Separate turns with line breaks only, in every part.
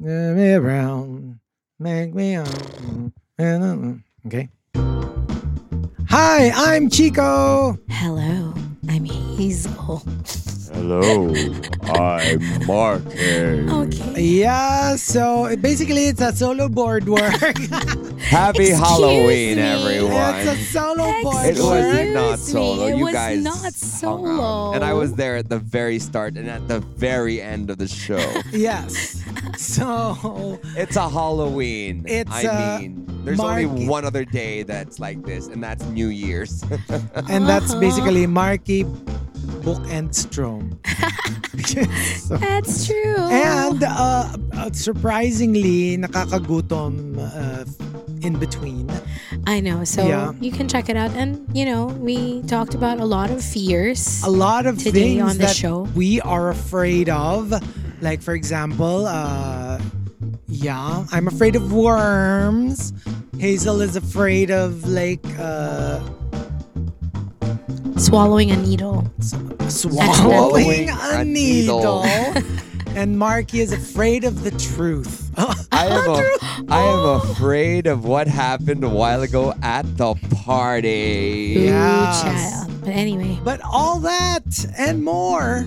Let me around, make me on. Okay. Hi, I'm Chico.
Hello, I'm Hazel.
Hello, I'm Mark.
Oh.
Okay.
Yeah, so it- basically it's a solo board work.
Happy
Excuse
Halloween,
me.
it's a
everyone.
solo board
It
work.
was not
Excuse me,
solo.
it
you
was
guys
not
hung out.
solo.
and I was there at the very start and at the very end of the show.
Yes. So
it's a Halloween.
It's
I
a
mean, there's
Mark-
only one other day that's like this, and that's New Year's.
and that's
Uh-huh.
basically Marky Book and Strom. So-
That's true.
and uh, uh, surprisingly nakakagutom uh, in between.
I know. So
Yeah.
you can check it out. And, you know, we talked about a lot of fears.
A lot of
Today
things
on the
that
show.
we are afraid of, like for example, uh, yeah, I'm afraid of worms. Hazel is afraid of like uh,
Swallowing a needle.
swallowing
Swallowing
a,
a
needle.
needle.
and Marky is afraid of the truth.
I am, a, I am afraid of what happened a while ago at the party.
Ooh,
Yes.
child. But anyway,
but all that and more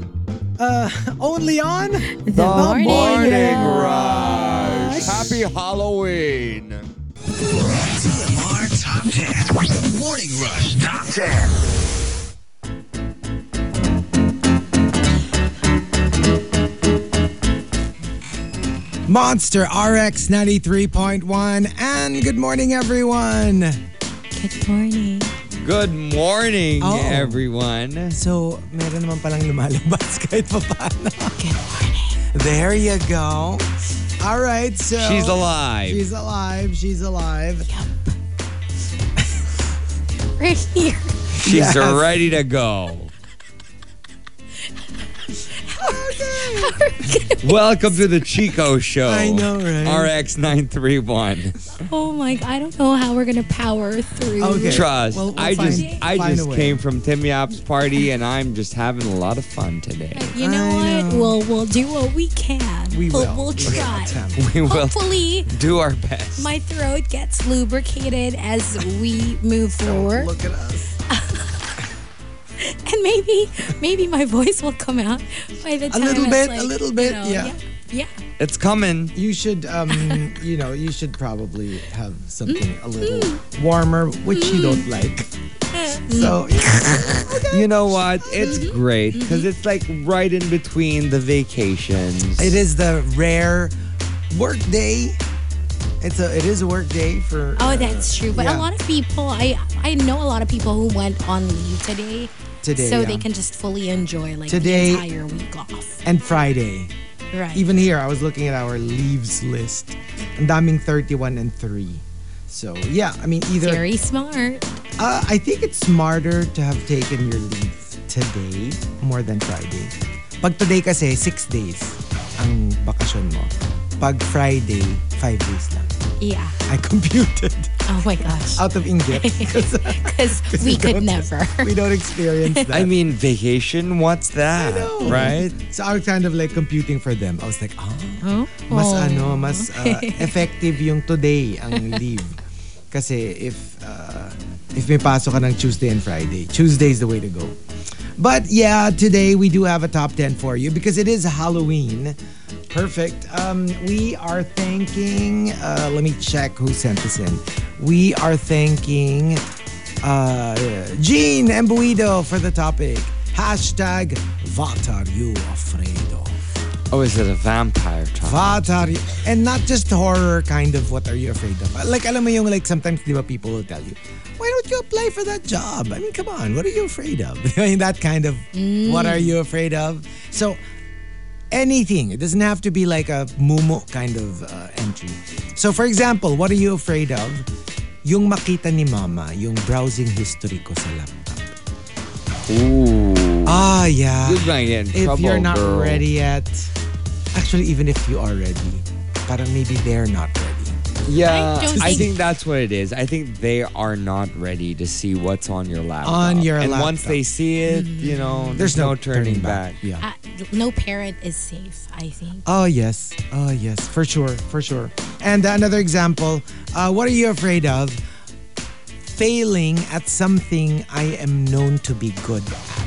uh, only on
the,
The morning,
Morning
rush.
Rush.
Happy Halloween.
TMR Top 10. Morning Rush Top 10.
Monster RX 93.1. And good morning, everyone.
Good morning.
Good morning,
Oh.
everyone.
So, meron naman palang lumalabas kahit pa paano. Good morning. There you go. All right, so.
She's alive.
She's alive. She's alive.
Right here.
She's ready to go. Welcome to the Chico Show.
I know, right?
RX 931.
Oh my, g- I don't know how we're going to power through.
Okay.
Trust.
Well, we'll
I just
find-
I
find a
just
way.
came from Tim Yap's party and I'm just having a lot of fun today.
You know
I
what?
know.
We'll we'll do what we can.
We
but
will.
We'll try.
attempt.
We will
Hopefully,
do our best.
my throat gets lubricated as we move forward,
Look at us.
and maybe maybe my voice will come out by the
A
time.
little
it's
bit, a
like,
little
you
bit,
know,
yeah.
yeah,
it's coming.
You should, um, you know, you should probably have something a little warmer, which you don't like. So,
You know what? It's great because it's like right in between the vacations.
It is the rare work day. It's a it is a work day for
Oh,
uh,
that's true. But
yeah.
a lot of people, I I know a lot of people who went on leave today,
Today,
so
yeah.
they can just fully enjoy like
Today-
the entire week off.
and Friday.
Right.
Even here I was looking at our leaves list. And daming 31 and 3. So, yeah, I mean either
very smart.
uh, I think it's smarter to have taken your leave today more than Friday. Pag today kasi 6 days ang bakasyon mo. Pag Friday, 5 days lang.
Yeah.
I computed
Oh my gosh.
out of inggit because
Because we could
Uh, don't-
never.
we don't experience that.
I mean, vacation? What's that?
know.
Right?
So I was kind of like computing for them. I was like, ah,
Oh.
mas ano, mas uh, effective yung today ang leave. Kasi if uh, if may pasok ka ng Tuesday and Friday, Tuesday's the way to go. But yeah, today we do have a top 10 for you because it is Halloween. Perfect. Um, we are thanking, uh, let me check who sent this in. We are thanking uh, Gene Embuido for the topic. Hashtag, what are you afraid of?
Oh, is it a vampire trial?
What are you- And not just horror kind of what are you afraid of. Like alam mo yung like sometimes di ba people will tell you, why don't you apply for that job? I mean, come on, what are you afraid of? I mean, that kind of what are you afraid of? So anything. It doesn't have to be like a mumu kind of uh, entry. So for example, what are you afraid of? Yung makita ni mama, yung browsing history ko sa laptop.
Ooh.
Ah, yeah
You're gonna get in
if
trouble,
you're not
girl.
ready yet. Actually, even if you are ready, parang maybe they're not ready.
Yeah,
I don't
I,
think-
think that's what it is. I think they are not ready to see what's on your laptop.
On your
and once
laptop.
they see it, you know,
There's no,
turning back.
Yeah.
I, no parent is safe, I think.
Oh, yes. Oh, yes. For sure. For sure. And another example uh, what are you afraid of? Failing at something I am known to be good at.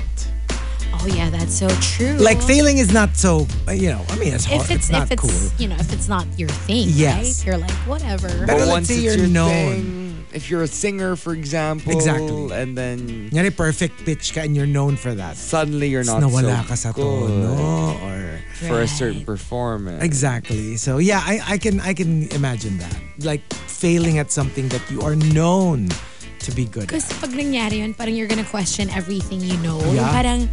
Oh yeah, that's so true.
Like, failing is not so, uh, you know, I mean, it's hard.
If
It's,
it's,
not
if it's
cool.
you know if it's not your thing,
Yes.
right? You're like whatever.
But
But
let's
once
say
it's
you're
your
known.
thing, if you're a singer, for example,
Exactly.
and then
Nyari perfect pitch ka and you're known for that.
suddenly you're
Tapos
not
nawala
so
ka sa
good
tono or...
for a certain
Right.
performance.
Exactly. So yeah, I, I can I can imagine that. Like failing at something that you are known to be good at.
Because pag nangyari yun, parang you're gonna question everything you know.
Yeah.
Parang,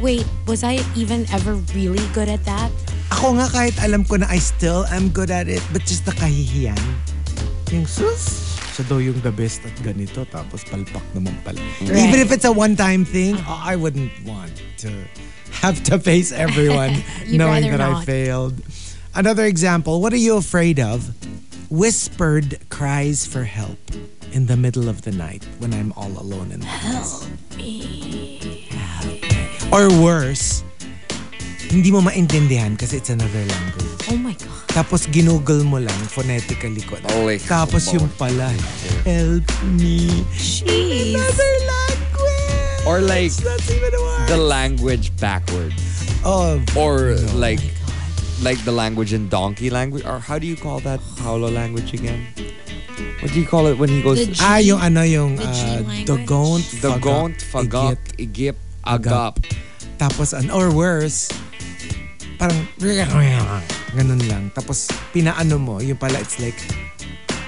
wait, was I even ever really good at that?
Ako nga kahit alam ko na I still am good at it, but just nakahihiyan. Yung sus, siya daw yung the best at ganito, tapos palpak naman pala.
Right.
Even if it's a one-time thing, oh, I wouldn't want to have to face everyone
You'd
knowing that
rather
I
not.
failed. Another example, what are you afraid of? Whispered cries for help in the middle of the night when I'm all alone in the house. Or worse, hindi mo maintindihan kasi it's another language.
Oh my God.
Tapos ginugol mo lang phonetically ko.
Holy
Tapos yung pala, help me.
Jeez.
Another language!
Or like
That's even worse.
the language backwards,
oh,
or like like the language in donkey language, or how do you call that Paolo language again? What do you call it when he goes?
The G-
ah, yung ano yung
The G
uh,
language.
dogont,
The
fagak,
gaunt, fagak,
igit.
igip,
Agap.
agap.
Tapos, an, or worse, parang, ganun lang. Tapos, pinaano mo, yung pala, it's like,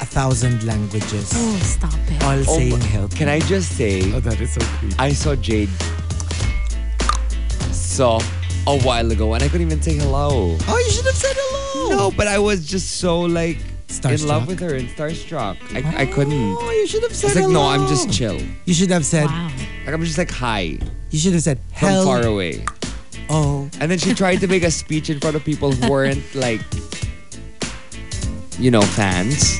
a thousand languages.
Oh, stop it.
All
Oh
saying
my-
help.
Can I just say?
Oh, that is so creepy.
I saw Jade saw a while ago and I couldn't even say hello.
Oh, you should have said hello!
No, but I was just so like in
Starstruck?
love with her and starstruck. I, I couldn't.
Oh, you should have
I
said
was like, no,
hello.
I'm just chill.
You should have said.
Wow.
Like I'm just like hi
You should have said
from
help.
far away.
Oh,
And then she tried to make a speech in front of people who weren't like you know fans.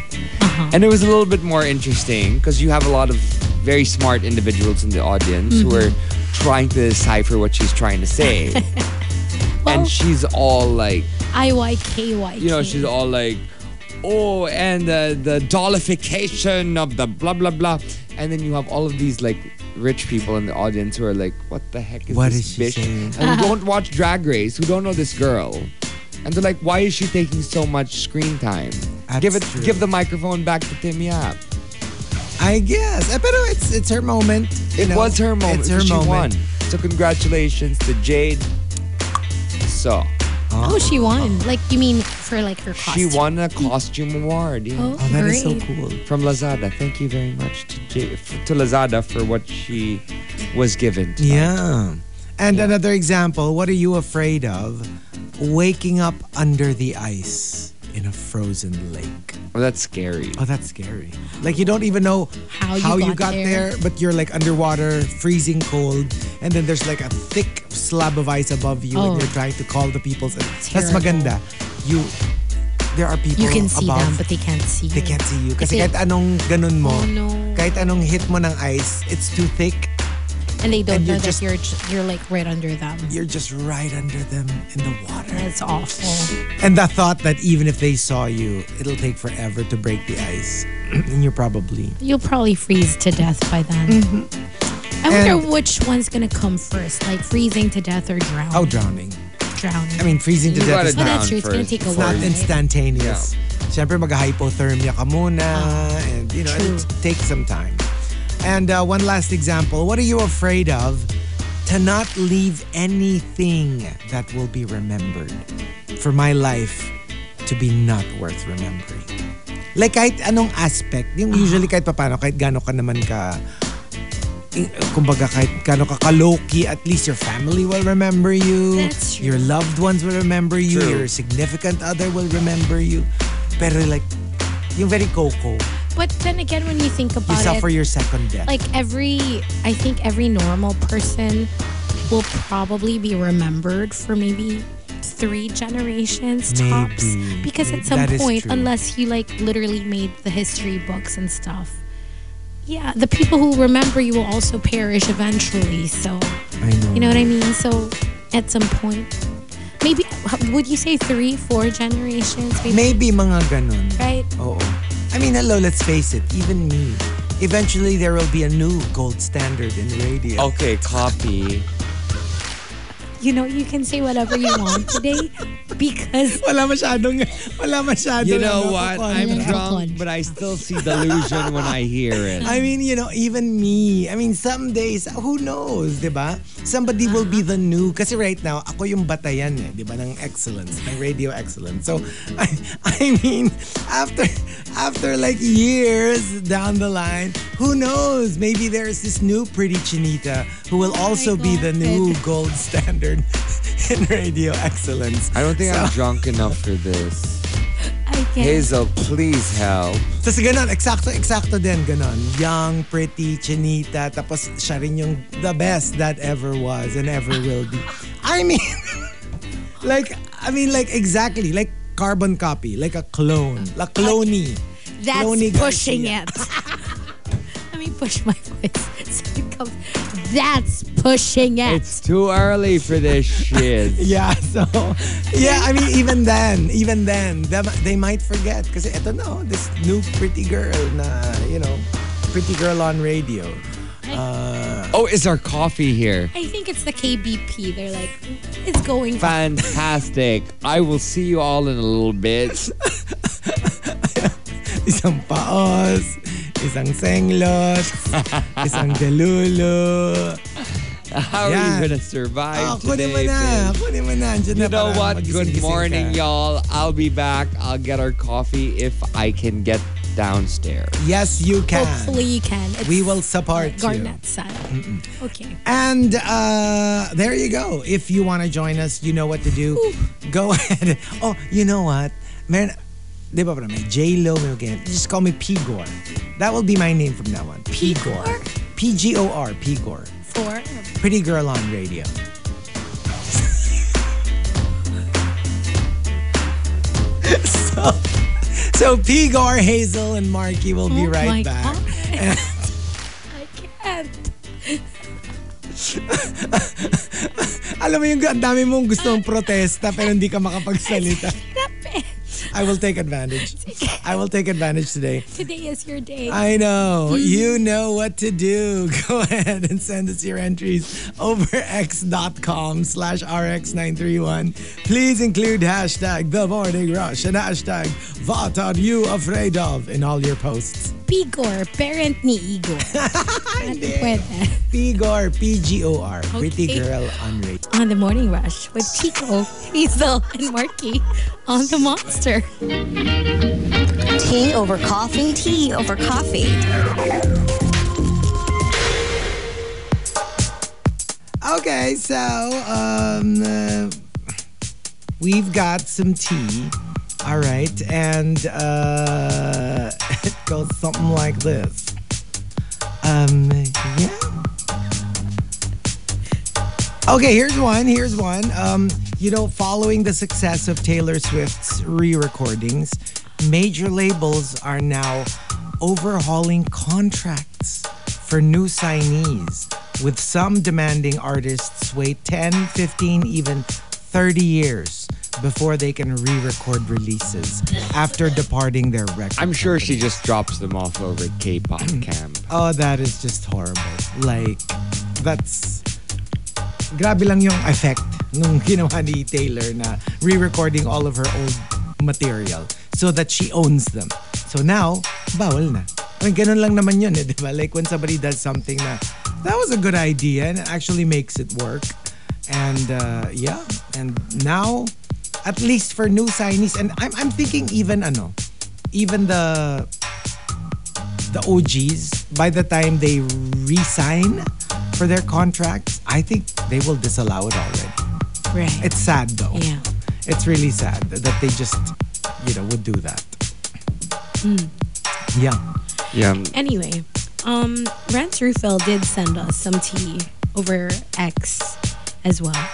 And it was a little bit more interesting because you have a lot of very smart individuals in the audience who are trying to decipher what she's trying to say.
Well-
and she's all like
I Y K Y.
you know, she's all like, oh, and uh, the dollification of the blah, blah, blah. And then you have all of these like rich people in the audience who are like, what the heck is
What
this
is she
bitch?
saying?
And who don't watch Drag Race, who don't know this girl. And they're like, why is she taking so much screen time?
That's
give it,
true.
give the microphone back to Tim Yap.
I guess. Eh, Pero it's it's her moment. you
It
know.
was her moment.
It's her
she
moment.
won. So congratulations to Jade. So
Oh, she won. Like, you mean for like her
she
costume?
won a costume award. Yeah.
Oh,
Oh, that
great.
is so cool.
from Lazada. Thank you very much to J- f- to Lazada for what she was given. tonight.
Yeah. And another example. What are you afraid of? Waking up under the ice in a frozen lake.
Well, that's scary.
Oh, that's scary. Like you don't even know
How you got
there.
there.
but you're like underwater, freezing cold, and then there's like a thick slab of ice above you,
Oh.
and you're trying to call the people. That's
Terrible.
maganda. You, there are people
You can see
above.
them, but they can't see
they
you.
can't see you. Kasi
Kasi-
kahit anong ganun mo,
Oh, no.
kahit anong hit mo ng ice, it's too thick.
And they don't
And
know
you're
that
just-
you're j- you're like right under them.
You're just right under them in the water.
That's awful.
And the thought that even if they saw you, it'll take forever to break the ice. and you're probably
You'll probably freeze to death by then. I wonder
Mm-hmm. And-
which one's gonna come first, like freezing to death or drowning.
out drowning.
drowning.
Oh, I mean, freezing to
You
death
gotta
is
but
not
that's
drown
true. It's gonna
first
take a
It's
not
while. right?
instantaneous. Siyempre, mag-hypothermia ka muna. and, you know,
True.
it takes some time. And uh, one last example. What are you afraid of? To not leave anything that will be remembered. For my life to be not worth remembering. Like kahit anong aspect, yung
Ah.
usually kahit papano, kahit gano'n ka naman ka, eh, kumbaga kahit gano'n ka ka-low-key, at least your family will remember you.
That's true.
Your loved ones will remember you.
True.
Your significant other will remember you. Pero like, yung very coco,
But then again, when you think
you
about
suffer
it,
your second death.
like every, I think every normal person will probably be remembered for maybe three generations tops.
Maybe.
Because
Maybe.
at some
That is
point,
true.
unless you like literally made the history books and stuff, yeah, the people who remember you will also perish eventually. So.
I know.
You know what I mean? So at some point. Maybe, would you say three, four generations?
Maybe mga ganun.
Right?
Oo. I mean, hello, let's face it, even me. Eventually, there will be a new gold standard in radio.
Okay, copy.
You know, you can say whatever you want today because
Wala masyadong, wala masyadong.
You
ano,
know what?
kakontra.
I'm drunk, but I still see delusion when I hear it.
I mean, you know, even me. I mean, some days, who knows, di ba? Somebody will be the new. Kasi right now, ako yung batayan eh, di ba, ng excellence, ng radio excellence. So, I, I mean, after, after like years down the line, who knows? Maybe there's this new pretty Chinita who will also be the new gold standard in radio excellence.
I don't think
so,
I'm drunk enough for this.
I can.
Hazel, please help.
Tapos ganun, eksakto-eksakto din, ganun. Young, pretty, chinita, tapos siya rin yung the best that ever was and ever will be. I mean, like, I mean, like, exactly, like carbon copy, like a clone, la cloney.
That's
Loni
pushing
Garcia.
it. Let me push my voice so it comes. That's pushing it.
It's too early for this shit.
Yeah, so, yeah, I mean, even then, even then, they, they might forget. Kasi eto na, oh, this new pretty girl na, you know, pretty girl on radio.
Oh, is our coffee here?
I think it's the KBP. They're like, it's going.
Fantastic. I will see you all in a little bit.
isang paos, isang senglot, isang delulo.
How
Yeah.
are you going to survive
Ako
today?
naman na,
babe?
ako naman na. Andiyan
um, You
na
know
para
what?
magising-gising
Good
ka.
morning, y'all. I'll be back. I'll get our coffee if I can get downstairs.
Yes, you can.
Hopefully you can. It's
We will support you.
Garnet side. Okay.
And uh, there you go. If you want to join us, you know what to do. Go ahead. Oh, you know what? Meron, di ba parang may J-Lo, may ganyan. Just call me Pigor. That will be my name from now on. Pigor. P-G-O-R, Pigor.
Four.
Pretty Girl on Radio. so, so Pigor, Hazel, and Marky will be
Oh my
right back.
God. I can't.
Alam mo yung ang dami mong gustong protesta pero hindi ka makapagsalita.
Stop it.
I will take advantage. I will take advantage today.
Today is your day.
I know. You know what to do. Go ahead and send us your entries over x.com slash rx931. Please include hashtag the morning rush and hashtag what are you afraid of in all your posts.
Pigor, parent ni Igor. Hindi pwede.
Pigor, P-G-O-R, Pretty
Okay.
Girl on Radio.
On the Morning Rush with Chico, Hazel, and Marky on The Monster.
Tea over coffee. Tea over coffee.
Okay, so um, uh, we've got some tea. All right, and uh, it goes something like this. Um, yeah. Okay, here's one. Here's one. Um, you know, following the success of Taylor Swift's re recordings, major labels are now overhauling contracts for new signees, with some demanding artists wait 10, 15, even 30 years before they can re record releases after departing their record.
I'm sure she
company.
just drops them off over at K-pop camp.
Oh, that is just horrible. Like, that's... Grabe lang yung effect nung ginawa ni Taylor na re-recording all of her old material so that she owns them. So now, bawal na. I mean, ganun lang naman yun eh, di ba? Like when somebody does something na, that was a good idea and it actually makes it work. And uh, yeah, and now, at least for new signees, and I'm, I'm thinking even ano, even the the OGs, by the time they re-sign for their contracts, I think they will disallow it already.
Right.
It's sad though.
Yeah.
It's really sad that they just, you know, would do that.
Hmm.
Yeah.
Yeah.
Anyway, um, Rance Rufel did send us some tea over X as well.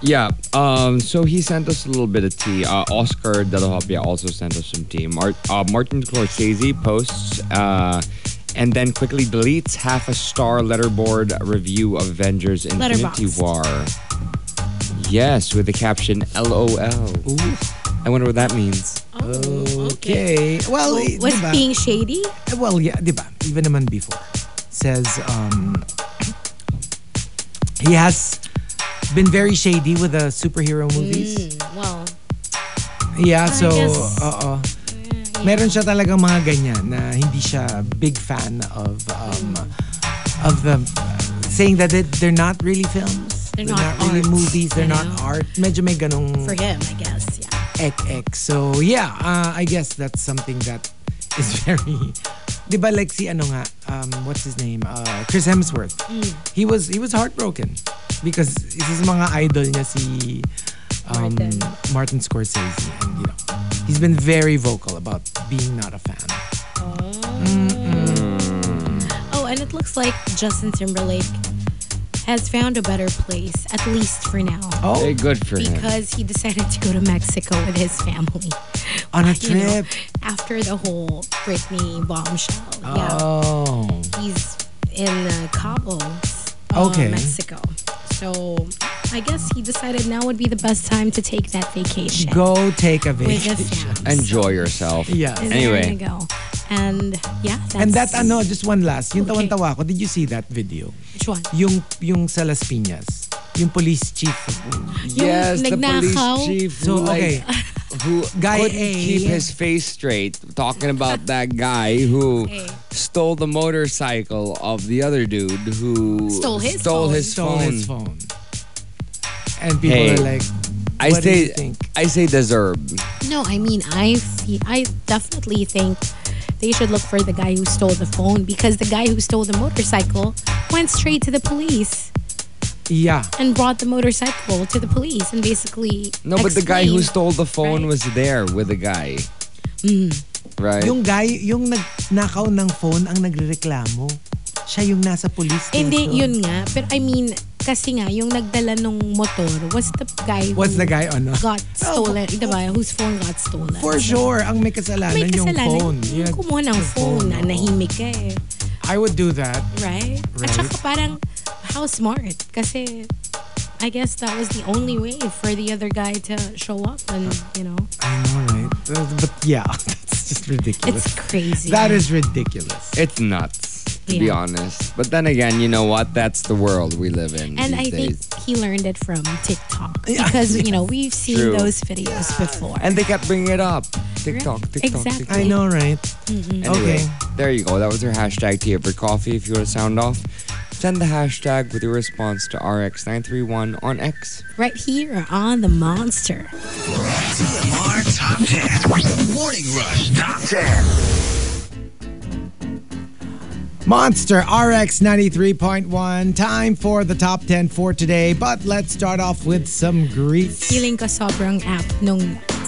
Yeah. Um, so he sent us a little bit of tea. Uh, Oscar De La Hoya also sent us some tea. Mar- uh, Martin Scorsese posts uh, and then quickly deletes half a star letterboard review of Avengers Infinity
Letterboxd.
War. Yes, with the caption LOL. I wonder what that means.
Okay. Well, eh,
What's
diba?
being shady?
Eh, Well, yeah, di ba? Even naman before. Says, um, he has been very shady with the superhero
Mm.
movies.
Well,
Yeah, so,
guess.
oo. Meron siya talaga mga ganyan na hindi siya big fan of, um, of the, saying that it, they're not really films.
They're
not,
not
really
arts.
movies. They're
I
not
know.
art. Medyo may ganong
for him, I guess. Yeah.
ek-ek. So, yeah, uh, I guess that's something that is very... Di ba like si ano nga, um, what's his name? Uh, Chris Hemsworth.
Mm.
He was he was heartbroken because his mga idol niya si um, Martin.
Martin.
Scorsese. And, you know, he's been very vocal about being not a fan.
Oh, and it looks like Justin Timberlake has found a better place, at least for now.
Oh,
Hey, good for him.
Because he decided to go to Mexico with his family.
on a
You know,
trip.
after the whole Britney bombshell.
Oh.
Yeah. He's in uh, Cabo, uh,
Okay.
Mexico. So I guess he decided now would be the best time to take that vacation
Go take a
with
vacation.
the fam.
Enjoy yourself.
Yeah.
And
Anyway.
There you go. And yeah, that's
And that ano, just one last. Yung
Okay.
tawan-tawa ko. Did you see that video?
Which one?
yung yung sa Las Piñas, yung police chief.
Yes, the police
nagnakaw.
chief who,
So, okay.
like, who
Guy
couldn't
A.
keep his face straight, talking about that guy who
A.
stole the motorcycle of the other dude who
Stole his
stole
phone.
his
Stole
phone.
his phone. And people
Hey,
are like,
I
what do
say,
you think?
I say, deserve.
No, I mean I fe I definitely think they should look for the guy who stole the phone because the guy who stole the motorcycle went straight to the police
Yeah.
and brought the motorcycle to the police and basically
No, but the guy who
explained-
stole the phone
right? Mm.
was there with the guy, right?
Yung guy, yung nagnakaw ng phone ang nagrereklamo. Siya yung nasa police station.
Hindi, yun nga. Pero I mean, kasi nga, yung nagdala nung motor was the guy who
What's the guy ano?
got stolen. diba? Whose phone got stolen.
For sure, ang may kasalanan,
May
yung
kasalanan.
phone. Yun ang-
kumuha ng phone na
oo.
nahimik ka eh.
I would do that.
Right? At
Right.
saka parang, how smart. Kasi, I guess that was the only way for the other guy to show up and, you know,
I know, right? Uh, But yeah, that's just ridiculous.
it's crazy.
That is ridiculous.
It's nuts, to be
Yeah.
honest. But then again, you know what? That's the world we live in.
And I
these
think
days.
he learned it from TikTok because, you know, we've seen
True.
those videos before.
And they kept bringing it up. TikTok,
Right.
TikTok,
Exactly.
TikTok.
I know, right?
Anyway,
Okay.
there you go. That was our hashtag tea for coffee. If you want to sound off, send the hashtag with your response to RX931 on X.
right here on The Monster.
TMR Top 10. Morning Rush Top 10.
Monster RX 93.1. Time for the top 10 for today, but let's start off with some greets.
Feeling ko sobrang app nung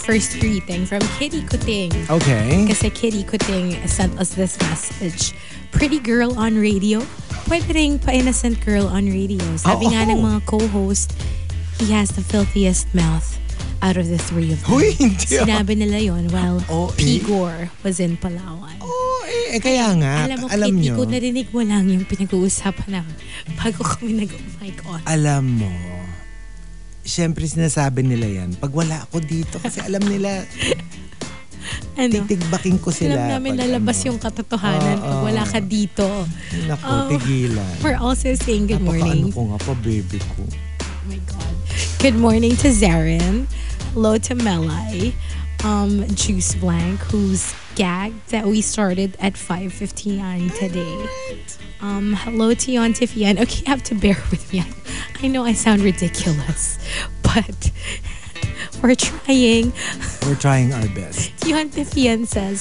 first greeting from Kitty Kuting.
Okay.
Kasi Kitty Kuting sent us this message. Pretty girl on radio? Pwede rin pa-innocent girl on radio. Sabi nga ng
Oh.
mga co-host, he has the filthiest mouth out of the three of them.
Uy, hindi ah.
Sinabi nila yon while
Oh, eh.
Pigor was in Palawan.
Oh, eh, eh, kaya nga.
alam mo,
alam
Kitty,
nyo.
ko narinig mo lang yung pinag-uusapan namin bago kami nag-mic on.
Alam mo. Siyempre sinasabi nila yan. Pag wala ako dito kasi alam nila,
Ano?
titigbaking ko sila.
Alam namin
pag
lalabas
ano.
yung katotohanan pag wala ka dito.
Nako,
Oh.
tigilan.
We're also saying good
Napakaano
morning.
ko nga pa, baby ko.
Oh my God. Good morning to Zarin. Hello to Melai. Um, Juice Blank, whose gag that we started at 5.59 today. Um, hello to Yon Tifian. Okay, you have to bear with me. I know I sound ridiculous, but we're trying.
We're trying our best.
Yon Tifian says,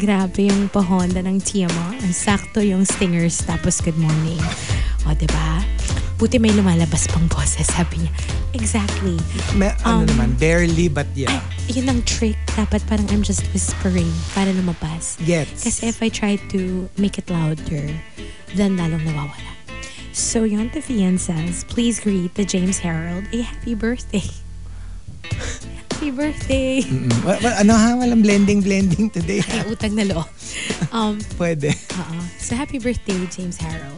grabe yung pahonda ng TMR. Ang sakto yung stingers tapos good morning. O, diba? Buti may lumalabas pang boses, sabi niya. Exactly.
Me- ano
Um,
naman, barely but yeah.
Yun ang trick. Dapat parang I'm just whispering para lumabas.
Gets.
Kasi if I try to make it louder, then lalong nawawala. So, Yon Tifian says, please greet the James Harold a happy birthday. happy birthday.
Wa- wa- ano ha? Walang blending-blending today.
May utang na loob. Um,
Pwede.
uh-uh. So happy birthday, James Harrow.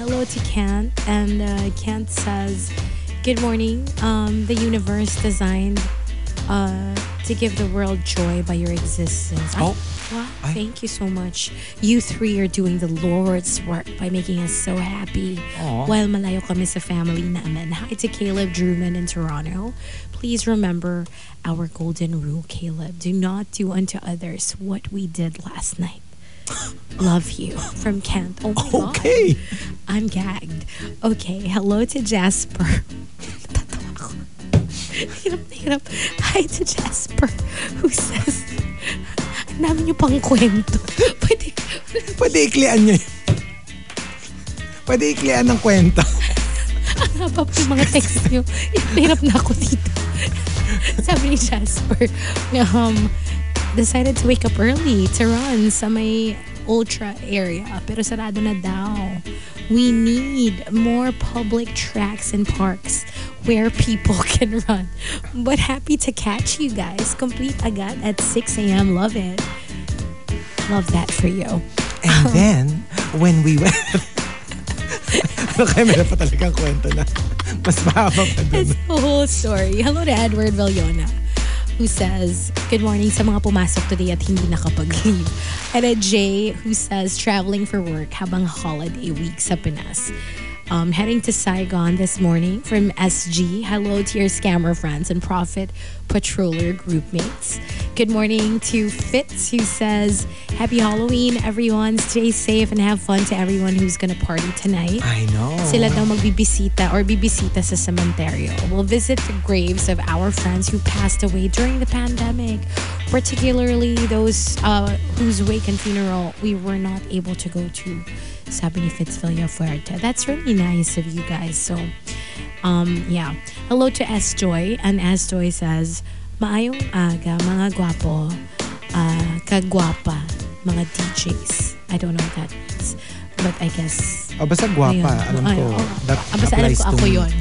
Hello to Kant. And uh, Kant says, Good morning. Um, the universe designed uh, to give the world joy by your existence. I-
Oh.
Wow,
Ay.
thank you so much. You three are doing the Lord's work by making us so happy.
Aw.
While malayo kami sa family namin. Hi to Caleb Druman in Toronto. Please remember our golden rule, Caleb. Do not do unto others what we did last night. Love you from Kent. Oh my God.
Okay.
I'm gagged. Okay, hello to Jasper. Natatawa ako. hirap na hirap. Hi to Jasper who says, ang dami niyo pang kwento. Pwede,
Pwede iklian nyo. yun. Pwede iklian ng kwento.
ang haba po yung mga text niyo. Hirap na hirap na ako dito. Sabi ni Jasper, um, decided to wake up early to run sa may ultra area. Pero sarado na daw. We need more public tracks and parks where people can run. But happy to catch you guys. Complete agad at 6 a.m. Love it. Love that for you.
And
Ano?
then, when we went... ano kayo, meron pa talagang kwento na mas mahaba pa dun.
That's the whole story. Hello to Edward Villona, who says, Good morning sa mga pumasok today at hindi nakapag-leave. And a Jay, who says, Traveling for work habang holiday week sa Pinas. Um, heading to Saigon this morning from SG. Hello to your scammer friends and profit patroller group mates. Good morning to Fitz, who says, Happy Halloween, everyone. Stay safe and have fun to everyone who's gonna party tonight
I know.
sila daw magbibisita or bibisita sa cementerio. We'll visit the graves of our friends who passed away during the pandemic, particularly those uh, whose wake and funeral we were not able to go to. Sabi ni Fitzvilla Fuerte. That's really nice of you guys. So, um, yeah. Hello to S. Joy. And S. Joy says, Maayong aga, mga gwapo, uh, kagwapa, mga DJs. I don't know what that means. But I guess
Oh, basta guwapa.
Ayun.
Alam ko.
Ayun. Oo.
That
Ah, basta alam
applies to
ko ako
me.
yun.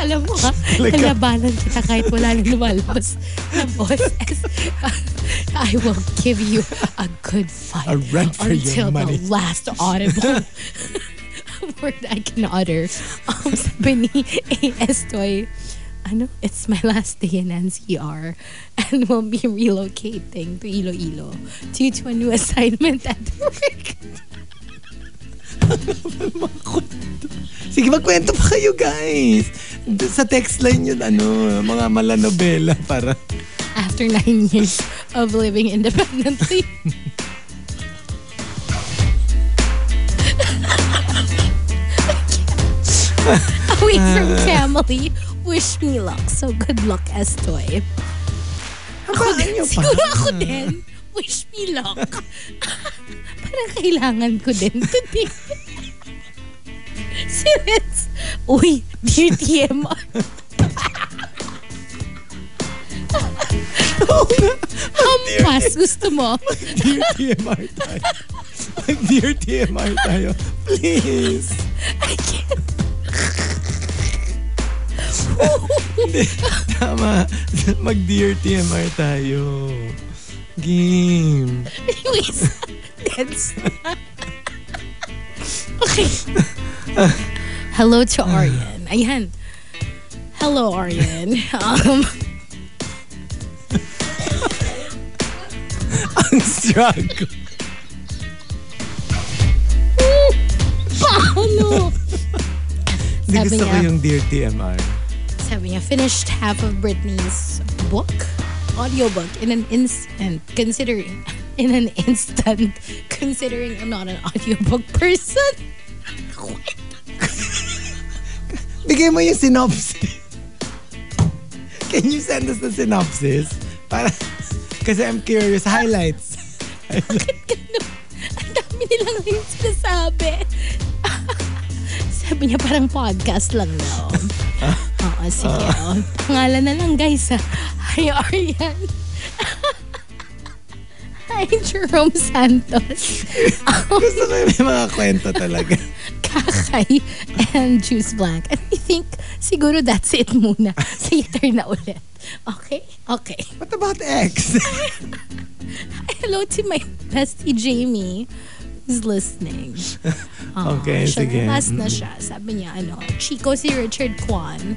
alam mo ka,
Like, uh,
lalabanan kita kahit wala nang lumalabas na boses. I will give you a good fight
I'll run for your
until
money.
the last audible word I can utter. Um, sabi ni A.S. Toy, ano, it's my last day in NCR and will be relocating to Iloilo due to a new assignment at work.
Sige, magkwento pa kayo, guys. D- Sa text line yun, ano, mga malanobela para.
after nine years of living independently. Away from family, wish me luck. So good luck, Estoy. Ako
Habaan
din,
niyo pa.
siguro ako din. Wish me luck. Parang kailangan ko din today. si Renz, uy, dear TMR. Hampas, gusto mo?
Dear TMR tayo. Dear TMR tayo. Please.
I can't.
Tama. Mag-dear TMR tayo. Game.
Anyways, dance. okay. Hello to Orion. Ayan. Hello, Orion. Um,
Ang struggle.
paano?
Hindi
Sabi
gusto ko
niya-
yung dear TMR.
Sabi niya, finished half of Britney's book, audiobook in an instant, considering, in an instant, considering I'm not an audiobook person.
Bigay mo yung synopsis. Can you send us the synopsis? Para, kasi I'm curious. Highlights.
Ang dami nilang rin sinasabi. Sabi niya parang podcast lang daw. Oo, sige. oh. Pangalan na lang guys ha. Hi Aryan. Hi Jerome Santos.
Gusto ko yung may mga kwento talaga.
Kakay and Juice Blank. And I think siguro that's it muna. Sa year na ulit. Okay? Okay.
What about X?
Hello to my bestie Jamie who's listening. Ah,
Okay,
siya
sige.
Last na siya. Sabi niya, ano, Chico si Richard Kwan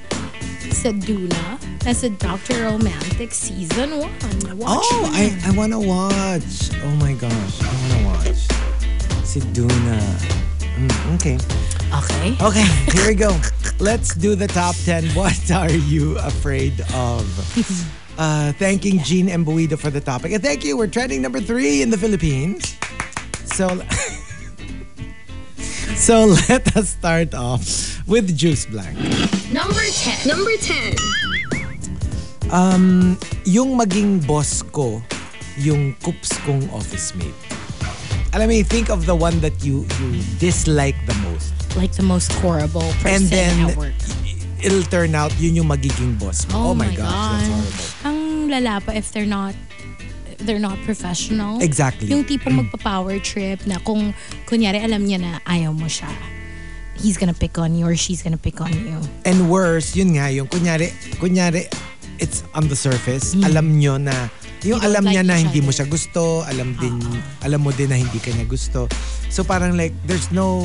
sa Duna nasa Dr. Romantic Season 1. Watch
oh,
mo na.
I, I wanna watch. Oh my gosh, I wanna watch. Si Duna. Mm, okay.
Okay.
Okay, here we go. Let's do the top 10. What are you afraid of? Uh, thanking Jean Embuido for the topic. And thank you. We're trending number three in the Philippines. So, so let us start off with Juice Blank.
Number 10. Number 10.
yung maging boss ko, yung kups kong office mate. Alam mo, you think of the one that you you dislike the most.
Like the most horrible person
And then,
at work.
it'll turn out yun yung magiging boss mo.
Oh, my
gosh, that's
God.
horrible.
Ang lala pa if they're not if they're not professional.
Exactly. Mm.
Yung tipong magpa-power trip na kung kunyari alam niya na ayaw mo siya, he's gonna pick on you or she's gonna pick on you.
And worse, yun nga yung kunyari, kunyari, it's on the surface. Alam nyo na, yung
You don't
alam
Hmm. like Ah.
niya na
each
hindi mo
other.
siya gusto, alam din, alam mo din na hindi ka niya gusto. So parang like, there's no,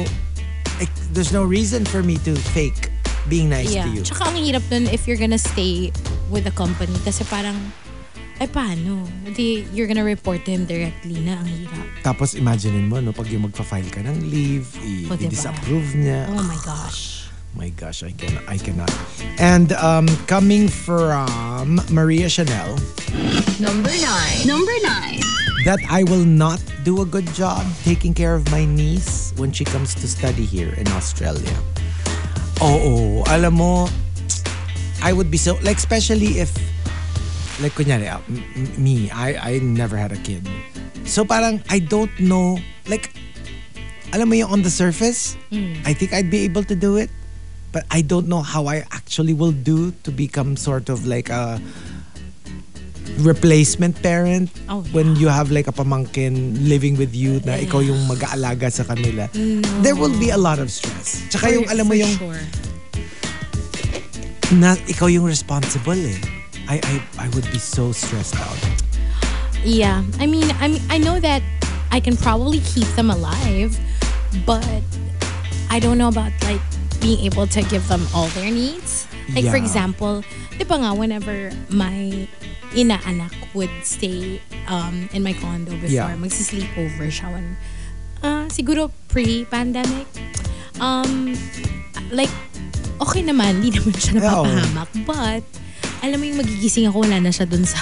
like, there's no reason for me to fake being nice
Yeah.
to you.
Tsaka ang hirap nun if you're gonna stay with the company kasi parang ay paano? Di, you're gonna report to him directly na ang hirap.
Tapos imaginein mo, no, pag yung magpa-file ka ng leave, i-
O, diba?
i-disapprove niya.
Oh my gosh.
My gosh, I cannot. I cannot. And um, coming from Maria Chanel,
Number 9. Number 9.
that I will not do a good job taking care of my niece when she comes to study here in Australia. Oo, alam mo, I would be so, like, especially if, like, kunyari, ah, m- m- me, I, I never had a kid. So parang, I don't know, like, alam mo yung on the surface,
Mm.
I think I'd be able to do it. But I don't know how I actually will do to become sort of like a replacement parent
Oh, yeah.
when you have like a pamangkin living with you na ikaw yung mag-aalaga sa kanila. There will be a lot of stress. Tsaka yung
For-
alam mo
for
yung
sure.
na ikaw yung responsible eh. I, I, I would be so stressed out.
Yeah, I mean, I mean, I know that I can probably keep them alive, but I don't know about like being able to give them all their needs. Like for
Yeah.
example, di ba nga, whenever my inaanak would stay um, in my condo before,
Yeah.
magsisleep over siya when, uh, siguro pre-pandemic, um, like, okay naman, hindi naman siya
Yeah, oh. oo.
napapahamak. But, alam mo yung magigising ako, wala na siya dun sa,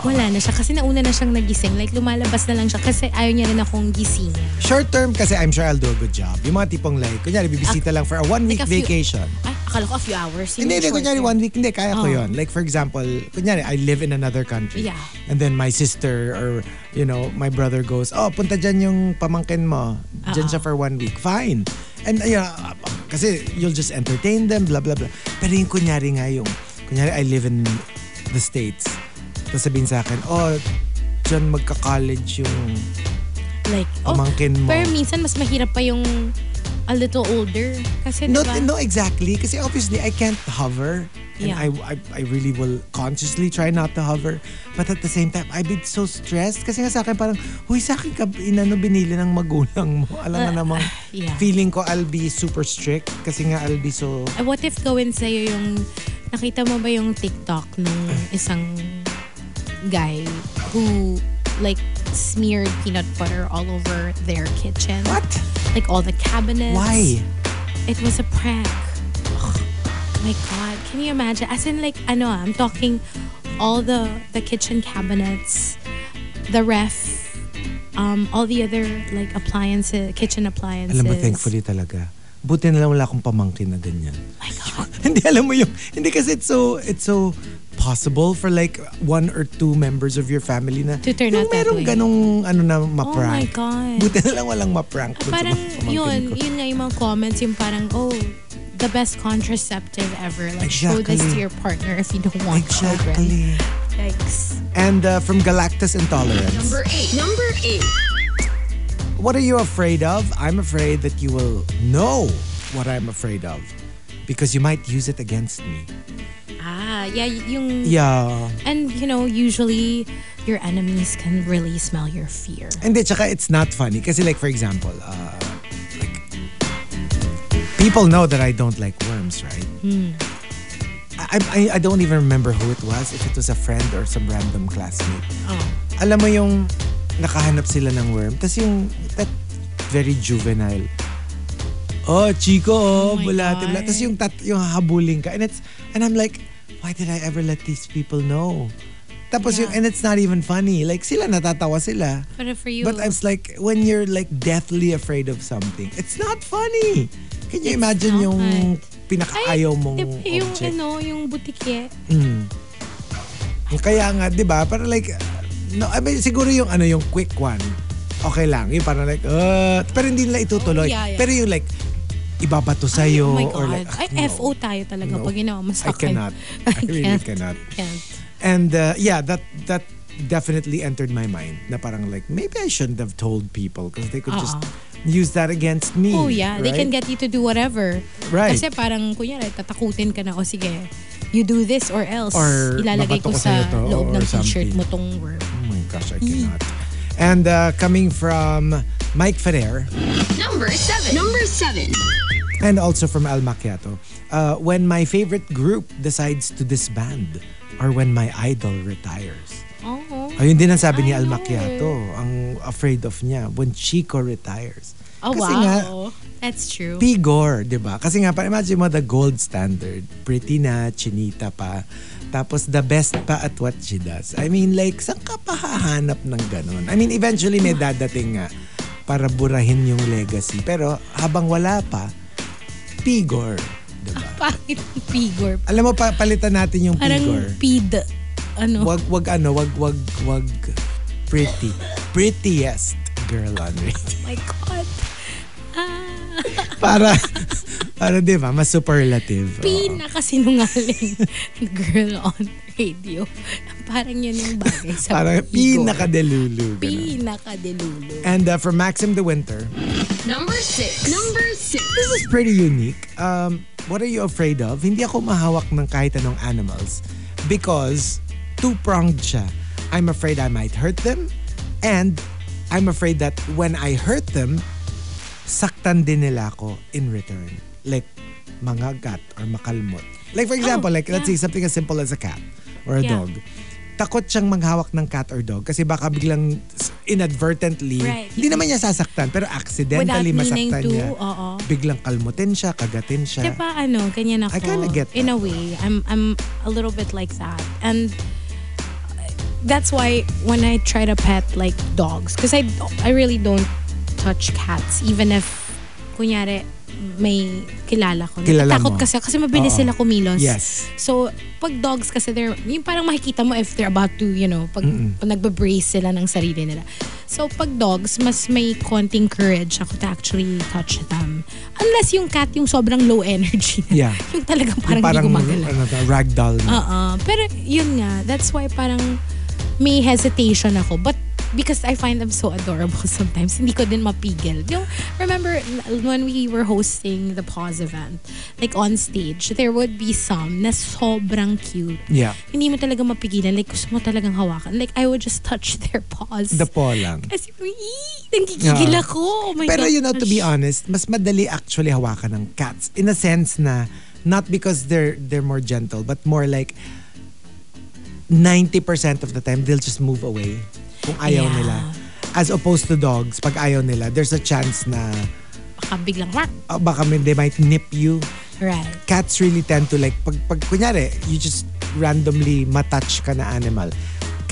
wala na siya. Kasi nauna na siyang nagising. Like, lumalabas na lang siya kasi ayaw niya rin akong gisingin.
Short term kasi I'm sure I'll do a good job. Yung mga tipong like, kunyari bibisita lang for a one week
Like a few-
vacation.
Ay, akala ko a few
Hindi,
hours. Yun yung
hindi, Ah.
short
kunyari
term.
one week, hindi, kaya ko
Oh.
yun. Like for example, kunyari I live in another country.
Yeah.
And then my sister or, you know, my brother goes, oh, punta dyan yung pamangkin mo. Dyan siya for one week. Fine. And, you know, kasi you'll just entertain them, blah, blah, blah. Pero yung kunyari nga yung, kunyari I live in the States. Tapos sabihin sa akin, oh, dyan magka-college yung
Like, oh,
pamangkin mo.
Pero minsan, mas mahirap pa yung a little older. Kasi,
No,
diba?
no, exactly. Kasi obviously, I can't hover. And
Yeah.
I, I, I really will consciously try not to hover. But at the same time, I've been so stressed. Kasi nga sa akin parang, huy, sa akin ka inano binili ng magulang mo. Alam mo
Uh,
namang,
yeah.
feeling ko I'll be super strict. Kasi nga I'll be so,
Eh, What if gawin sa'yo yung, nakita mo ba yung TikTok nung isang guy who like smeared peanut butter all over their kitchen?
what?
Like all the cabinets.
Why?
It was a prank. Ugh, my God, can you imagine? As in like, ano ah, I'm talking all the, the kitchen cabinets, the ref, um, all the other like appliances, kitchen appliances.
Alam mo, thankfully talaga. Buti na lang wala akong pamangkin na ganyan.
My God.
hindi alam mo yung hindi kasi it's so it's so possible for like one or two members of your family na
To turn
yung
out that
merong
way.
ganong ano na maprank.
Oh my God.
Buti na lang walang maprank. dun sa
parang
mga pamangkin
yun,
ko.
yun nga yung mga comments, yung parang, oh, the best contraceptive ever. Like, show this to
Exactly.
your partner if you don't want children.
Exactly.
Yikes.
And uh, from Galactus Intolerance.
Number 8. Number 8.
What are you afraid of? I'm afraid that you will know what I'm afraid of because you might use it against me.
Ah, yeah, y- yung
Yeah.
and you know, usually your enemies can really smell your fear.
Hindi, tsaka it's not funny. Kasi like, for example, uh, like, people know that I don't like worms, right? Hmm. I, I, I don't even remember who it was, if it was a friend or some random classmate.
Oh.
Alam mo yung nakahanap sila ng worm, tapos yung that very juvenile, oh, chico, oh,
my
bulate,
God.
bulate. Tapos yung, tat, yung hahabulin ka. And, it's, and I'm like, why did I ever let these people know? Tapos
Yeah.
yung, and it's not even funny. Like, sila, natatawa sila.
But for you
But I was like, when you're like deathly afraid of something, it's not funny. Can you
It's
imagine
not.
yung
Ay,
pinakaayaw mong
di ba, yung
object?
ano, yung butikye.
Kaya nga, di ba? Para like, no, I mean, siguro yung ano, yung quick one, okay lang. Yung parang like, uh, pero hindi nila itutuloy.
Oh, yeah, yeah.
Pero yung like, ibabato sa'yo.
oh my
or
God.
like, ah,
Ay,
no.
FO tayo talaga
No.
pag ginawa mo sa
I
akin.
cannot. I really
can't.
cannot.
Can't.
And uh, yeah, that that definitely entered my mind. Na parang like, maybe I shouldn't have told people because they could just
Oo.
use that against me.
Oh yeah, they can
right?
get you to do whatever.
Right.
Kasi parang, kunyari, tatakutin ka na, o sige, you do this or else,
Or
ilalagay
babato ko
ko sa
sa'yo to,
loob
or
ng
something.
t-shirt mo tong worm.
Oh my gosh, I cannot. And uh, coming from Mike Ferrer
Number seven. Number seven.
and also from Al Macchiato, uh, when my favorite group decides to disband or when my idol retires.
Oo.
Ayun din ang sabi ni
I
Al
know
Macchiato, ang afraid of niya, when Chico retires.
Oh,
Kasi
wow.
nga,
That's true.
Pigor, di ba? Kasi nga, pa, imagine mo the gold standard. Pretty na, chinita pa. Tapos the best pa at what she does. I mean, like, saan ka pa hahanap ng ganun? I mean, eventually may dadating nga para burahin yung legacy. Pero habang wala pa, pigor. Di ba?
Pangit pigor.
Alam mo, pa, palitan natin yung
Parang
pigor.
pid. Ano?
Wag, wag ano, wag, wag, wag pretty. Prettiest girl on radio.
Oh my God. Ah,
Para, para di ba, mas superlative. Oo.
pinakasinungaling girl on radio. Parang yun yung bagay sa
Parang
pigor.
pinakadelulu. ganun.
Pinakadelulo.
And uh, for Maxim the Winter,
Number six. Number six.
this is pretty unique. Um, what are you afraid of? Hindi ako mahawak ng kahit anong animals because two-pronged siya. I'm afraid I might hurt them and I'm afraid that when I hurt them, saktan din nila ako in return. Like, mangagat or makalmot. Like for example,
Oh,
like let's say
yeah.
something as simple as a cat or a
Yeah.
dog. Takot siyang manghawak ng cat or dog kasi baka biglang inadvertently,
Right.
hindi naman niya sasaktan pero accidentally
Without meaning
masaktan
to,
niya.
oo.
Biglang kalmutin siya, kagatin siya.
Diba ano, ganyan ako.
I kinda get
In
that.
a way, I'm, I'm a little bit like that. And that's why when I try to pet like dogs, because I, I really don't touch cats, even if, kunyari, may kilala ko.
Kilala
Natatakot
mo.
kasi, kasi mabilis
Oo.
sila kumilos.
Yes.
So, pag dogs kasi, they're, yung parang makikita mo if they're about to, you know, pag, pag nagbabrace sila ng sarili nila. So, pag dogs, mas may konting courage ako to actually touch them. Unless yung cat, yung sobrang low energy. na.
Yeah.
yung talagang
Yung
parang,
parang
hindi Ah. gumagalaw.
ano, ragdoll na.
Oo. Pero yun nga, that's why parang may hesitation ako. But because I find them so adorable sometimes, hindi ko din mapigil. Yung, remember n- when we were hosting the Pause event, like on stage, there would be some na sobrang cute.
Yeah.
Hindi mo talaga mapigilan. Like, gusto mo talagang hawakan. Like, I would just touch their paws.
The paw lang.
Kasi, "Ee, nanggigigil
Yeah.
ako. Oh my
Pero you know, to be
gosh.
honest, mas madali actually hawakan ng cats. In a sense na, not because they're they're more gentle, but more like 90% of the time, they'll just move away kung ayaw
Yeah.
nila. As opposed to dogs, pag ayaw nila, there's a chance na
Baka biglang, "Wak!"
uh, baka may- they might nip you.
right.
Cats really tend to like, pag, pag kunyari, you just randomly matouch ka na animal.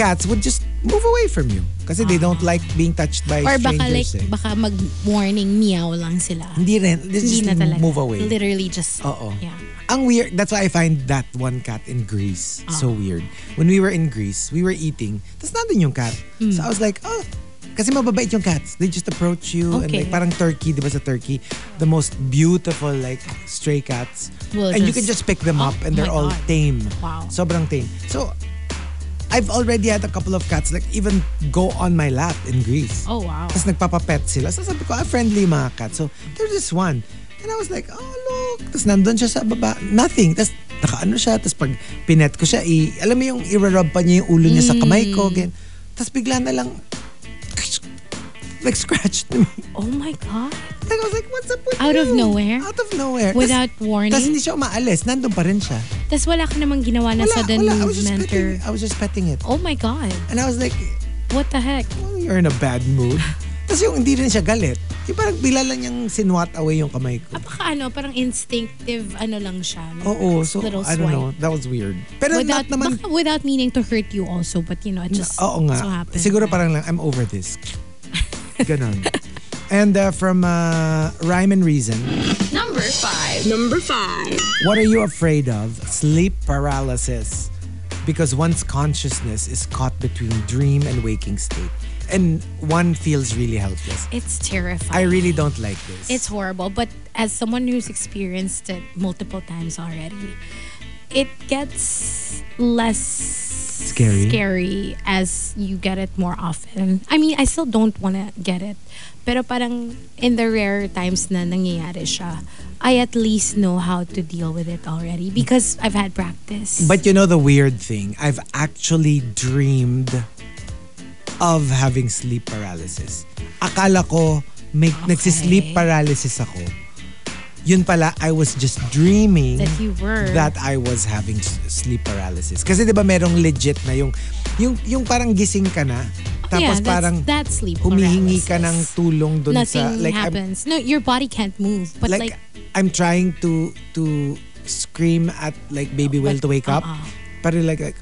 Cats would just move away from you kasi they don't like being touched by
Or
strangers.
baka like,
eh.
baka mag-warning meow lang sila.
Hindi rin. They
Hindi
just
na talaga.
move away.
Literally just,
Oo.
yeah.
Ang weird, that's why I find that one cat in Greece
Ah.
so weird. When we were in Greece, we were eating, tapos nandun yung cat.
Hmm.
So I was like, oh, kasi mababait yung cats. They just approach you and
Okay.
like parang turkey, di ba sa turkey? The most beautiful like stray cats.
Will
and you
just-
can just pick them
Oh
up and they're
my
all
God.
tame.
Wow.
Sobrang tame. So I've already had a couple of cats like even go on my lap in Greece.
Oh, wow.
Tapos nagpapapet sila. So sabi ko, ah, friendly mga cat. So there's this one. And I was like, oh, look. Tapos nandun siya sa baba. Nothing. Tapos nakaano siya. Tapos pag pinet ko siya, i- alam mo yung irarub pa niya yung ulo niya sa
Mm.
kamay ko. Ganyan. Tapos bigla na lang, like scratched me.
Oh my God.
And I was like, what's up with
Out
you?
of nowhere?
Out of nowhere.
Without warning?
Tapos hindi siya umaalis. Nandun pa rin siya.
Tapos wala ka namang ginawa na
Wala,
sudden
wala. I was just
movement or...
petting, I was just petting it.
Oh my God.
And I was like,
What the heck?
well, you're in a bad mood. Tapos yung hindi rin siya galit, yung parang bila lang niyang sinwat away yung kamay ko.
Baka ano, parang instinctive ano lang siya. no?
Oo, so
Little
I don't
swipe.
know. That was weird. Pero
Without,
Oh, not naman,
baka without meaning to hurt you also, but you know, it just
oo nga.
so happened.
Siguro parang lang, I'm over this. Ganon. And uh, from uh, Rhyme and Reason,
Number five.
Number five.
What are you afraid of? Sleep paralysis. Because one's consciousness is caught between dream and waking state. And one feels really helpless.
It's
I
terrifying.
really don't like this.
It's horrible, but as someone who's experienced it multiple times already, it gets less
Scary.
scary as you get it more often. I mean, I still don't want to get it. Pero parang in the rare times na nangyayari siya, I at least know how to deal with it already because I've had practice.
But you know the weird thing? I've actually dreamed of having sleep paralysis. Akala ko may nagsisleep paralysis ako. Yun pala, I was just dreaming
That you were.
that I was having s- sleep paralysis. Kasi 'di ba merong legit na yung yung yung parang gising ka na tapos
yeah, that's,
parang
that's sleep
humihingi ka ng
paralysis.
tulong dun sa
Nothing
like I'm-
happens. no, your body can't move. But
like,
like,
I'm trying to to scream at like baby Will to
But,
wake up.
uh-uh.
Parang like, like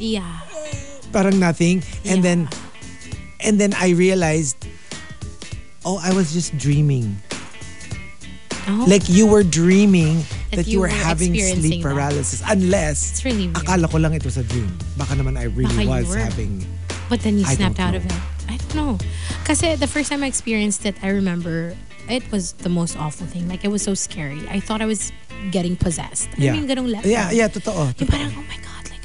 yeah.
parang nothing. And then and then I realized oh I was just dreaming.
Oh.
Like you were dreaming that,
That
you
you
were
were
having sleep
experiencing that.
paralysis unless
It's really weird.
akala ko lang it was a dream. Baka naman I really
Baka you
was
were.
having
But then you
I
snapped
don't know.
out of it. I don't know. Kasi the first time I experienced it, I remember it was the most awful thing. Like, it was so scary. I thought I was getting possessed.
yeah.
I mean, ganong level.
yeah, yeah, totoo.
Yung parang, oh my God, like,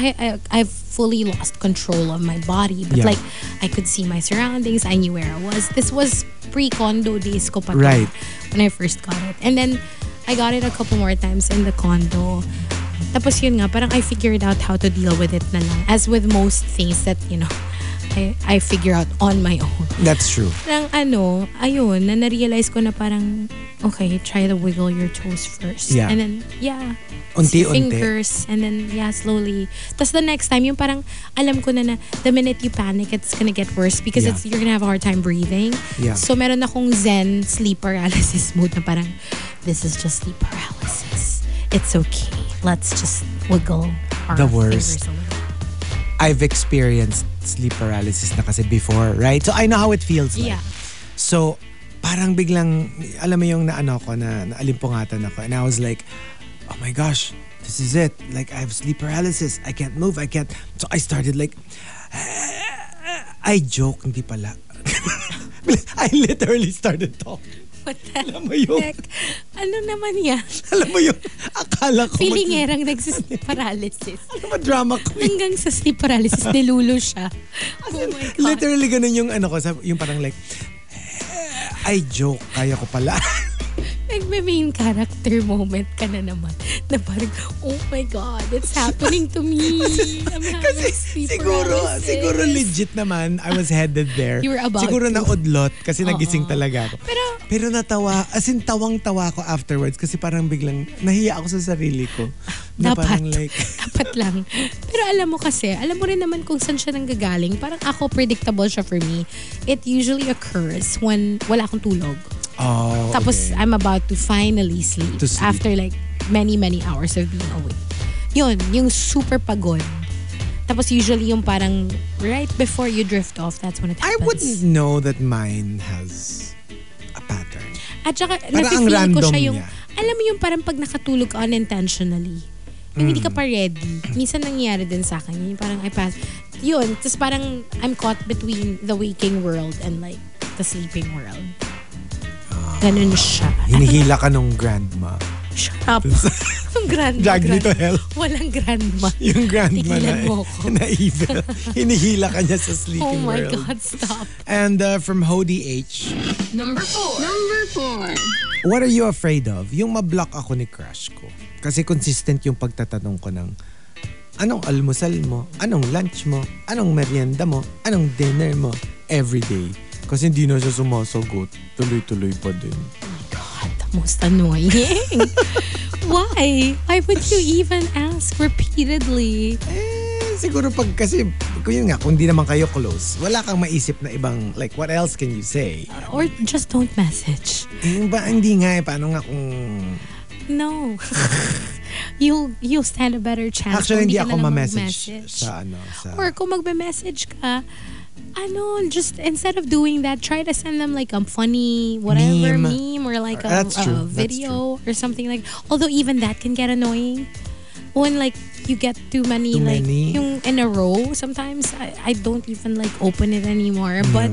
I, I, I've fully lost control of my body. But
Yeah.
like, I could see my surroundings. I knew where I was. This was pre-condo days ko pa to,
Right.
When I first got it. And then, I got it a couple more times in the condo. Tapos yun nga, parang I figured out how to deal with it na lang. As with most things that, you know, I, I figure out on my own
That's true.
parang ano, ayun, na na-realize ko na parang, okay, try to wiggle your toes first.
Yeah.
And then, yeah.
Unti-unti.
Fingers. And then, yeah, slowly. Tapos the next time, yung parang, alam ko na na, the minute you panic, it's gonna get worse because
Yeah.
it's you're gonna have a hard time breathing.
Yeah.
So, meron akong zen sleep paralysis mode na parang, this is just sleep paralysis. It's okay. Let's just wiggle our
The worst.
fingers a little.
I've experienced sleep paralysis na kasi before, right? So I know how it feels like.
Yeah.
So, parang biglang, alam mo yung naano ko, na, naalimpungatan ako. And I was like, oh my gosh, this is it. Like, I have sleep paralysis. I can't move. I can't. So I started like, I joke, hindi pala. I literally started talking.
What the
Alam mo yung,
heck? Ano naman yan?
alam mo yung, akala ko.
Pilingerang nagsis paralysis.
Ano ba drama queen?
Hanggang sa sleep paralysis, nilulo siya. Oh my God.
Literally ganun yung ano ko, sabi- yung parang like, I joke, kaya ko pala.
Nagme-main character moment ka na naman. Na parang, oh my God, it's happening to me. I'm having
kasi
sleep
siguro,
paralysis.
siguro legit naman, I was headed there.
You were about
siguro
to. Uh-uh.
naudlot kasi nagising
Oo.
talaga ako.
Pero,
Pero natawa, as in tawang-tawa ako afterwards kasi parang biglang nahiya ako sa sarili ko. Na
dapat.
parang like,
dapat lang. Pero alam mo kasi, alam mo rin naman kung saan siya nanggagaling. Parang ako, predictable siya for me. It usually occurs when wala akong tulog.
oh,
Tapos
okay.
I'm about to finally sleep,
To sleep.
after like many many hours of being awake. Yun, yung super pagod. Tapos usually yung parang right before you drift off, that's when it
I
happens.
wouldn't know that mine has a pattern.
At saka,
Parang ang
nafe-feel ko
random
siya yung,
niya.
alam mo yung parang pag nakatulog ka unintentionally, yung hindi ka
Mm.
pa ready. Minsan nangyayari din sa akin. Yung parang I pass. Yun, tapos parang I'm caught between the waking world and like
Ah.
the sleeping world. Ganun siya.
Hinihila ka nung grandma.
Shut up. Ang grandma.
Drag me to hell.
Walang grandma.
Yung grandma
Tigilan
na,
mo ako.
na evil. Hinihila ka niya sa
Oh
sleeping
my
world.
God, stop.
And uh, from Hody H,
Number four. Number four.
what are you afraid of? Yung ma-block ako ni crush ko. Kasi consistent yung pagtatanong ko ng anong almusal mo? Anong lunch mo? Anong merienda mo? Anong dinner mo? Every day. Kasi hindi na siya sumasagot. Tuloy-tuloy pa din.
The most annoying. Why? Why would you even ask repeatedly?
Eh, siguro pag kasi, kung yun nga, kung di naman kayo close, wala kang maisip na ibang, like, what else can you say?
Or just don't message.
Yung ba, hindi nga eh, paano nga kung...
No. you'll you'll stand a better chance.
Actually,
kung
hindi
ka
ako
na lang
ma-message
mag-message.
sa ano, sa...
Or kung magme-message ka, ano, just instead of doing that, try to send them like a funny whatever
Meme.
meme, or like a,
That's
a
true. That's
video or something like. Although even that can get annoying. When like you get too many
Too
like
many.
yung in a row, sometimes I, I don't even like open it anymore.
Mm.
But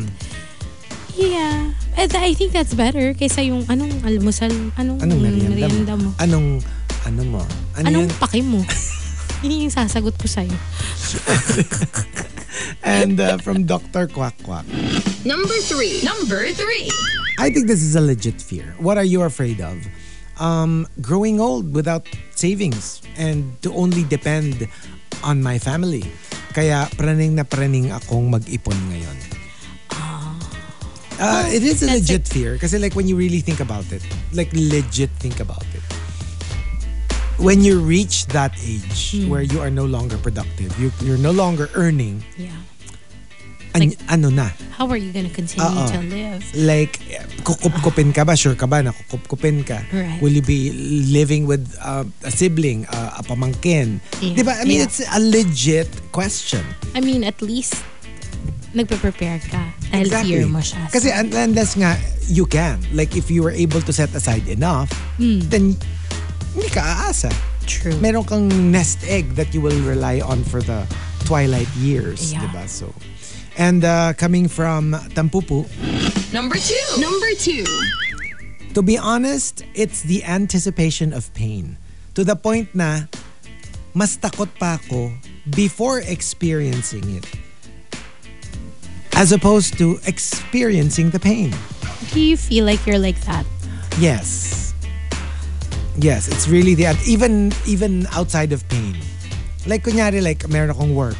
yeah, And I think that's better kaysa yung anong almusal, anong,
Anong merienda,
Mm, mo?
mo? Anong, ano mo? Ano
Anong
yun?
pake mo? Yun yung sasagot ko sa'yo.
And uh, from Dr. Quack Quack.
Number three. Number three.
I think this is a legit fear. What are you afraid of? Um, growing old without savings and to only depend on my family. Kaya praning na praning akong mag-ipon ngayon. Uh, it is a
That's
legit fear kasi like when you really think about it, like legit think about it. When you reach that age
Hmm.
where you are no longer productive, you, you're no longer earning,
Yeah.
an-
Like-
ano na,
How are you gonna continue
Oo.
to live?
like eh, kukupkupin ka ba sure ka ba na kukupkupin ka
Right.
will you be living with uh, a sibling uh, a pamangkin
Yeah.
Di ba? I mean
Yeah.
it's a legit question
I mean, at least nagpe-prepare ka dahil fear mo siya.
kasi un- unless nga you can like if you were able to set aside enough then hindi ka aasa
Hmm. True.
meron kang nest egg that you will rely on for the twilight years
Yeah.
di ba so and uh, coming from Tampupu
Number two. Number two.
To be honest, it's the anticipation of pain. To the point na mas takot pa ako before experiencing it. As opposed to experiencing the pain.
Do you feel like you're like that?
Yes. Yes, it's really the even even outside of pain. Like kunyari like meron akong work.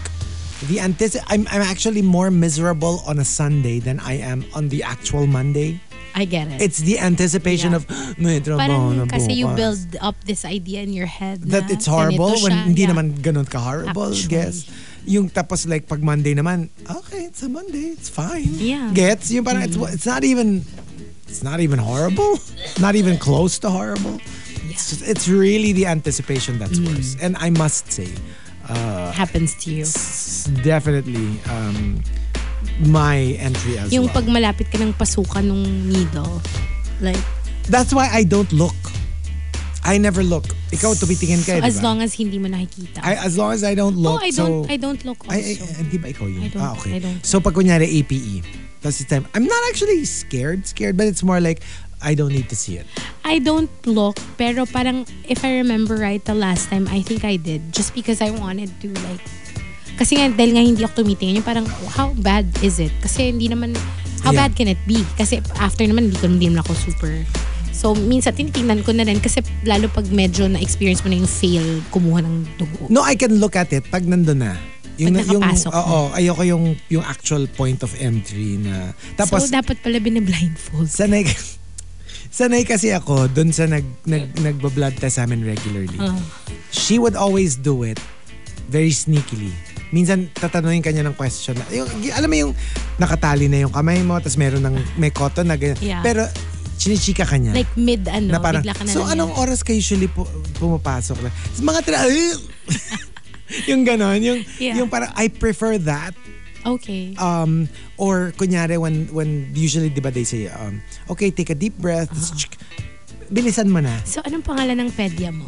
The antici- I'm I'm actually more miserable on a Sunday than I am on the actual Monday.
I get it.
It's the anticipation
Yeah.
of may trabaho
Parang
na
kasi you
bukas."
build up this idea in your head na
that it's horrible
ganito
when
siya.
hindi
Yeah.
naman ganun ka horrible
Actually.
guess yung tapos like pag Monday naman okay it's a Monday it's fine
Yeah. Mm-hmm.
gets yung parang it's, it's not even it's not even horrible not even close to horrible it's, just- it's really the anticipation that's
Mm.
worse and I must say
happens to you.
it's definitely um, my entry as
Yung
well
pag malapit ka ng pasukan nung needle, like,
that's why I don't look I never look ikaw tumitingin ka eh,
as
diba?
long as hindi mo nakikita.
I, as long as I don't
oh,
look
I
so
don't, I don't look also.
Ay, ay, ay, di ba ikaw yun?
I don't-
ah, okay.
I don't.
So, pag kunyari APE, tapos it's time, I'm not actually scared, scared, but it's more like, I don't need to see it.
I don't look, pero parang if I remember right the last time, I think I did. Just because I wanted to like, kasi nga, dahil nga hindi ako tumitingin, yung parang, how bad is it? Kasi hindi naman, how
Yeah.
bad can it be? Kasi after naman, hindi ko hindi naman ako super. So, minsan, tinitingnan ko na rin kasi lalo pag medyo na-experience mo na yung fail, kumuha ng dugo.
No, I can look at it pag nandun na.
Pag
yung,
nakapasok na.
oo, ayoko yung, yung actual point of entry na, tapos,
so, dapat pala biniblindfold.
sanay, sanay kasi ako dun sa nag, nag, nagbablad test sa amin regularly.
Ah.
She would always do it very sneakily. Minsan, tatanungin kanya ng question. na- Yung, alam mo yung nakatali na yung kamay mo, tapos meron ng may cotton na ganyan.
Yeah.
Pero, chinichika ka niya.
Like mid ano,
na parang,
bigla ka na
so
lang
anong oras ka usually pu- pumapasok? Like, mga tra... yung ganon. Yung,
Yeah.
yung parang, I prefer that
Okay.
um or kunyari when when usually 'di ba they say um okay take a deep breath
Uh-huh.
tsk, bilisan mo na
So, anong pangalan ng pedya mo?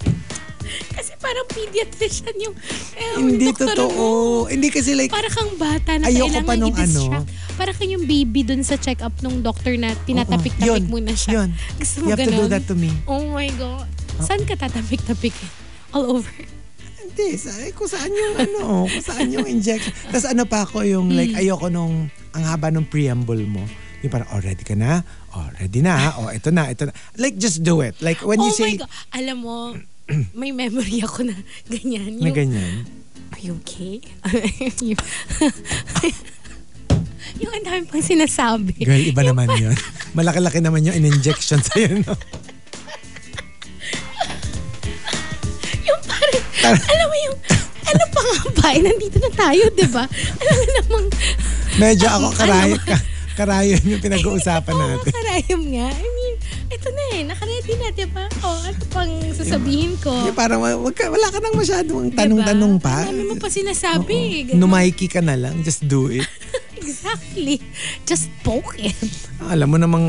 Kasi parang pediatrician yung eh,
Hindi
yung doktor
totoo.
mo.
Hindi kasi like,
Para kang bata na
Ayoko
kailangan
pa nung
i-distract.
ano.
Para kang yung baby dun sa check-up nung doctor na tinatapik-tapik
Yun,
mo na siya.
yun.
Gusto mo
you have to do
ganun?
that to me.
Oh my God. Saan ka tatapik-tapik? All over.
Hindi, sa, eh, kung saan yung ano, kung saan yung injection. Tapos ano pa ako yung like,
Hmm.
ayoko nung, ang haba nung preamble mo. Yung parang, oh, ready ka na? Oh, ready na? Oh, ito na, ito na. Like, just do it. Like, when you
oh
say,
my God. Alam mo, may memory ako na ganyan.
na
Yung,
ganyan.
Are you okay? yung, yung ang dami pang sinasabi.
Girl, iba
Yung
naman
pa-
yun. Malaki-laki naman yung in-injection sa'yo, no?
Yung parang, alam mo yung, ano pa nga ba? Eh, nandito na tayo, di ba? Alam mo namang,
Medyo ako
Ano
karayo,
ba? Ano
ka- karayo yung pinag-uusapan
Oo,
Ano natin.
karayom nga. I mean, ito na eh, nakaredy na, di ba? O, ano pang sasabihin ko?
Yung parang wa- wag ka, wala ka nang masyadong
Diba?
tanong-tanong pa.
Ang dami mo pa sinasabi. eh, ganun.
Numaiki ka na lang, just do it.
Exactly. Just poke it.
Alam mo namang,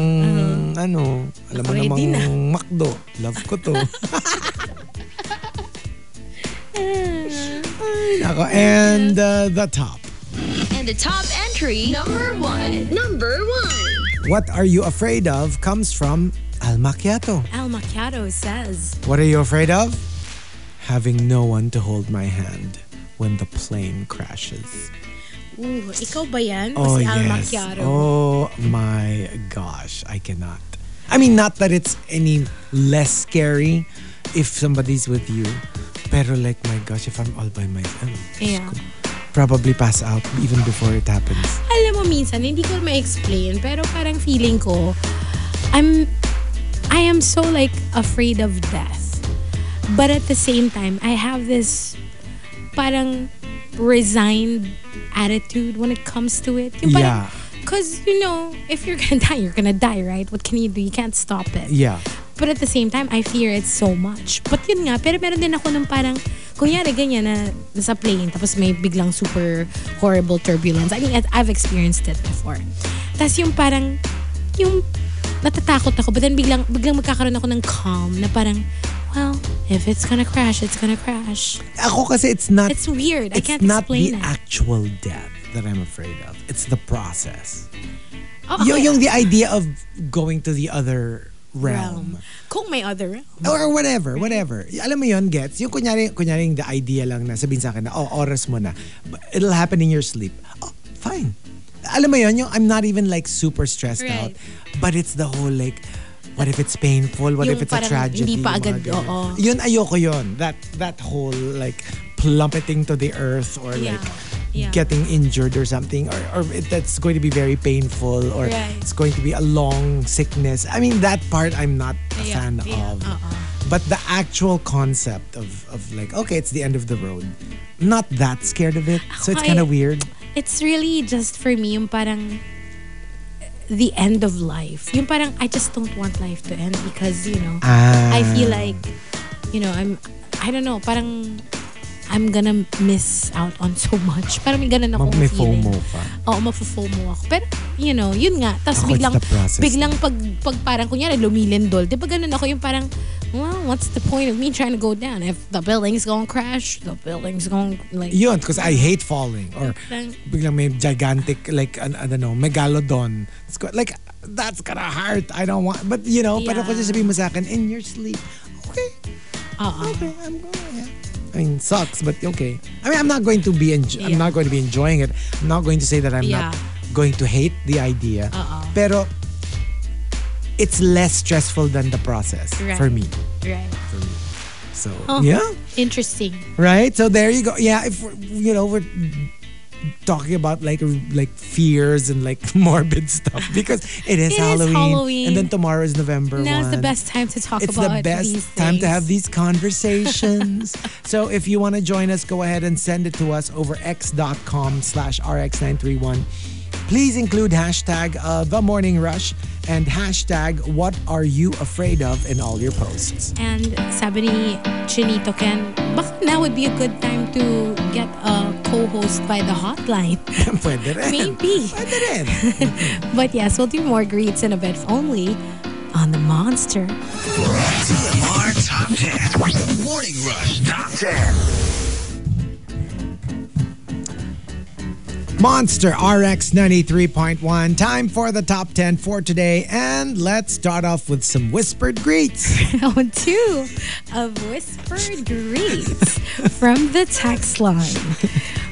ano, alam mo namang
Ready Mm-hmm. na.
McDo. Love ko to. Ay, nako. And uh, the top.
And the top entry
Number one. Number one.
What are you afraid of comes from Al Macchiato.
Al Macchiato says,
What are you afraid of? Having no one to hold my hand when the plane crashes.
Ooh, ikaw ba yan? O
Oh,
si Al
yes.
Macchiato?
Oh, my gosh. I cannot. I mean, not that it's any less scary if somebody's with you. Pero like, my gosh, if I'm all by myself,
Yeah.
probably pass out even before it happens.
alam mo minsan, hindi ko ma-explain, pero parang feeling ko, I'm, I am so like afraid of death. But at the same time, I have this parang resigned attitude when it comes to it. Yung parang,
Yeah.
Cause you know, if you're gonna die, you're gonna die, right? What can you do? You can't stop it.
Yeah.
But at the same time, I fear it so much. But yun nga, pero meron din ako nung parang, kunyari ganyan na nasa plane, tapos may biglang super horrible turbulence. I mean, I've experienced it before. Tapos yung parang, yung natatakot ako, but then biglang, biglang magkakaroon ako ng calm na parang, well, if it's gonna crash, it's gonna crash.
Ako kasi it's not...
It's weird. I
it's
can't
not
explain
the
it.
actual death that I'm afraid of. It's the process.
Oh,
Yung,
okay.
yung the idea of going to the other realm.
Kung may other realm.
Or whatever, whatever. Alam mo yon gets? Yung kunyari, kunyari yung the idea lang na sabihin sa akin na, oh, oras mo na. But It'll happen in your sleep. Oh, fine. Alam mo yon yung I'm not even like super stressed out.
Right.
But it's the whole like, what if it's painful? What
Yung
if it's a
parang
tragedy?
hindi pa
Mga
agad,
ganun.
oo.
Yun, ayoko yon That, that whole like plummeting to the earth or
Yeah.
like
Yeah.
getting injured or something or, or it, that's going to be very painful or
Right.
it's going to be a long sickness. I mean, that part I'm not a
Yeah,
fan
yeah,
of.
uh-uh.
But the actual concept of, of like, okay, it's the end of the road. Not that scared of it. So it's
Ako,
kind of
eh,
weird.
it's really just for me yung parang the end of life. Yung parang I just don't want life to end because you know
Ah.
I feel like you know I'm I don't know parang I'm gonna miss out on so much. Parang may ganun
Ma-
akong
may
feeling.
FOMO pa.
Oo, mapo-FOMO ako. Pero, you know, yun nga.
Ako,
Tapos
it's
biglang,
the process.
biglang pag, pag parang, kunyari, lumilindol. Di ba ganun ako yung parang, well, what's the point of me trying to go down? If the building's gonna crash, the building's gonna, like,
Yun, because I hate falling. Or
Parang-
biglang may gigantic, like, an, I don't know, megalodon. It's go- like, that's gonna hurt. I don't want, but you know, pero
Yeah.
kung sasabihin mo sa akin, in your sleep, okay,
oo.
okay, I'm going, yeah. I mean, sucks, but okay. I mean, I'm not going to be, enj- I'm
Yeah.
not going to be enjoying it. I'm not going to say that I'm not
Yeah.
going to hate the idea.
Uh-uh.
Pero, it's less stressful than the process
Right. Oh.
for me.
Right.
So,
Huh.
yeah.
Interesting.
Right? So there you go. Yeah, if we're- you know we're talking about like like fears and like morbid stuff because it is,
It is
Halloween,
Halloween.
and then tomorrow is November
Now's
1.
the best time to talk
It's
about
the best
these
time to
things.
have these conversations. so if you want to join us, go ahead and send it to us over x.com slash rx931. Please include hashtag uh, the morning rush and hashtag what are you afraid of in all your posts.
And sabi ni Chinito Ken, baka now would be a good time to get a co-host by the hotline.
Pwede rin.
Maybe.
Pwede rin.
But yes, we'll do more greets in a bit only on the monster.
TMR Top 10. Morning Rush Top 10.
Monster RX 93.1. Time for the top 10 for today. And let's start off with some whispered greets.
Round two of whispered greets from the text line.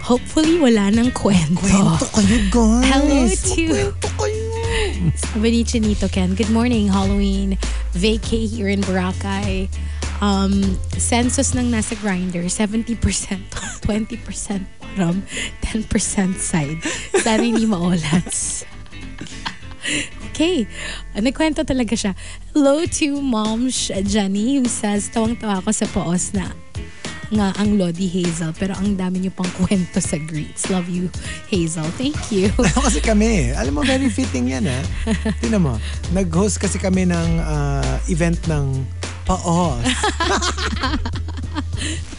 Hopefully, wala ng kwento.
kayo, guys.
Hello to-
Kwento kayo.
Sabi ni Chinito Ken, good morning, Halloween. Vacay here in Boracay. Um, census ng nasa grinder, 70%, 20% bottom, 10% side. Sana hindi maolats. Okay. Nagkwento talaga siya. Hello to Mom Sh- Jenny who says, tawang-tawa ako sa poos na nga ang Lodi Hazel pero ang dami niyo pang kwento sa greets. Love you, Hazel. Thank you.
Ano kasi kami, alam mo, very fitting yan ha. Tinan mo, nag-host kasi kami ng ah, event ng paos.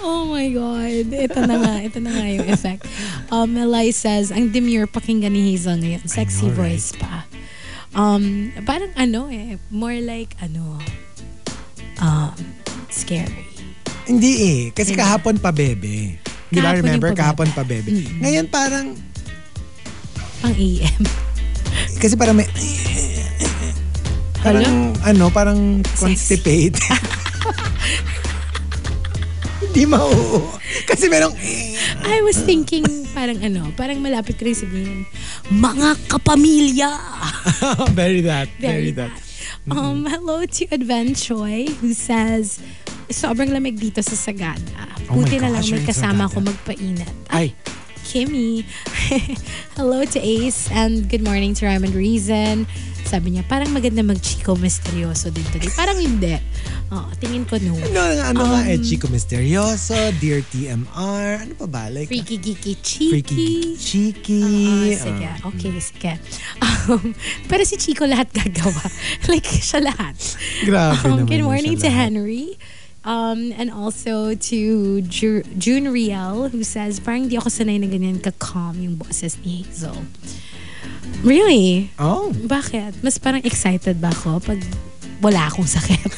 Oh my God. Ito na nga. Ito na nga yung effect. Um, Melay says, ang demure pakinggan ni Hazel ngayon. Sexy
know, right?
voice pa. Um, parang ano eh. More like ano. Um, scary.
Hindi eh, kasi kahapon pa bebe. Di ba
Kahapon
remember?
yung pa
Kahapon Mm.
bebe.
pa bebe. Ngayon parang,
Pang AM.
kasi parang may... Parang ano, parang constipate. Hindi mauuwa. Kasi merong...
I was thinking parang ano. Parang malapit ko rin sabihin. Mga kapamilya!
very that,
Very
very, that.
bad.
Mm-hmm.
Um, hello to Advan Choi who says, sobrang lamig dito sa Sagada.
Oh my
Buti na lang
gosh,
may
you're in
kasama
Sagada.
ko magpainit. Ah,
Ay.
Kimmy. hello to Ace and good morning to Raymond Reason. Sabi niya, parang maganda mag-chico misteryoso din today. Parang hindi. Oh, tingin ko no.
No, ano nga eh, Chico Misterioso, Dear TMR, ano pa ba? Like,
Freaky geeky
Freaky
cheeky.
Cheeky.
Ah,
Ah.
sige. Okay, sige. Um, pero si Chico lahat gagawa. like, siya lahat.
Grabe
Um,
naman
good
yun
morning
siya
to
lahat.
Henry. Um, and also to Ju- June Riel who says, parang di ako sanay na ganyan ka-calm yung boses ni Hazel. Really?
Oh.
Bakit? Mas parang excited ba ako pag wala akong sakit?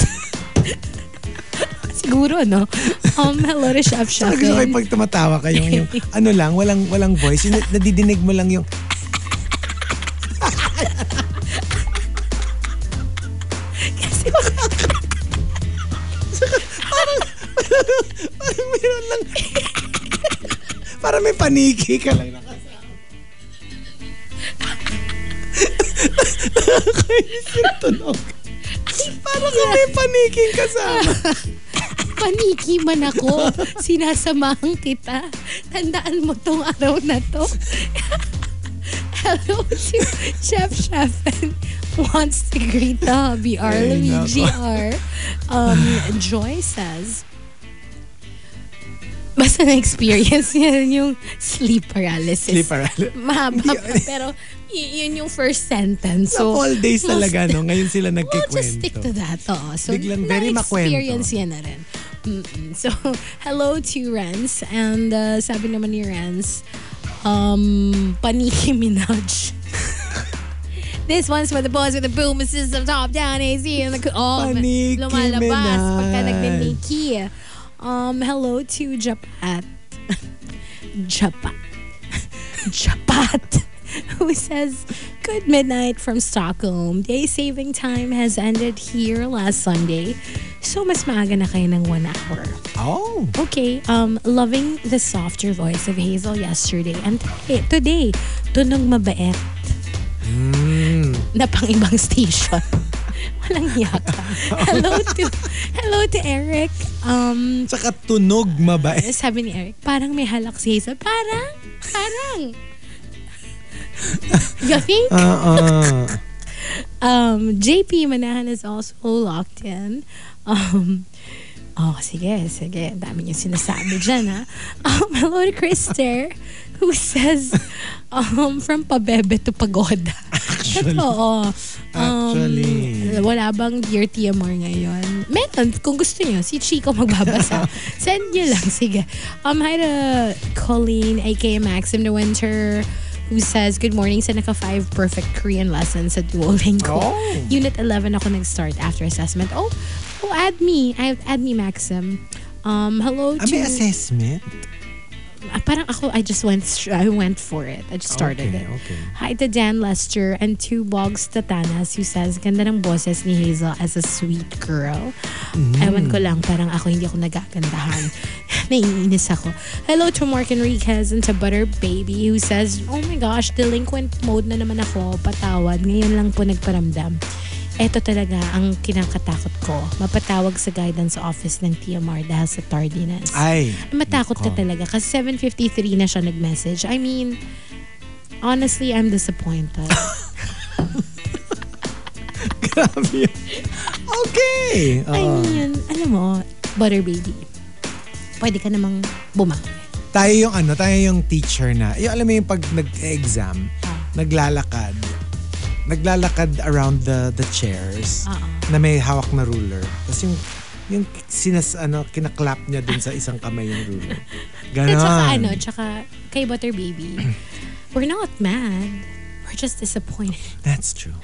Siguro, no? Um, hello to Chef
Saka gusto ko yung
Sheffin.
pag tumatawa kayo yung ano lang, walang walang voice. Yung nadidinig mo lang yung
Kasi baka
parang meron lang. parang may paniki ka lang. Nakakainis yung tunog. Parang ka may paniking kasama.
Paniki man ako. Sinasamahan kita. Tandaan mo tong araw na to. Hello to Chef Sheffin wants to greet the hubby R.
Ay,
Luigi R. Um, Joy says, basta na-experience niya yung sleep paralysis.
Sleep paralysis.
Mahaba pa, pero y- yun yung first sentence. So,
all days
we'll
talaga, no? Ngayon sila
We'll
nagkikwento.
just stick to that. Oo. So,
Biglang very
na-experience yan na rin. Mm-mm. So, hello to Renz. And uh, sabi naman ni Renz, um, Paniki Minaj. This one's for the boys with the boom system top down AC and the oh,
Paniki
lumalabas pagka
Minaj.
nagniniki. Um, hello to Japat. Japat. Chapat, who says, Good midnight from Stockholm. Day saving time has ended here last Sunday. So, mas maaga na kayo ng one hour.
Oh.
Okay, um, loving the softer voice of Hazel yesterday and eh, today, tunog mabait na pang ibang station. Walang yaka. Hello to, hello to Eric. Um,
Tsaka tunog mabait.
sabi ni Eric, parang may halak si Hazel. Parang, parang. you think?
Uh-uh.
Um, JP Manahan is also locked in. Um, oh, sige, sige. Ang Dami niyo sinasabi dyan, ha? Um, hello to Krister, who says, um, from pabebe to pagoda.
Actually.
Totoo. Um,
Actually.
wala bang Dear TMR ngayon? Meron, kung gusto niyo. Si Chico magbabasa. Send niyo lang, sige. Um, hi to Colleen, aka Maxim de Winter, who who says, Good morning sa naka-five perfect Korean lessons sa Duolingo.
Oh.
Unit 11 ako nag-start after assessment. Oh, oh add me. I, add me, Maxim. Um, hello
Ah, may
to...
assessment?
Ah, parang ako, I just went str- I went for it. I just started
Okay,
it.
okay.
Hi to Dan Lester and to Bogs Tatanas who says, ganda ng boses ni Hazel as a sweet girl.
Mm.
Ewan ko lang, parang ako hindi ako nagagandahan. Naiinis ako. Hello to Mark Enriquez and to Butter Baby who says, oh my gosh, delinquent mode na naman ako. Patawad. Ngayon lang po nagparamdam. Eto talaga ang kinakatakot ko. Mapatawag sa guidance office ng TMR dahil sa tardiness
Ay.
matakot ka
Nako.
talaga kasi 7.53 na siya nag-message. I mean, honestly, I'm disappointed.
Grabe yun. Okay. Uh,
I
Oo.
mean, alam mo, butter baby, pwede ka namang bumawi.
tayo yung ano, tayo yung teacher na. Yung alam mo yung pag nag-exam,
Ah.
naglalakad. Naglalakad around the the chairs
Oo.
na may hawak na ruler. Tapos yung yung sinas ano kinaklap niya dun sa isang kamay yung ruler. Ganon.
At saka ano, tsaka kay butter baby, we're not mad. We're just disappointed.
That's true.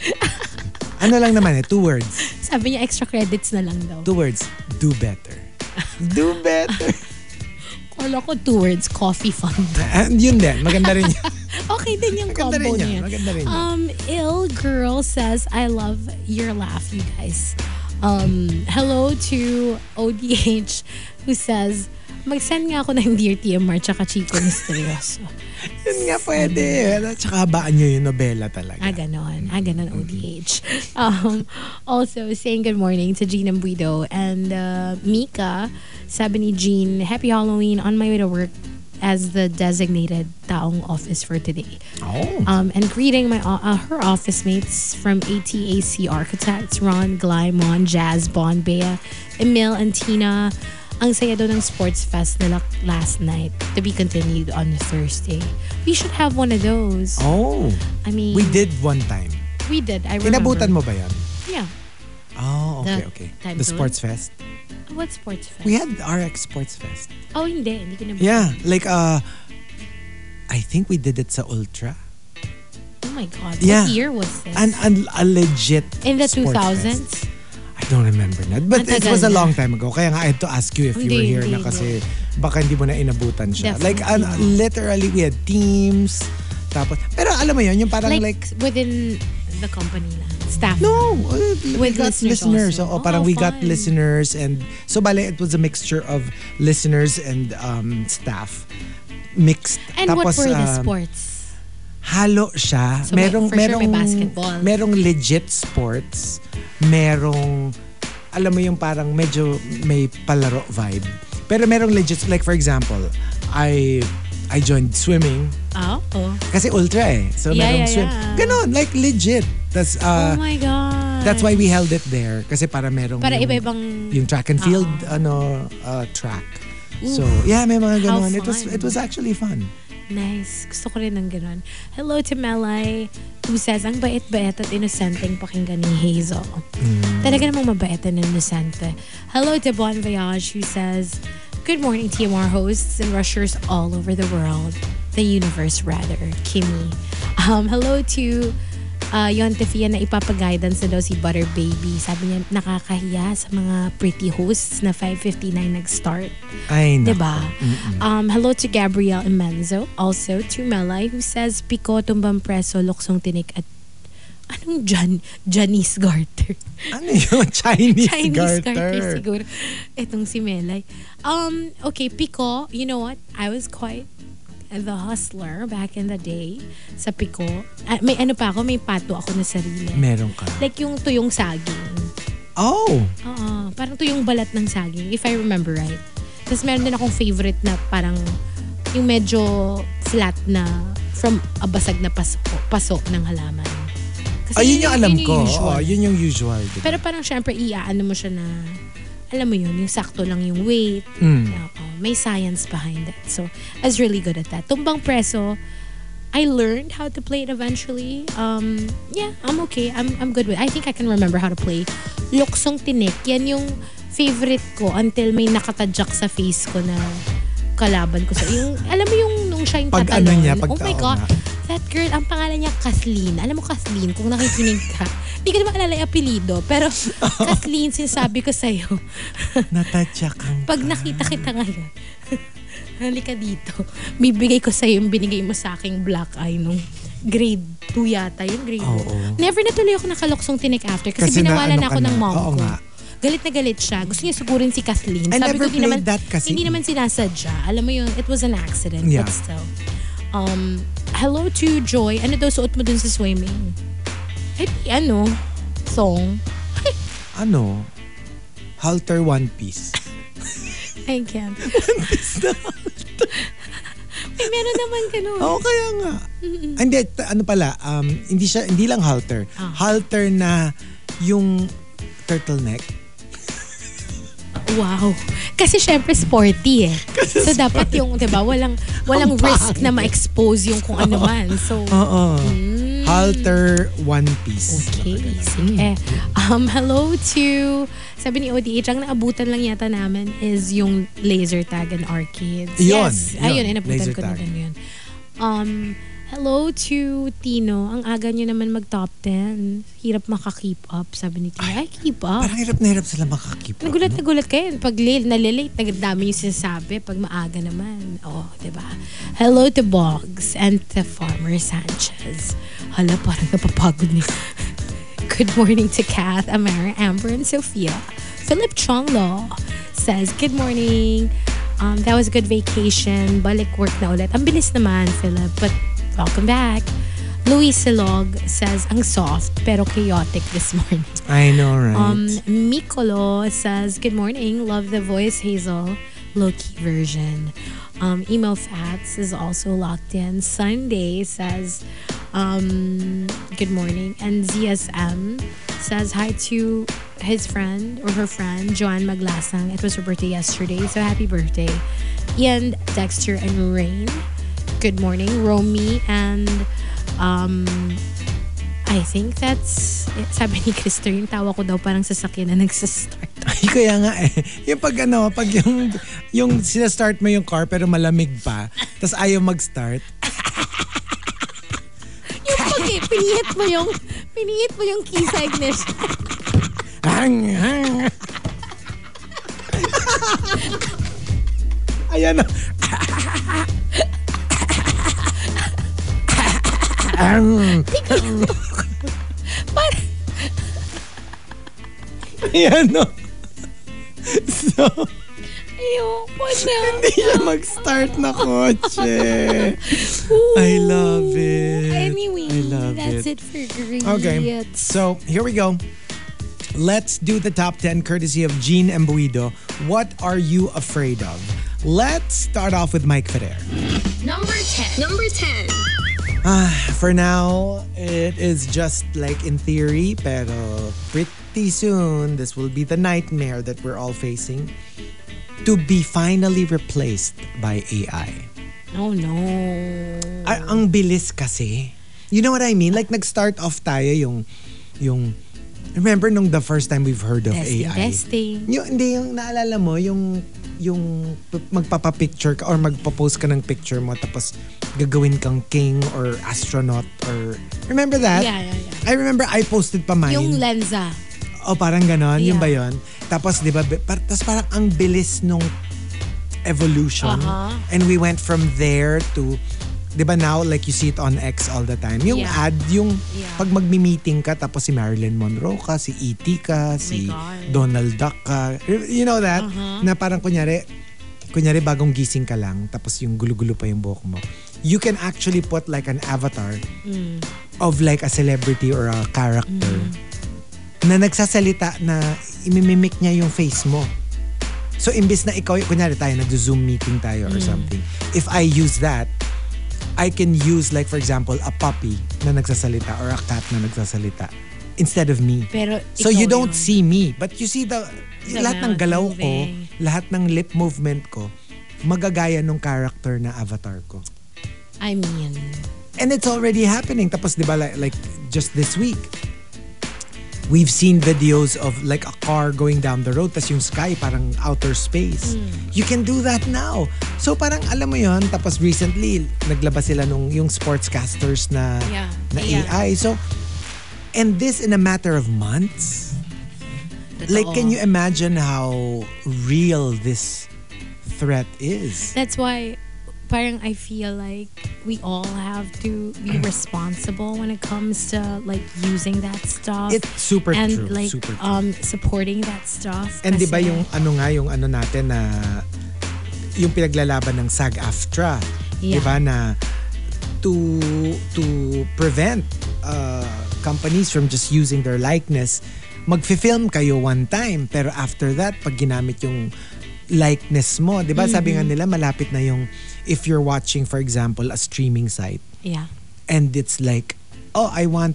ano lang naman eh, two words.
Sabi niya, extra credits na lang daw.
Two words. Do better. Do better.
Kala ko two words, coffee fund.
And yun din, maganda rin yun.
Okay din yung
Maganda
combo
rin
niya.
yun. Maganda rin yun.
Um, ill girl says, I love your laugh, you guys. Um, hello to ODH who says, mag-send nga ako ng Dear TMR tsaka Chico Misterioso.
yun nga pwede. At saka habaan nyo yung nobela talaga.
ah, ganon. Ah, ganon,
Mm-hmm.
ODH. Um, also, saying good morning to Jean Ambuido and uh, Mika. Sabi ni Jean, Happy Halloween on my way to work as the designated taong office for today.
Oh.
um, and greeting my uh, her office mates from ATAC Architects, Ron, Glymon, Jazz, Bon, Bea, Emil, and Tina. Ang saya daw ng sports fest nila last night to be continued on Thursday. We should have one of those.
Oh.
I mean,
We did one time.
We did. I remember.
Inabutan mo ba yan?
Yeah.
Oh, okay,
The
okay.
time
The
zone?
sports fest.
What sports fest?
We had RX Sports Fest.
oh, hindi. Hindi ko na
Yeah, like uh I think we did it sa Ultra.
Oh my God.
Yeah.
What year was this?
An, an a legit
In the
sports
2000s?
fest. I don't remember na. But
Ang
it was a
tagal na.
long time ago. Kaya nga I had to ask you if you
Hindi,
were here
hindi,
na kasi baka hindi mo na inabutan siya. Like an,
Definitely
literally we had teams. Tapos pero alam mo yun, yung parang
Like,
like,
within the company lang. Staff.
No, uh, we
With
got
listeners
listeners.
also.
Oo, parang
Oh,
we got
fun.
listeners and so bale it was a mixture of listeners and um, staff mixed.
And what
Tapos,
were the
um,
sports?
Halo siya.
So may-
merong
for sure
merong
may basketball.
merong legit sports. Merong alam mo yung parang medyo may palaro vibe. Pero merong legit like for example, I I joined swimming
Oh, oh.
kasi ultra eh. So
Yeah,
merong
yeah,
swim.
yeah.
Ganon, like legit. That's
oh
uh,
my God.
That's why we held it there. Kasi para merong
Para
yung-
iba-ibang... Ah.
yung track and field ano uh, track. So, yeah, may mga
How
ganun. It was
fun.
it was actually fun.
Nice. Gusto ko rin ng ganun. Hello to Melay, who says, ang bait-bait at inosenteng pakinggan ni Hazel. Talaga namang mabait and inosente. Hello to Bon Voyage, who says, Good morning, TMR hosts and rushers all over the world. The universe, rather. Kimmy. Um, hello to uh, Yontefia na ipapag-guidance na daw si Butter Baby. Sabi niya, nakakahiya sa mga pretty hosts na 5.59 nag-start.
Ay, na.
Diba? Um, hello to Gabrielle Imenzo. Also to Melay who says, Piko, tumbang preso, luksong tinik at anong Jan Janice Garter?
Ano yun? Chinese,
Chinese
garter.
Garter. siguro. Itong si Melay. Um, okay, Pico, you know what? I was quite the hustler back in the day sa Pico. Ah, may ano pa ako, may pato ako na sarili.
Meron ka.
Like yung tuyong saging.
Oh!
Oo, parang to yung balat ng saging, if I remember right. Tapos meron din akong favorite na parang yung medyo flat na from a basag na paso, paso ng halaman. Kasi
Ayun yung alam
yun
ko.
usual.
Oh, yun yung usual. diba?
Pero parang syempre iaano mo siya na alam mo yun, yung sakto lang yung weight.
Mm.
Oo, may science behind it. So, I was really good at that. Tumbang preso, I learned how to play it eventually. Um, yeah, I'm okay. I'm, I'm good with I think I can remember how to play. Luksong tinik, yan yung favorite ko until may nakatadyak sa face ko na kalaban ko. So, yung, alam mo yung nung siya yung
Pag
tatalon.
ano niya, pag
oh my
tao
God.
na.
that girl, ang pangalan niya Kathleen. Alam mo Kathleen, kung nakikinig ka, hindi ko na maalala yung apelido, pero Kathleen, sinasabi ko sa'yo,
Natatya kang...
pag nakita kita ngayon, halika dito, bibigay ko sa'yo yung binigay mo sa aking black eye nung grade 2 yata, yung grade 1.
Oo.
Never natuloy ako nakaloksong tinik after
Kasi
kasi,
na ano
binawalan na, ako
ka
ng
na.
mom
Oo
ko.
nga.
Galit na galit siya. Gusto niya sigurin si Kathleen.
I never
hindi
played
naman,
that kasi.
Hindi naman sinasadya. Alam mo yun, it was an accident.
Yeah.
But still. Um, hello to Joy. Ano daw suot mo dun sa swimming? Ay, ano? Song?
Ano? Halter One Piece.
I can't. Ay, meron naman ganun.
Oo, kaya nga. Hindi, t- ano pala, um, hindi siya, hindi lang halter.
Ah.
Halter na yung turtleneck.
Wow. Kasi syempre sporty eh. so dapat yung, 'di ba, walang walang risk na ma-expose yung kung ano man. So
Oh, Oo. Halter One Piece.
Okay,
Mm.
sige. Um, hello to, sabi ni ODH, ang naabutan lang yata namin is yung laser tag and arcades.
Yun,
yes,
yun,
ayun, inabutan
laser
ko
tag.
na din yun. Um, hello to Tino, ang aga nyo naman mag-top 10. Hirap maka-keep up, sabi ni Tino. Ay, keep up.
Parang hirap na hirap sila makakip. up,
Nagulat
no?
na gulat kayo. Pag late, nalilate, nagdami yung sinasabi. Pag maaga naman. Oo, oh, di ba? Hello to Boggs and to Farmer Sanchez. Hala, parang napapagod niya. Good morning to Kath, Amara, Amber, and Sophia. Philip Chonglo says, Good morning. Um, that was a good vacation. Balik work na ulit. Ang bilis naman, Philip. But welcome back. Luis Silog says, Ang soft pero chaotic this morning.
I know, right?
Um, Mikolo says, Good morning. Love the voice, Hazel. Low key version. Um, Emo Fats is also locked in. Sunday says, um, Good morning. And ZSM says hi to his friend or her friend, Joanne Maglasang. It was her birthday yesterday, so happy birthday. Ian, Dexter, and Rain. Good morning, Romy and um, I think that's, sabi ni Krister, yung tawa ko daw parang sasakyan na nagsastart.
Ay, kaya nga eh. Yung pag ano, pag yung, yung sinastart mo yung car pero malamig pa, tapos ayaw mag-start.
yung pag piniit mo yung, piniit mo yung key sa ignition.
Hang, hang. Ayan na. Ang.
Parang,
Ayan no. So,
ayoko na.
hindi siya mag-start na kotse. I love it.
Anyway,
I love
that's
it.
it, for great.
Okay. So here we go. Let's do the top 10 courtesy of Gene Embuido. What are you afraid of? Let's start off with Mike Ferrer.
Number 10.
Number 10.
For now, it is just like in theory, pero pretty soon, this will be the nightmare that we're all facing to be finally replaced by AI.
Oh no.
Ay, ang bilis kasi. You know what I mean? Like, nag-start off tayo yung, yung, remember nung the first time we've heard of
Testing,
AI?
testing.
Yung, hindi, yung naalala mo, yung, yung p- magpapapicture ka or magpapost ka ng picture mo tapos gagawin kang king or astronaut or, remember that?
Yeah, yeah, yeah.
I remember I posted pa mine.
Yung lensa.
O Oh, parang ganon, yung
Yeah.
ba yun? Tapos, di ba, bi- par- tas parang ang bilis nung evolution.
Aha.
And we went from there to, di ba now, like you see it on X all the time. Yung
Yeah.
ad, yung
Yeah.
pag magmi-meeting ka, tapos si Marilyn Monroe ka, si E.T. ka, si
Oh God. Uh-huh.
Donald Duck ka. You know that? Na parang kunyari, kunyari bagong gising ka lang, tapos yung gulo-gulo pa yung buhok mo. You can actually put like an avatar
Mm.
of like a celebrity or a character na nagsasalita na imimimik niya yung face mo. So imbes na ikaw, kunyari tayo, nag-zoom meeting tayo
Mm.
or something. If I use that, I can use like for example, a puppy na nagsasalita or a cat na nagsasalita instead of me.
Pero
So
ikaw
you don't
yun.
see me, but you see the,
The
lahat ng
mouth
galaw ko,
moving.
lahat ng lip movement ko, magagaya nung character na avatar ko.
I mean,
And it's already happening. Tapos, di ba, like, like, just this week, we've seen videos of like a car going down the road tas yung sky parang outer space.
Hmm.
You can do that now. So parang alam mo yon tapos recently naglabas sila nung yung sportscasters na
Yeah.
na
Yeah.
AI. So and this in a matter of months. Like can you imagine how real this threat is?
That's why parang I feel like we all have to be responsible when it comes to like using that stuff.
It's super
and
true,
like
super true.
um supporting that stuff.
And di ba
Kasi-
yung ano nga, yung ano natin na yung pinaglalaban ng SAG-AFTRA, di
Yeah.
ba na to to prevent uh, companies from just using their likeness, magfi-film kayo one time pero after that pag ginamit yung likeness mo, di ba? Sabi nga
Mm-hmm.
nila malapit na yung if you're watching for example a streaming site
yeah.
and it's like oh i want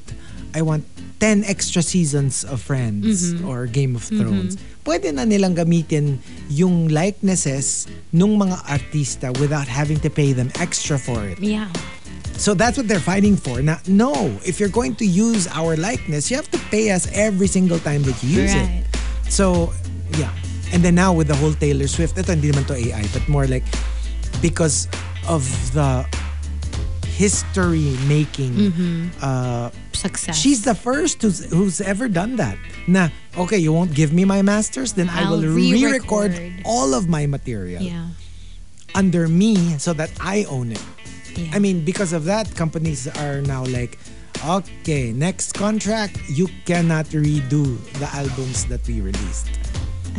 i want 10 extra seasons of friends or game of thrones pwede na nilang gamitin yung likenesses nung mga artista without having to pay them extra for it
Yeah.
so that's what they're fighting for na no if you're going to use our likeness you have to pay us every single time that you use
Right.
it so yeah and then now with the whole taylor swift ito hindi naman to ai but more like because of the history making
Mm-hmm.
uh,
Success.
She's the first who's, who's ever done that. Na, okay, you won't give me my masters, then I will
I'll
re-record
re-record.
all of my material
yeah.
under me so that I own it.
Yeah.
I mean, because of that, companies are now like, okay, next contract, you cannot redo the albums that we released.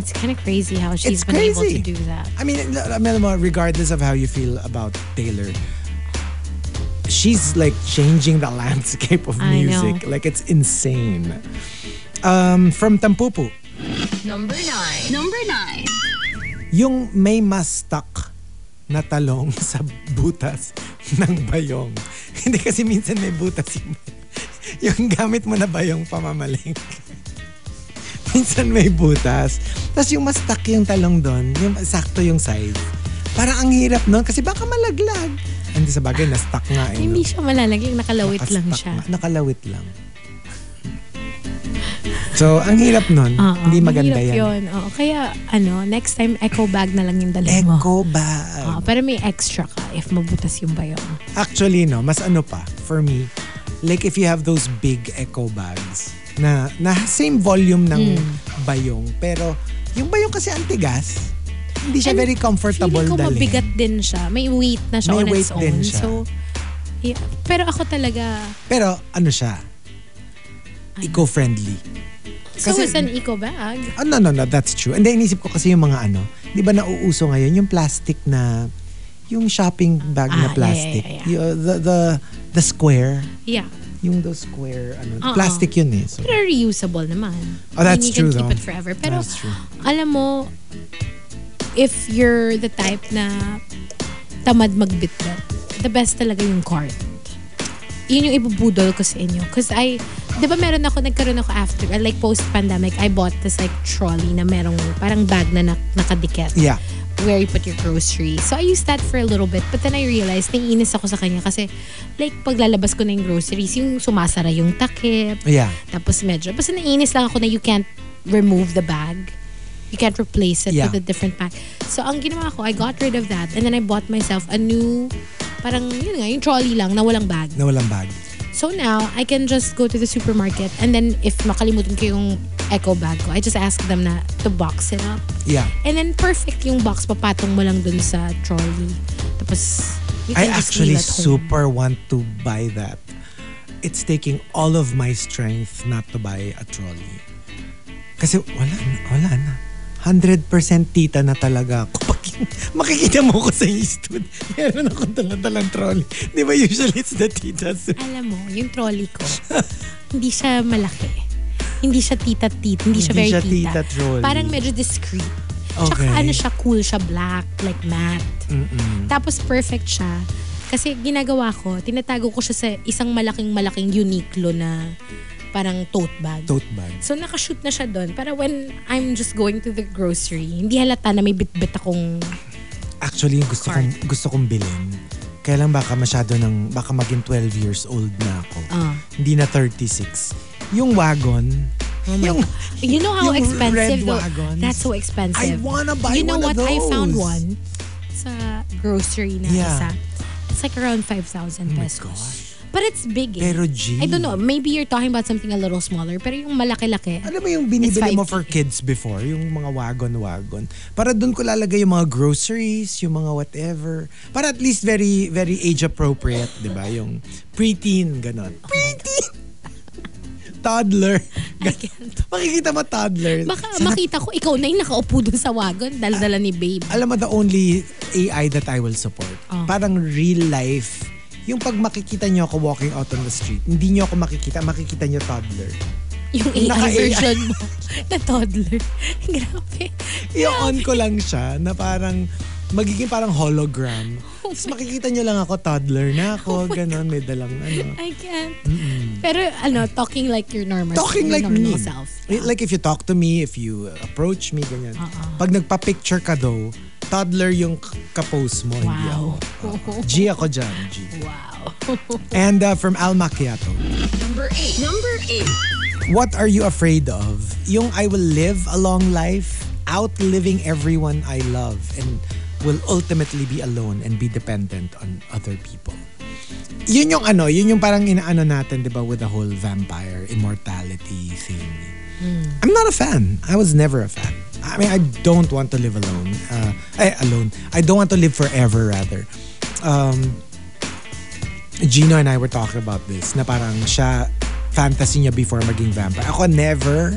It's kind of crazy how she's
It's
been able
crazy.
to do that.
I mean, l- I mean, regardless of how you feel about Taylor, she's like changing the landscape of
I know.
music. Like it's insane. Um, from Tampupu,
Number nine.
Number 9.
yung may mastak na talong sa butas ng bayong. Hindi kasi minsan may butas yung, yung gamit mo na bayong pamamaling. minsan may butas. Tapos yung mastak yung talong doon, yung sakto yung size. Para ang hirap noon kasi baka malaglag. Hindi sa bagay, na-stuck nga. Eh,
Hindi
no?
siya malalaglag, nakalawit lang
Nakastuck
siya.
nga. Nakalawit lang. So, ang hirap nun.
Oo,
Hindi maganda
mahirap
yan.
Ah, Yun. Oo, kaya ano, next time eco bag na lang yung dalhin mo.
Echo bag.
Oo, pero may extra ka if mabutas yung bayong.
Actually, no, mas ano pa, for me, like if you have those big echo bags na, na same volume ng
Hmm.
bayong, pero yung bayong kasi antigas, hindi siya
And
very comfortable
Feeling ko
dalhin.
mabigat din siya. May weight na siya
May
on its
weight
own.
din siya.
So, yeah. Pero ako talaga,
Pero ano siya,
Ano?
eco-friendly.
so
Kasi-
is an eco bag.
Oh, no, no, no, that's true. And then inisip ko kasi yung mga ano, di ba nauuso ngayon yung plastic na, yung shopping bag na
Ah, yeah, yeah,
plastic.
yeah, yeah.
Yung- the, the, the square,
Yeah.
yung those square, ano,
Oo.
plastic yun eh. So,
Pero reusable naman.
Oh, that's
I
true,
mean, you can keep
though.
it forever. Pero,
That's true.
alam mo, if you're the type na tamad magbitbit, the best talaga yung cart. Yun yung ibubudol ko sa inyo. Because I, di ba meron ako, nagkaroon ako after, uh, like post-pandemic, I bought this like trolley na merong parang bag na nak- nakadikit.
Yeah.
Where you put your grocery. So I used that for a little bit. But then I realized, naiinis ako sa kanya kasi like paglalabas ko na yung groceries, yung sumasara yung takip.
yeah.
Tapos medyo, basta naiinis lang ako na you can't remove the bag. You can't replace it
Yeah.
with a different bag. So, ang ginawa ko, I got rid of that and then I bought myself a new, parang yun nga, yung trolley lang na walang bag.
na walang bag.
So now, I can just go to the supermarket and then if makalimutan ko yung eco bag ko, I just ask them na to box it up.
Yeah.
And then perfect yung box, papatong mo lang dun sa trolley. Tapos, you
I
can just
actually
leave at home.
super want to buy that. It's taking all of my strength not to buy a trolley. Kasi wala na, wala na. 100% tita na talaga ako. Pag makikita mo ko sa Eastwood, meron akong talatalang trolley. Di ba usually it's the titas?
alam mo, yung trolley ko, hindi siya malaki. Hindi siya tita-tita. Hindi siya
Hindi
very
siya
tita.
tita-trolley.
Parang medyo discreet. Tsaka
Okay.
ano siya, cool siya, black, like matte. Tapos perfect siya. Kasi ginagawa ko, tinatago ko siya sa isang malaking-malaking Uniqlo na parang tote bag.
Tote bag.
So nakashoot na siya doon. Para when I'm just going to the grocery, hindi halata na may bit-bit akong...
Actually, yung gusto kong, gusto kong bilhin. Kaya lang baka masyado ng, baka maging 12 years old na ako.
Ah.
Hindi na 36. Yung wagon,
Oh
yung,
You know
Yung
how
red
expensive though.
wagons.
That's so expensive.
I wanna buy
You know
one
what?
of
I found
those.
one sa grocery na
Yeah. Oh
isa. It's like around 5,000 pesos. But it's big. Eh.
pero G.
I don't know. Maybe you're talking about something a little smaller. Pero yung malaki-laki.
Alam mo yung binibili
It's
mo
5K.
for kids before, yung mga wagon-wagon. Para doon ko lalagay yung mga groceries, yung mga whatever. Para at least very very age appropriate, 'di ba? Yung preteen ganun. Preteen. toddler.
I can't.
Makikita mo toddler.
Baka
Sa-
makita ko, ikaw na yung nakaupo dun sa wagon. Daldala ni babe.
alam mo the only AI that I will support.
Oh.
Parang real life. Yung pag makikita nyo ako walking out on the street, hindi nyo ako makikita, makikita nyo toddler.
Yung AI
Naka-
version mo na toddler. Grabe.
I-on ko lang siya na parang magiging parang hologram.
Oh
Tapos
my Oh
makikita nyo lang ako, toddler na ako, ganon, may dalang ano.
I can't. Pero ano, talking like your normal
Talking like
your
me. Eh,
normal self.
Like if you talk to me, if you approach me, ganyan.
Uh-uh.
Pag nagpa-picture ka daw, toddler yung k- kapose mo. Hindi ako.
Wow.
G ako dyan, G.
Wow.
And uh, from Al Macchiato.
Number eight.
Number 8.
What are you afraid of? Yung I will live a long life, outliving everyone I love, and will ultimately be alone and be dependent on other people. Yun yung ano, yun yung parang inaano natin, di ba, with the whole vampire immortality thing.
Hmm.
I'm not a fan. I was never a fan. I mean, I don't want to live alone. Uh, eh, alone. I don't want to live forever, rather. Um, Gino and I were talking about this na parang siya fantasy niya before maging vampire. Ako never.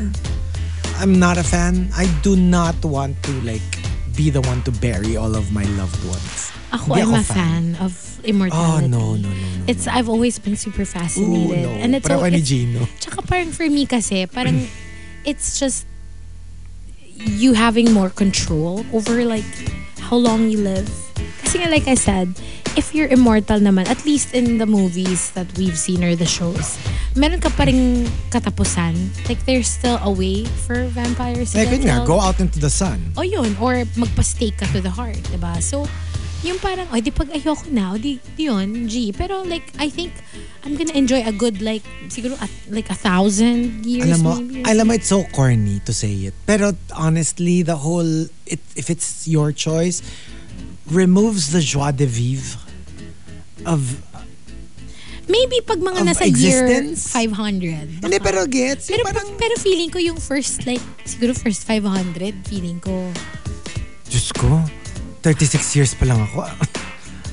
I'm not a fan. I do not want to like be the one to bury all of my loved ones.
Ako,
Hindi
I'm a fan. of
Oh,
immortality.
no, no, no, no.
It's, I've always been super
Ooh,
fascinated.
no.
And it's,
Pero
so,
ako ni
it's
Gino.
Tsaka parang for me kasi, parang it's just you having more control over like how long you live. Kasi nga like I said, if you're immortal naman, at least in the movies that we've seen or the shows, meron ka pa rin katapusan. Like there's still a way for vampires to
Like, yun
get
nga,
out.
go out into the sun.
O yun, or magpa-stake ka to the heart, diba? So, yung parang, o di pag ayoko na, o di, di yun, G. Pero like, I think, I'm gonna enjoy a good like, siguro at, like a thousand years
alam mo,
maybe.
alam mo, it's so corny to say it. Pero honestly, the whole, it, if it's your choice, removes the joie de vivre of
maybe pag mga
of
nasa
existence?
year 500.
Hindi, pero gets. Yung
Pero,
parang,
pero feeling ko yung first like, siguro first 500, feeling ko.
Diyos ko, 36 years pa lang ako.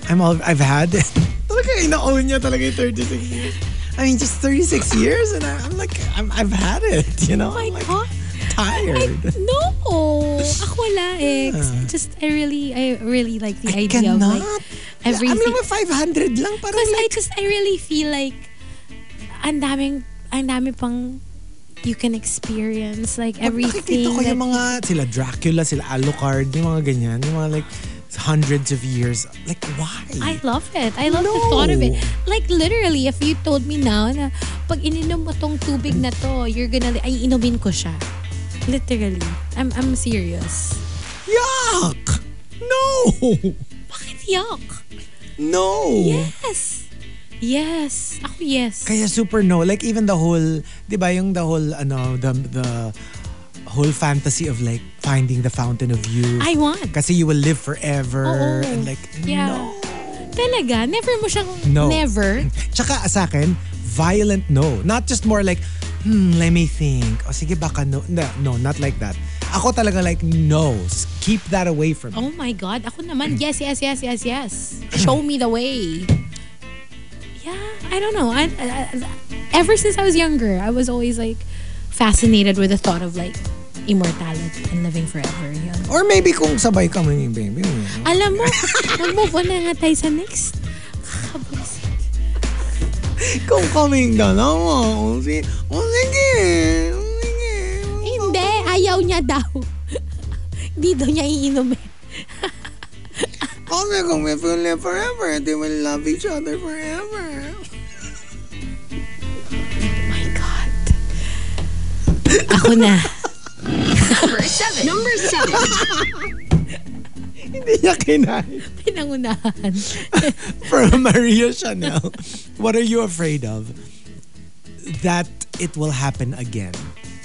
I'm all, I've had it. Talaga, ina-own niya talaga yung 36 years. I mean, just 36 years and I, I'm like, I'm, I've had it, you know?
Oh my
I'm like,
God.
tired. Ah.
No! Ako wala, ex. I just, I really, I really like the
I
idea
cannot.
of like,
I'm
everything.
naman 500 lang. Parang
Because I
like,
just, I really feel like ang daming, ang dami pang you can experience. Like
pag nakikita
everything.
ko yung mga,
that-
sila Dracula, sila Alucard, yung mga ganyan, yung mga like, hundreds of years. Like, why?
I love it. I love the
No.
thought of it. Like literally, if you told me now na pag ininom mo tong tubig na to, you're gonna, ay inumin ko siya. Literally. I'm, I'm serious.
Yuck! No!
Bakit yuck?
No!
Yes. Yes. Ako yes.
Kaya super no. Like even the whole, di ba yung the whole, ano, the, the whole fantasy of like finding the fountain of youth.
I want.
Kasi you will live forever.
Oo.
And like,
Yeah.
no.
Talaga, never mo siyang,
No.
never.
Tsaka ah, sa akin, violent no. Not just more like, hmm, let me think. O sige, baka no. No, no not like that. Ako talaga like, no. S- Keep that away from me.
Oh my God. Ako naman, yes, yes, yes, yes, yes. Show me the way. Yeah, I don't know. I, I- I- ever since I was younger, I was always like fascinated with the thought of like immortality and living forever. Yun.
Or maybe kung sabay ka mo yung baby mo.
Alam mo, mag-move on na nga tayo sa next. Kakabwisit.
Kung coming down, oh, sige. O sige. O sige.
Hindi, ayaw niya daw. Hindi daw niya iinumin.
Kasi kung if you live forever, they will love each other forever.
My God. Ako na.
Number seven.
Number 7.
Hindi niya kinaya.
Pinangunahan.
From Maria Chanel, what are you afraid of? That it will happen again.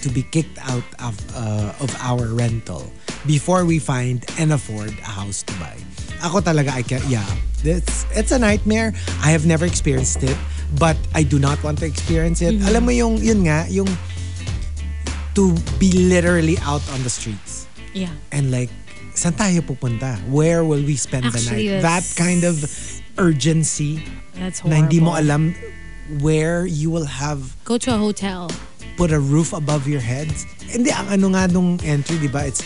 to be kicked out of, uh, of our rental before we find and afford a house to buy. Ako talaga, I can yeah. It's, it's a nightmare. I have never experienced it, but I do not want to experience it. Alam mo yung, yun nga, yung to be literally out on the streets
Yeah.
and like saan tayo pupunta? Where will we spend
Actually,
the night? That
that's-
kind of urgency
That's
na
horrible.
hindi mo alam where you will have
Go to a hotel.
put a roof above your heads. Hindi, ang ano nga nung entry, di ba? It's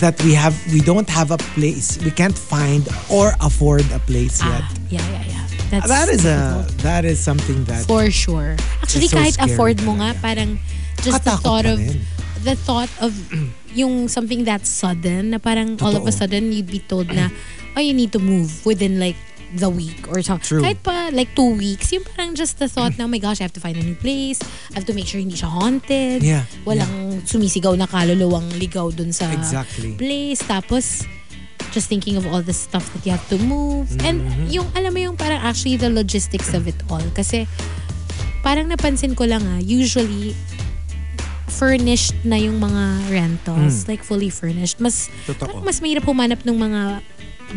that we have, we don't have a place. We can't find or afford a place yet.
Ah, yeah, yeah, yeah. That's
that is a, that is something that,
for sure. Actually,
It's so
kahit
scary
afford mo nga,
talaga.
parang just the
Katakot
thought
pa
of
rin.
the thought of yung something that's sudden na parang all of a
Totoo.
sudden you'd be told na oh you need to move within like the week or something.
True.
Kahit pa like two weeks, yung parang just the thought na, oh my gosh, I have to find a new place. I have to make sure hindi siya haunted.
Yeah,
Walang sumisigaw na kaluluwang ligaw dun sa
Exactly.
place. Tapos, just thinking of all the stuff that you have to move. And
Mm-hmm.
yung, alam mo yung parang actually the logistics of it all. Kasi, parang napansin ko lang ah, usually, furnished na yung mga rentals. Like, fully furnished. Mas,
Mm. Totoo.
parang mas mahirap humanap ng mga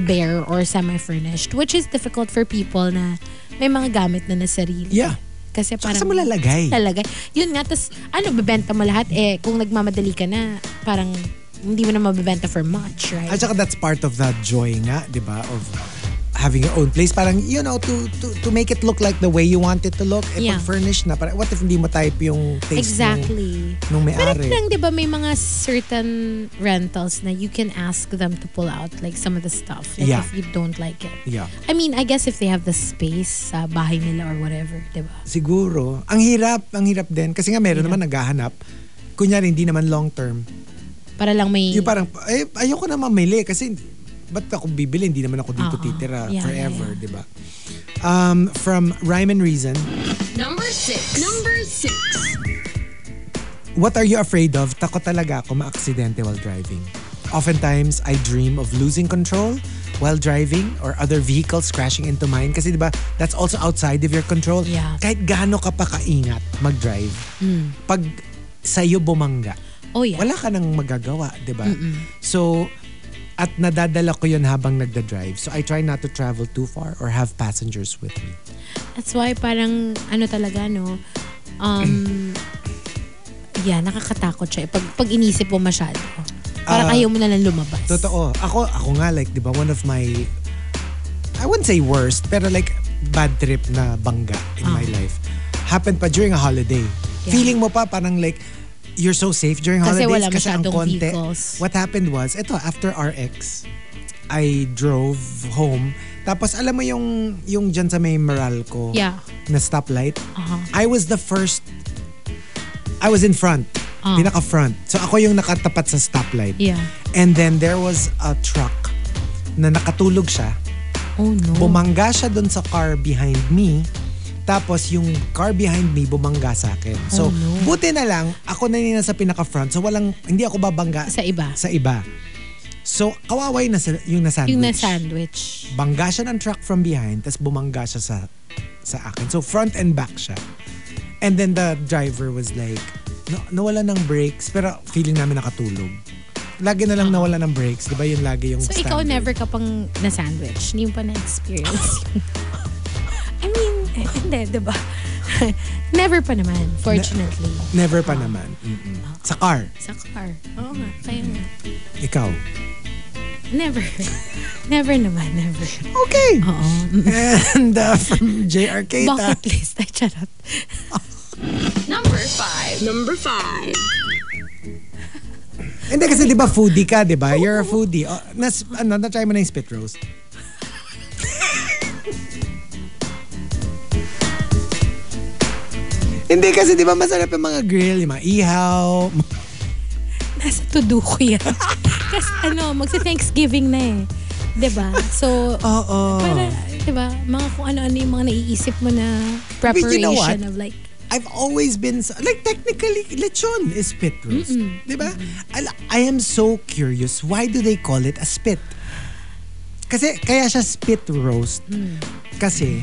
bare or semi-furnished. Which is difficult for people na may mga gamit na na sarili.
yeah.
Kasi
Tsaka
parang...
saan mo lalagay?
Talaga. Yun nga, tas ano, bebenta mo lahat. Eh, kung nagmamadali ka na, parang hindi mo na mabebenta for much, right?
At saka that's part of that joy nga, di ba, of having your own place. Parang, you know, to, to, to make it look like the way you want it to look. Eh,
Yeah.
pag furnished na, parang, what if hindi mo type yung taste
exactly.
nung, nung
Pero
may-ari?
lang, di ba, may mga certain rentals na you can ask them to pull out like some of the stuff. Like
Yeah.
if you don't like it.
Yeah.
I mean, I guess if they have the space sa bahay nila or whatever, di ba?
Siguro. Ang hirap, ang hirap din. Kasi nga meron naman naghahanap. Kunyari, hindi naman long term.
Para lang may...
Yung parang, eh, ayoko na mamili kasi ba't ako bibili? Hindi naman ako dito
Oo.
titira
Uh-uh. Yeah,
forever,
yeah, yeah.
di ba? Um, from Rhyme and Reason,
Number six.
Number six.
What are you afraid of? Takot talaga ako maaksidente while driving. Oftentimes, I dream of losing control while driving or other vehicles crashing into mine. Kasi diba, that's also outside of your control.
Yeah.
Kahit gaano ka pa kaingat mag-drive, pag sa'yo bumangga,
Hmm. oh, yeah.
wala ka nang magagawa, di ba? So, at nadadala ko yun habang nagda-drive. So, I try not to travel too far or have passengers with me.
That's why parang ano talaga no. Um yeah, nakakatakot siya. eh, Pag, pag inisip mo masyado. Parang
Ah,
ayaw mo na lang lumabas.
Totoo. Ako, ako nga, like, di ba, one of my, I wouldn't say worst, pero like, bad trip na bangga in my life. Happened pa during a holiday.
Ah. Yeah.
Feeling mo pa parang like, you're so safe during holidays
Kasi wala
kasi ang
masyadong
konti.
vehicles.
What happened was, eto, after RX, I drove home. Tapos alam mo yung yung dyan sa may Meralco
Yeah. Uh-huh.
na stoplight? I
Aha.
was the first I was in front.
Ah.
Pinaka front. So ako yung nakatapat sa stoplight.
Yeah.
And then there was a truck na nakatulog siya.
Oh no.
Bumangga siya dun sa car behind me. Tapos yung car behind me bumangga sa akin. So
Oh, no.
buti na lang ako na yung nasa pinaka front. So walang hindi ako babangga
Sa iba.
Sa iba. So kawawa yung nasa yung nasandwich.
yung na sandwich.
Bangga siya ng truck from behind tapos bumangga siya sa sa akin. So front and back siya. And then the driver was like, no, nawala ng brakes pero feeling namin nakatulog. Lagi na lang nawala ng brakes, 'di ba? Yun lagi yung
So ikaw
standard.
never ka pang na sandwich. Hindi mo pa na experience. I mean, eh, hindi, 'di ba? never pa naman, fortunately.
Never pa naman. Mm-mm. Sa car,
sa car. Oo nga, kaya nga.
ikaw.
Never. Oh, never naman, never.
Okay.
Oo.
And uh, from JR Keita,
Bucket list. Ay, charot.
Number five.
Number five.
Hindi kasi 'di ba foodie ka, 'di ba? You're a foodie. Oh, nas ano, na try mo na yung spit roast. Hindi kasi 'di ba masarap yung mga grill, yung mga ihaw.
Nasa to-do ko yan. Kasi ano, magsa-Thanksgiving na eh. 'Di ba? So,
Oo.
para, 'di ba? mga kung ano-ano yung mga naiisip mo na
But you
preparation
know what?
of like,
I've always been so- like technically lechon is spit roast, 'di ba? Al- I am so curious why do they call it a spit? Kasi kaya siya spit roast kasi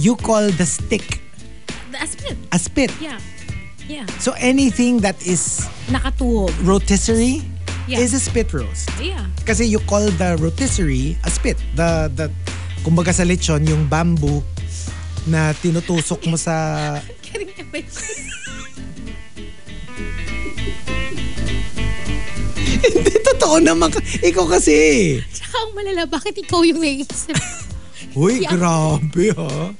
you call the stick
the aspit.
a spit.
Yeah. Yeah.
So anything that is
Nakatuog.
rotisserie
Yeah.
is a spit roast.
Yeah.
Kasi you call the rotisserie a spit. The, the, kumbaga sa lechon, yung bamboo na tinutusok mo sa...
Kidding away.
Hindi, totoo naman. ka- Ikaw kasi. eh.
Tsaka ang malala, bakit ikaw yung naiisip?
Ah, Uy,
Yeah.
grabe ha.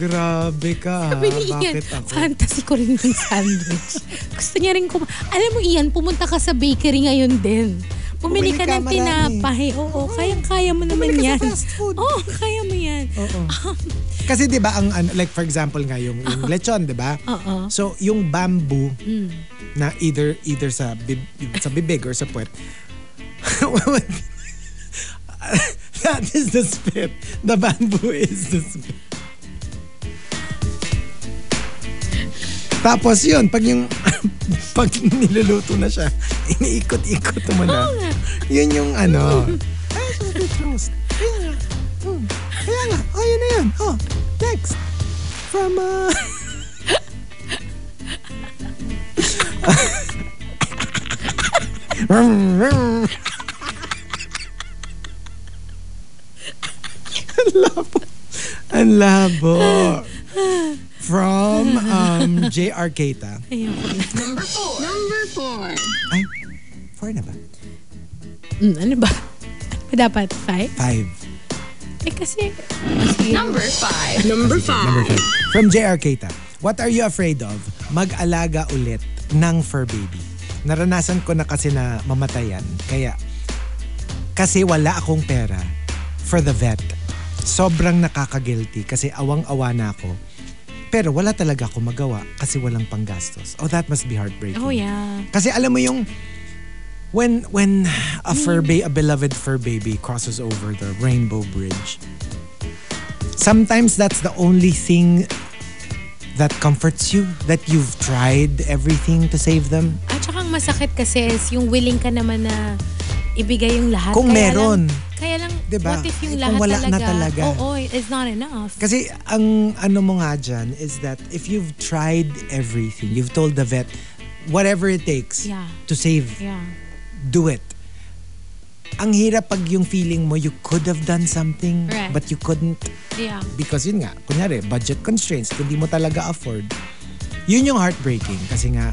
Grabe ka ha.
Sabi ni Ian,
Bakit ako?
fantasy ko rin yung sandwich. Gusto niya rin kuma... Alam mo Ian, pumunta ka sa bakery ngayon din. Bumili
Bumili
ka
ka,
ng
marami. Ah.
tinapay. Oo, kayang-kaya mo naman
Bumili ka sa
yan.
fast food. Oh.
Oo, kaya mo yan.
Kasi 'di ba ang ano, like for example nga yung, yung lechon, 'di ba?
Oo.
So yung bamboo na either either sa bib, sa bibig or sa puwet. That is the spit. The bamboo is the spit. Tapos yun, pag yung pag niluluto na siya, iniikot-ikot mo na. Yun yung ano. Ay, sabi closed. Kaya nga. Hmm. Kaya nga. Oh, yun na yun. Oh, text. From, uh... Ang labo. Ang labo. From um, J.R. Keita.
Ayoko rin.
Number four.
Number four.
Ay, four na ba?
Mm, ano ba? Ano ba dapat? Five?
Five.
Eh kasi... ah, sige.
Number five.
Number five.
From JR Keita. What are you afraid of? Mag-alaga ulit ng fur baby. Naranasan ko na kasi na mamatayan. Kaya, kasi wala akong pera for the vet. Sobrang nakaka-guilty kasi awang-awa na ako. Pero wala talaga ako magawa kasi walang panggastos. Oh, that must be heartbreaking.
Oh yeah.
Kasi alam mo yung when when a fur ba- a beloved fur baby crosses over the rainbow bridge. Sometimes that's the only thing that comforts you that you've tried everything to save them.
At saka ang masakit kasi is yung willing ka naman na ibigay yung lahat.
Kung
Kaya
meron.
Lang, kaya lang,
Diba?
what if yung
Ay,
lahat
kung wala na
talaga?
talaga.
Oo, it's not enough.
Kasi ang ano mo nga dyan is that if you've tried everything, you've told the vet whatever it takes
Yeah.
to save
yeah.
do it. Ang hirap pag yung feeling mo you could have done something
Right.
but you couldn't
Yeah.
because yun nga, kunyari, budget constraints, kung di mo talaga afford, yun yung heartbreaking kasi nga,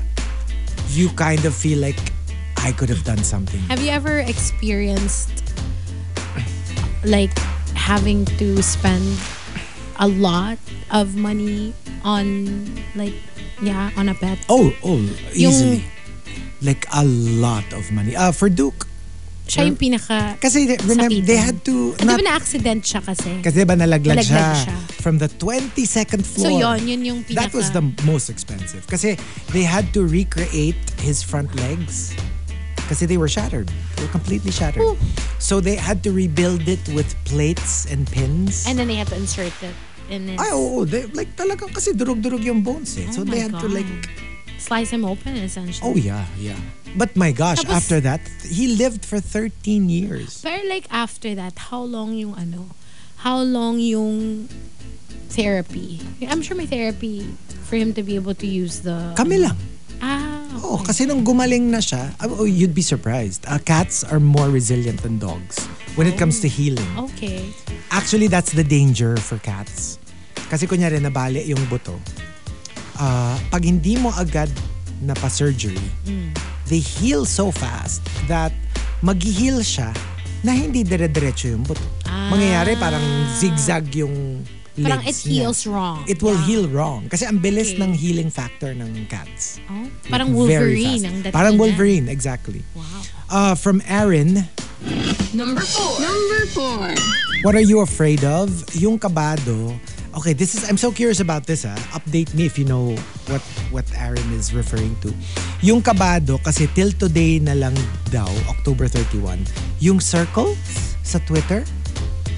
you kind of feel like, I could have done something.
Have you ever experienced like having to spend a lot of money on like yeah, on a pet?
Oh, oh,
Yung-
easily. Like a lot of money. Ah, for Duke.
Siya yung pinaka
Kasi they- remember,
Sakitin.
they had to,
Di
not,
ba na-accident siya kasi?
kasi diba nalaglag,
Nalaglag
siya,
siya.
from the 22nd floor.
So yon, yun yung pinaka
That was the most expensive. Kasi they had to recreate his front legs. Kasi they were shattered. They were completely shattered.
Ooh.
So they had to rebuild it with plates and pins.
And then they had to insert it in it.
Ay, oo. They, like talagang kasi durog-durog yung bones eh. so
Oh my
they had to
God.
like,
Slice him open essentially.
oh yeah, yeah. But my gosh,
Tapos-
after that, he lived for 13 years.
Pero like after that, how long yung ano? How long yung therapy? I'm sure may therapy for him to be able to use the
Kami lang.
Ah.
Oo,
okay.
kasi nung gumaling na siya, ah, oh, you'd be surprised. Ah, cats are more resilient than dogs when it comes to
Oh.
healing.
Okay.
Actually, that's the danger for cats. Kasi kunyari, nabali yung buto. Ah, pag hindi mo agad na pa-surgery,
Hmm.
they heal so fast that mag-heal siya na hindi dire-diretso yung buto. Mangyayari parang zigzag yung legs
Ah. Parang it
niya.
heals wrong.
It will
Yeah.
heal wrong. Kasi ang bilis
Okay.
ng healing factor ng cats.
Oh, parang
Very
Wolverine
fast.
ang dating
Parang
niya.
Wolverine, exactly.
Wow.
Uh, from Aaron,
Number four.
Number four.
What are you afraid of? Yung kabado. Okay, this is I'm so curious about this ah. Update me if you know what what Aaron is referring to. Yung kabado kasi till today na lang daw October 31. Yung circle sa Twitter.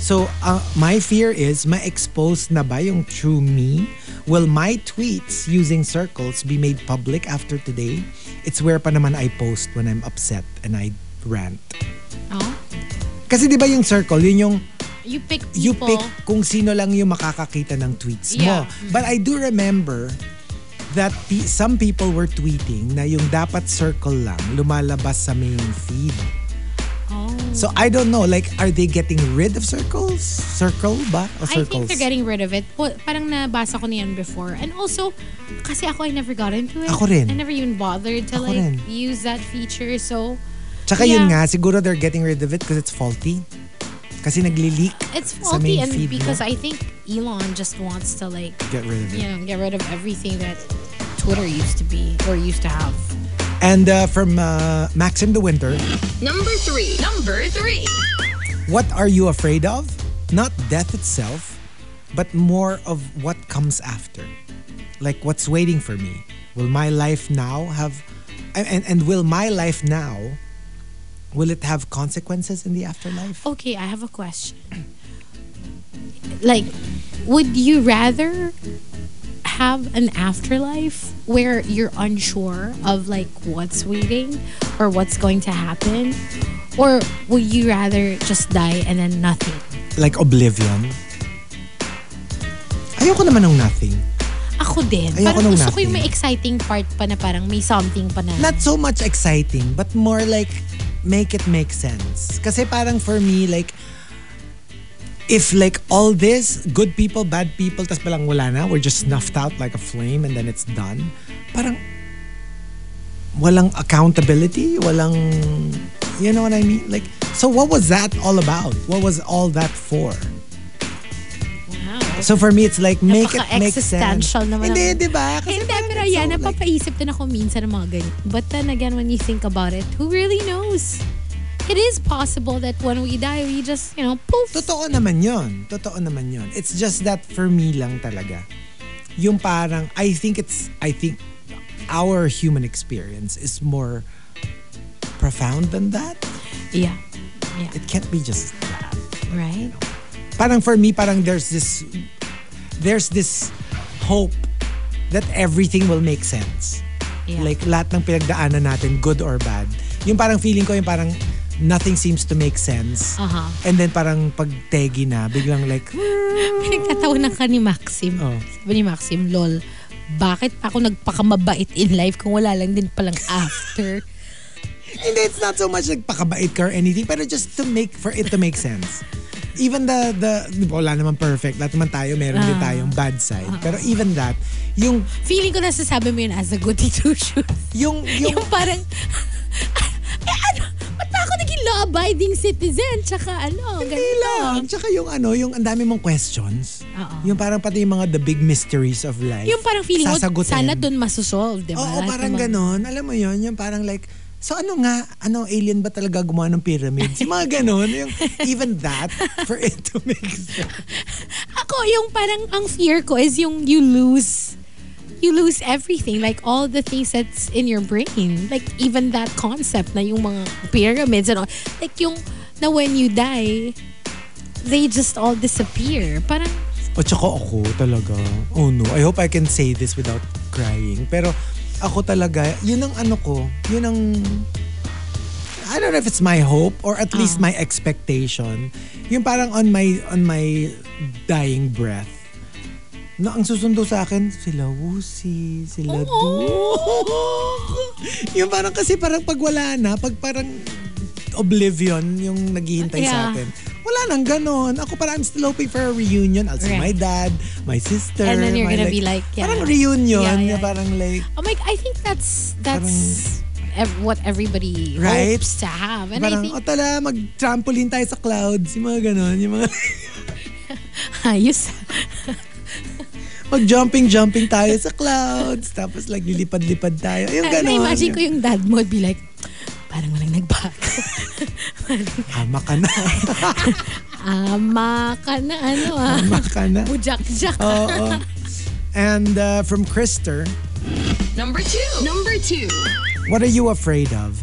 So uh, my fear is ma-expose na ba yung true me? Will my tweets using circles be made public after today? It's where pa naman I post when I'm upset and I rant.
Oh,
Kasi 'di ba yung circle, yun yung
you pick people.
you pick kung sino lang yung makakakita ng tweets
Yeah.
mo. But I do remember that pe- some people were tweeting na yung dapat circle lang lumalabas sa main feed.
Oh.
So I don't know, like are they getting rid of circles? Circle ba? O
I
circles?
think they're getting rid of it. Po- Parang nabasa ko na yan before. And also, kasi ako, I never got into it.
Ako rin.
I never even bothered to
Ako
like
rin.
use that feature. So,
Tsaka
Yeah.
yun nga, siguro they're getting rid of it because it's faulty. Kasi nagli-leak.
it's
sa main
faulty. And
feed mo.
because I think Elon just wants to like,
Get rid of it.
you know, get rid of everything that Twitter used to be or used to have.
And uh, from uh, Maxim the Winter,
Number three. Number three.
what are you afraid of? Not death itself, but more of what comes after. Like what's waiting for me. Will my life now have and and, and will my life now will it have consequences in the afterlife?
Okay, I have a question. Like, would you rather have an afterlife where you're unsure of like what's waiting or what's going to happen? Or would you rather just die and then nothing?
Like oblivion. Ayoko naman ng nothing.
Ako din.
Ayoko
parang
nung
gusto ko yung
nothing.
may exciting part pa na parang may something pa na.
not so much exciting, but more like make it make sense. Kasi parang for me, like, if like all this, good people, bad people, tas palang wala na, we're just snuffed out like a flame and then it's done, parang walang accountability, walang, you know what I mean? Like, so what was that all about? What was all that for?
wow.
So for me, it's like, make it make sense.
Napaka-existential naman
Hindi,
ang-
di ba? Kasi
Hindi,
parang
pero
it's
yan,
so, like-
napapaisip din ako minsan ng mga ganyan. But then again, when you think about it, who really knows? It is possible that when we die, we just, you know, poof.
Totoo naman yon. Totoo naman yon. It's just that for me lang talaga. Yung parang, I think it's, I think our human experience is more profound than that.
Yeah. Yeah,
It can't be just that.
right?
Parang for me, parang there's this, there's this hope that everything will make sense.
Yeah.
Like lahat ng pinagdaanan natin, good or bad. Yung parang feeling ko, yung parang nothing seems to make sense.
Aha.
And then parang pag tegi na, biglang like,
Pinagtatawanan ka ni Maxim.
Oh.
Sabi ni Maxim, lol, bakit pa ako nagpakamabait in life kung wala lang din palang after?
Hindi, it's not so much nagpakabait ka or anything, pero just to make, for it to make sense. Even the, the, di ba, wala naman perfect. Lahat naman tayo, meron din
Ah.
tayong bad side. Pero even that, yung,
Feeling ko nasasabi mo yun as a goody two shoes.
yung, yung,
Yung parang, eh ano, ba't pa ako naging law-abiding citizen? Tsaka ano,
hindi lang.
ganito.
Tsaka yung ano, yung ang dami mong questions.
Oo.
Yung parang pati yung mga the big mysteries of life.
Yung parang feeling mo,
sasagutin.
sana doon masosolve, di ba? Diba?
Oo,
Lahat
parang
ng mga-
ganon. Alam mo yon yung parang like, so ano nga, ano, alien ba talaga gumawa ng pyramids? Yung mga ganon. Yung, even that, for it to make sense.
Ako, yung parang ang fear ko is yung you lose you lose everything like all the things that's in your brain like even that concept na yung mga pyramids and all like yung na when you die they just all disappear parang
O tsaka ako talaga, oh no, I hope I can say this without crying. Pero ako talaga, yun ang ano ko, yun ang, I don't know if it's my hope or at least my expectation. Yung parang on my, on my dying breath, na ang susundo sa akin, sila Wusi, sila
oh!
Du. yung parang kasi parang pag wala na, pag parang oblivion yung naghihintay sa
Yeah.
atin. Wala nang ganon. Ako parang I'm still hoping for a reunion. I'll see
Right.
my dad, my sister.
And then you're
my,
gonna be like, yeah.
Parang reunion.
Yeah, yeah,
yung parang like,
oh my I think that's that's ev- what everybody
Right?
hopes to have and
parang,
I think
o tala, mag-trampoline tayo sa clouds. Yung mga ganon. Yung mga,
ayos
mag-jumping-jumping tayo sa clouds. Tapos like, lilipad-lipad tayo. Yung
na
ganon.
imagine ko yung dad mo would be like parang walang nagbago
Ama ka "Ah, na.
ama ka na ano ah
Ama Oh. ka na.
bujak-jak
Oo. And uh, from Krister,
Number two.
Number two.
What are you afraid of?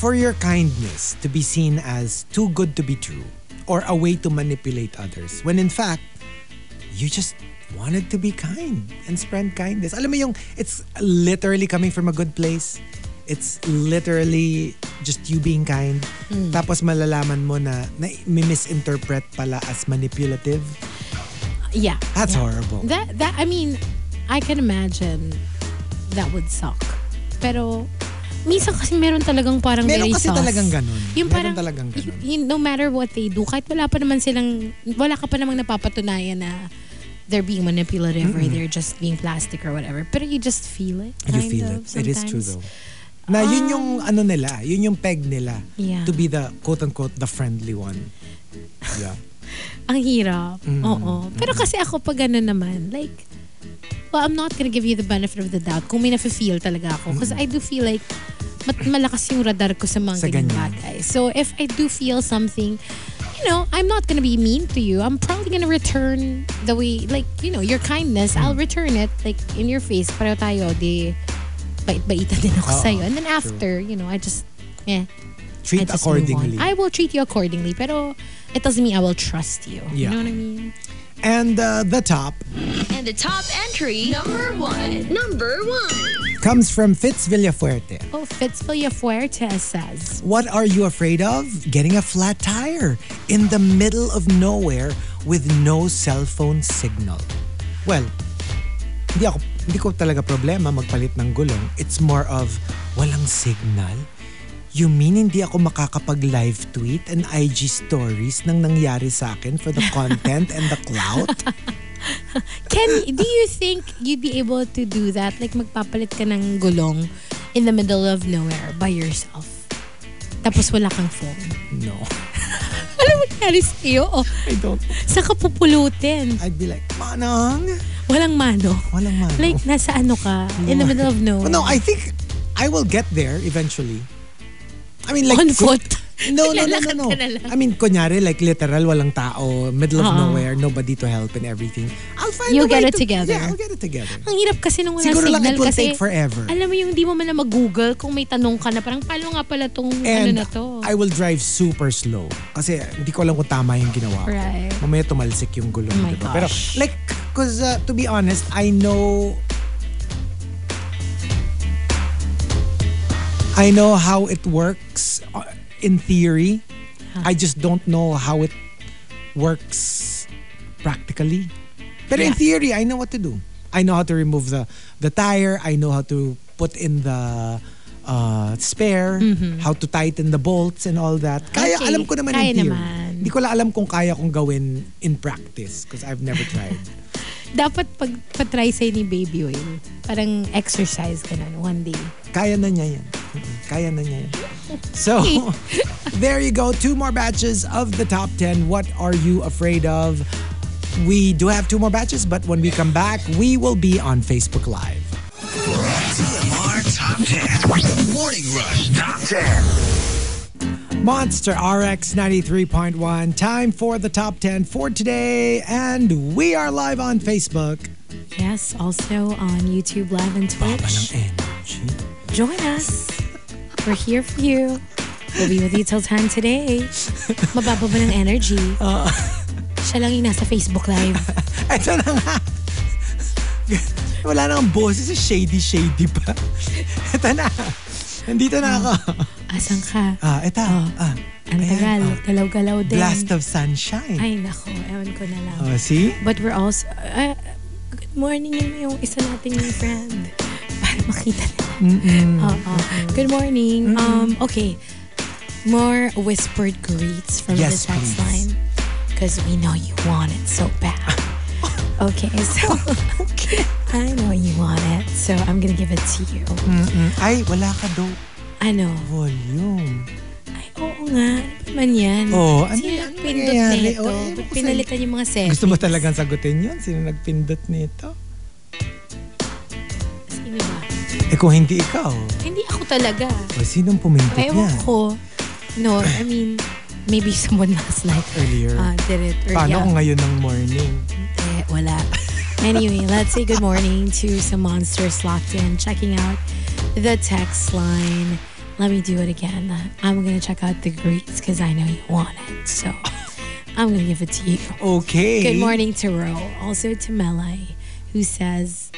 For your kindness to be seen as too good to be true or a way to manipulate others when in fact, you just wanted to be kind and spread kindness. Alam mo yung, it's literally coming from a good place. It's literally just you being kind.
Hmm.
Tapos malalaman mo na, na misinterpret pala as manipulative.
yeah
That's horrible.
That that I mean, I can imagine that would suck. Pero, minsan kasi meron talagang parang
Meron
very
kasi
sauce.
talagang ganun. Meron
Yung parang,
talagang ganun.
y- no matter what they do, kahit wala pa naman silang, wala ka pa namang napapatunayan na they're being manipulative or they're just being plastic or whatever. Pero you just feel it.
You
kind
feel
of,
it. It is true
sometimes. Ah.
though. Na yun yung ano nila, yun yung peg nila.
Yeah.
To be the quote-unquote the friendly one. Yeah.
Ang hirap.
Mm.
Oo. Pero kasi ako pag ano naman, like, well, I'm not gonna give you the benefit of the doubt kung may nafe-feel talaga ako. Because I do feel like mat- malakas yung radar ko sa mga
Sa
ganyang
ganyan.
bagay. So if I do feel something, you know, I'm not gonna be mean to you. I'm probably gonna return the way, like, you know, your kindness, I'll
Mm.
return it, like, in your face. Pareho tayo, di bait-baitan din ako
Oo,
sa'yo. And then after, you know, I just, eh, I
Treat
just move on.
accordingly.
I will treat you accordingly, pero it doesn't mean I will trust you. You
Yeah.
know what I mean?
And uh, the top
And the top entry, number one. Number one.
comes from Fitz Villafuerte.
Oh, Fitzville Fuerte says.
What are you afraid of? Getting a flat tire in the middle of nowhere with no cell phone signal. Well, hindi ako hindi ko talaga problema magpalit ng gulong. It's more of walang signal. You mean hindi ako makakapag live tweet and IG stories ng nangyari sa akin for the content and the clout?
Can do you think you'd be able to do that? Like magpapalit ka ng gulong in the middle of nowhere by yourself. Tapos wala kang phone.
No.
Alam mo nangyari sa'yo? Oh,
I don't.
sa kapupulutin.
I'd be like, Manang!
Walang mano.
Walang mano.
Like nasa ano ka? In the middle of nowhere.
Well, no, I think I will get there eventually. I mean, like...
On foot.
No, no, no,
Lalakad
no, no.
ka na lang.
I mean, kunyari, like literal, walang tao, middle of
Oo.
nowhere, nobody to help and everything. I'll find a
You'll
way
get it
to-
together.
Yeah, I'll get it together.
Ang hirap kasi nung wala
Siguro
signal
lang it will
kasi
take forever.
alam mo yung hindi mo man na mag-google kung may tanong ka na parang paano nga pala tong ano
And
na to.
I will drive super slow. Kasi hindi ko alam kung tama yung ginawa ko.
Right.
Mamaya tumalsik yung gulong.
Oh my
diba?
gosh.
Pero like, cause uh, to be honest, I know... I know how it works uh, in theory. I just don't know how it works practically. But in
Yeah.
theory, I know what to do. I know how to remove the the tire. I know how to put in the uh, spare, how to tighten the bolts and all that. Kaya
Mm-hmm. Okay,
alam ko naman
kaya
in theory.
naman.
Hindi ko lang alam kung kaya kong gawin in practice because I've never tried.
Dapat pag patry sa'yo ni Baby Whale, parang exercise ka na one day.
kaya na niya yan. Kaya na niya yan. So, there you go. Two more batches of the top 10. What are you afraid of? We do have two more batches, but when we come back, we will be on Facebook Live.
TMR Top 10. Morning Rush Top 10.
Monster RX 93.1. Time for the top 10 for today. And we are live on Facebook.
Yes, also on YouTube Live and Twitch. Join us. We're here for you. We'll be with you till time today. Mababa ba ng energy?
Uh.
Siya lang yung nasa Facebook Live.
Ito na nga. Wala nang boses. Shady, shady pa. Ito na. Nandito na ako.
Asan ka?
Ah, ito.
Oh,
Ah,
Ang
ayan,
tagal.
ah.
Galaw-galaw din.
Blast of sunshine.
Ay, nako. Ewan ko na lang.
Oh, see?
But we're also, uh, good morning yun yung isa nating friend. Para makita nila. Oo. Good morning. Um, okay. More whispered greets from
Yes,
the
please.
text line. Because we know you want it so bad. Okay, so I know you want it, so I'm gonna give it to you.
Hmm. Ay, wala ka daw
I know.
volume.
Ay, oo nga. Ano man yan?
Oo, ano
Sino
yan? Ano
nagpindot
nangyayari?
nito?
Oo, ewan ko
Pinalitan yung mga settings.
Gusto mo talagang sagutin yun? Sino nagpindot nito?
Sino ba?
Eh kung hindi ikaw,
Hindi ako talaga.
o sinong pumindot
Ewan
niya?
ko. No, I mean, maybe someone last night
Earlier.
uh, did it. Or
Paano
yeah,
kung ngayon ng morning?
eh, wala. Anyway, let's say good morning to some monsters locked in, checking out the text line. Let me do it again. I'm going to check out the greets because I know you want it. So I'm going to give it to you.
Okay.
Good morning to Ro, also to Melai, who says,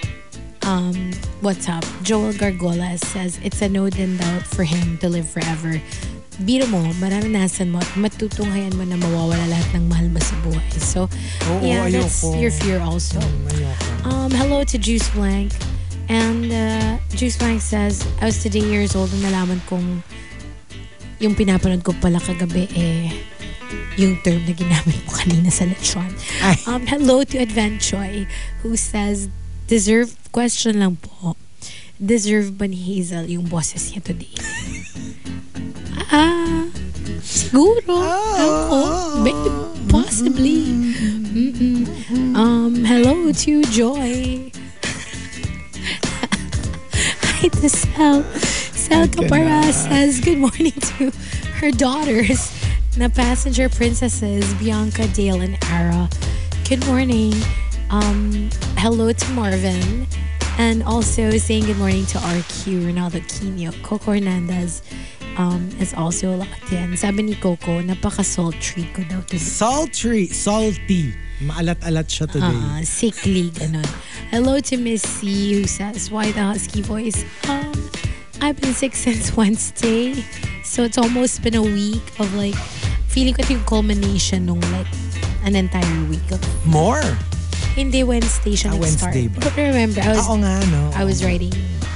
um, what's up? Joel Gargola says, it's a no din daw for him to live forever. Biro mo, maranasan mo at matutunghayan mo na mawawala lahat ng mahal mo sa buhay. So,
Oo,
yeah, that's
ayoko.
your fear also.
Ayoko.
Um, hello to Juice Blank And uh, Juice Blank says, I was today years old and nalaman kong yung pinapanood ko pala kagabi eh yung term na ginamit mo kanina sa lechon.
Ay.
Um, hello to Advenchoy who says, deserve, question lang po, deserve ba ni Hazel yung boses niya today? ah, siguro. Oo. May- possibly. Mm-mm. Um, hello to Joy. Hi to Sel. Sel Capara says, good morning to her daughters na passenger princesses, Bianca, Dale, and Ara. Good morning. Um, hello to Marvin. And also saying good morning to RQ, Ronaldo Quino, Coco Hernandez um, is also locked in. Sabi ni Coco, napaka-sultry ko daw today.
Sultry, salty. Maalat-alat siya today.
Ah, sickly, ganun. Hello to Miss C who says, why the husky voice? Um, I've been sick since Wednesday. So it's almost been a week of like, feeling ko ito yung culmination nung like, an entire week of,
More.
hindi Wednesday
Ah,
siya nag-start.
Wednesday ba? Ah,
But remember, I was,
Oo nga, no?
I was writing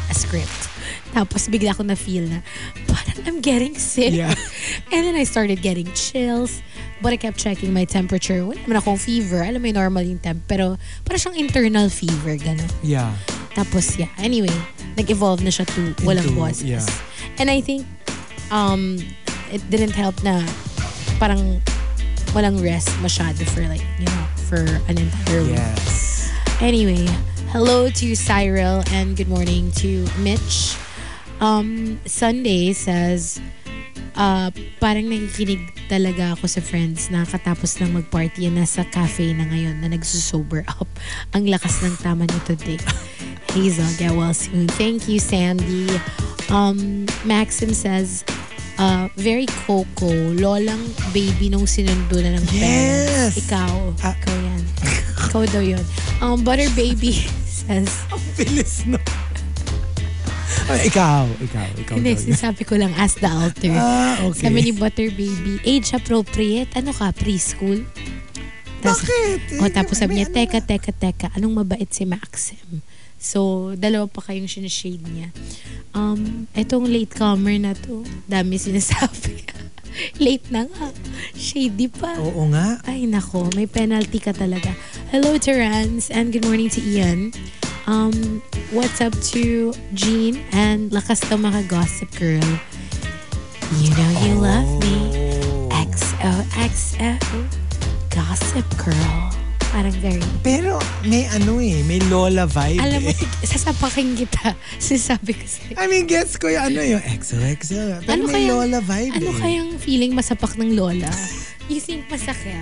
a script. Tapos bigla ko na-feel na, parang I'm getting sick.
Yeah.
And then I started getting chills. But I kept checking my temperature. Wala naman akong fever. Alam mo yung normal yung temp. Pero parang siyang internal fever, gano'n.
Yeah.
Tapos, yeah. Anyway, nag-evolve na siya to walang
Into-
boses.
yeah.
And I think, um, it didn't help na parang walang rest masyado for like, you know, for an entire week.
Yes.
Anyway, hello to Cyril and good morning to Mitch. Um, Sunday says, uh, parang nakikinig talaga ako sa friends na katapos lang mag-party and nasa cafe na ngayon na nagsusober up. Ang lakas ng tama nito today. Hazel, get well soon. Thank you, Sandy. Um, Maxim says, uh, very coco. Lolang baby nung sinundo na ng parents.
Yes! Ah.
Ikaw. ikaw yan. ikaw daw yun. Um, Butter Baby says,
Bilis na. Ay, ikaw, ikaw, ikaw. daw
Hindi,
yun.
sinasabi ko lang as the alter.
Ah, okay.
Sabi ni Butter Baby, age appropriate, ano ka, preschool? Tapos-
Bakit?
O Oh, tapos
May
sabi niya,
ano
teka,
na.
teka, teka, anong mabait si Maxim? So, dalawa pa kayong sinashade niya. Um, etong latecomer na to, dami sinasabi. Late na nga. Shady pa.
Oo nga.
Ay nako, may penalty ka talaga. Hello Terrence and good morning to Ian. Um, what's up to Jean and lakas ka mga gossip girl. You know you love me.
Oh.
XOXO Gossip Girl. Parang very...
Pero may ano eh, may lola vibe
Alam mo,
eh.
sig- sasapakin kita. Sinasabi ko sa'yo.
I mean, gets ko yung ano yung XOXO. Pero
Ano
may
kayang-
lola vibe
Ano
eh.
kayang feeling masapak ng lola? You think masakit?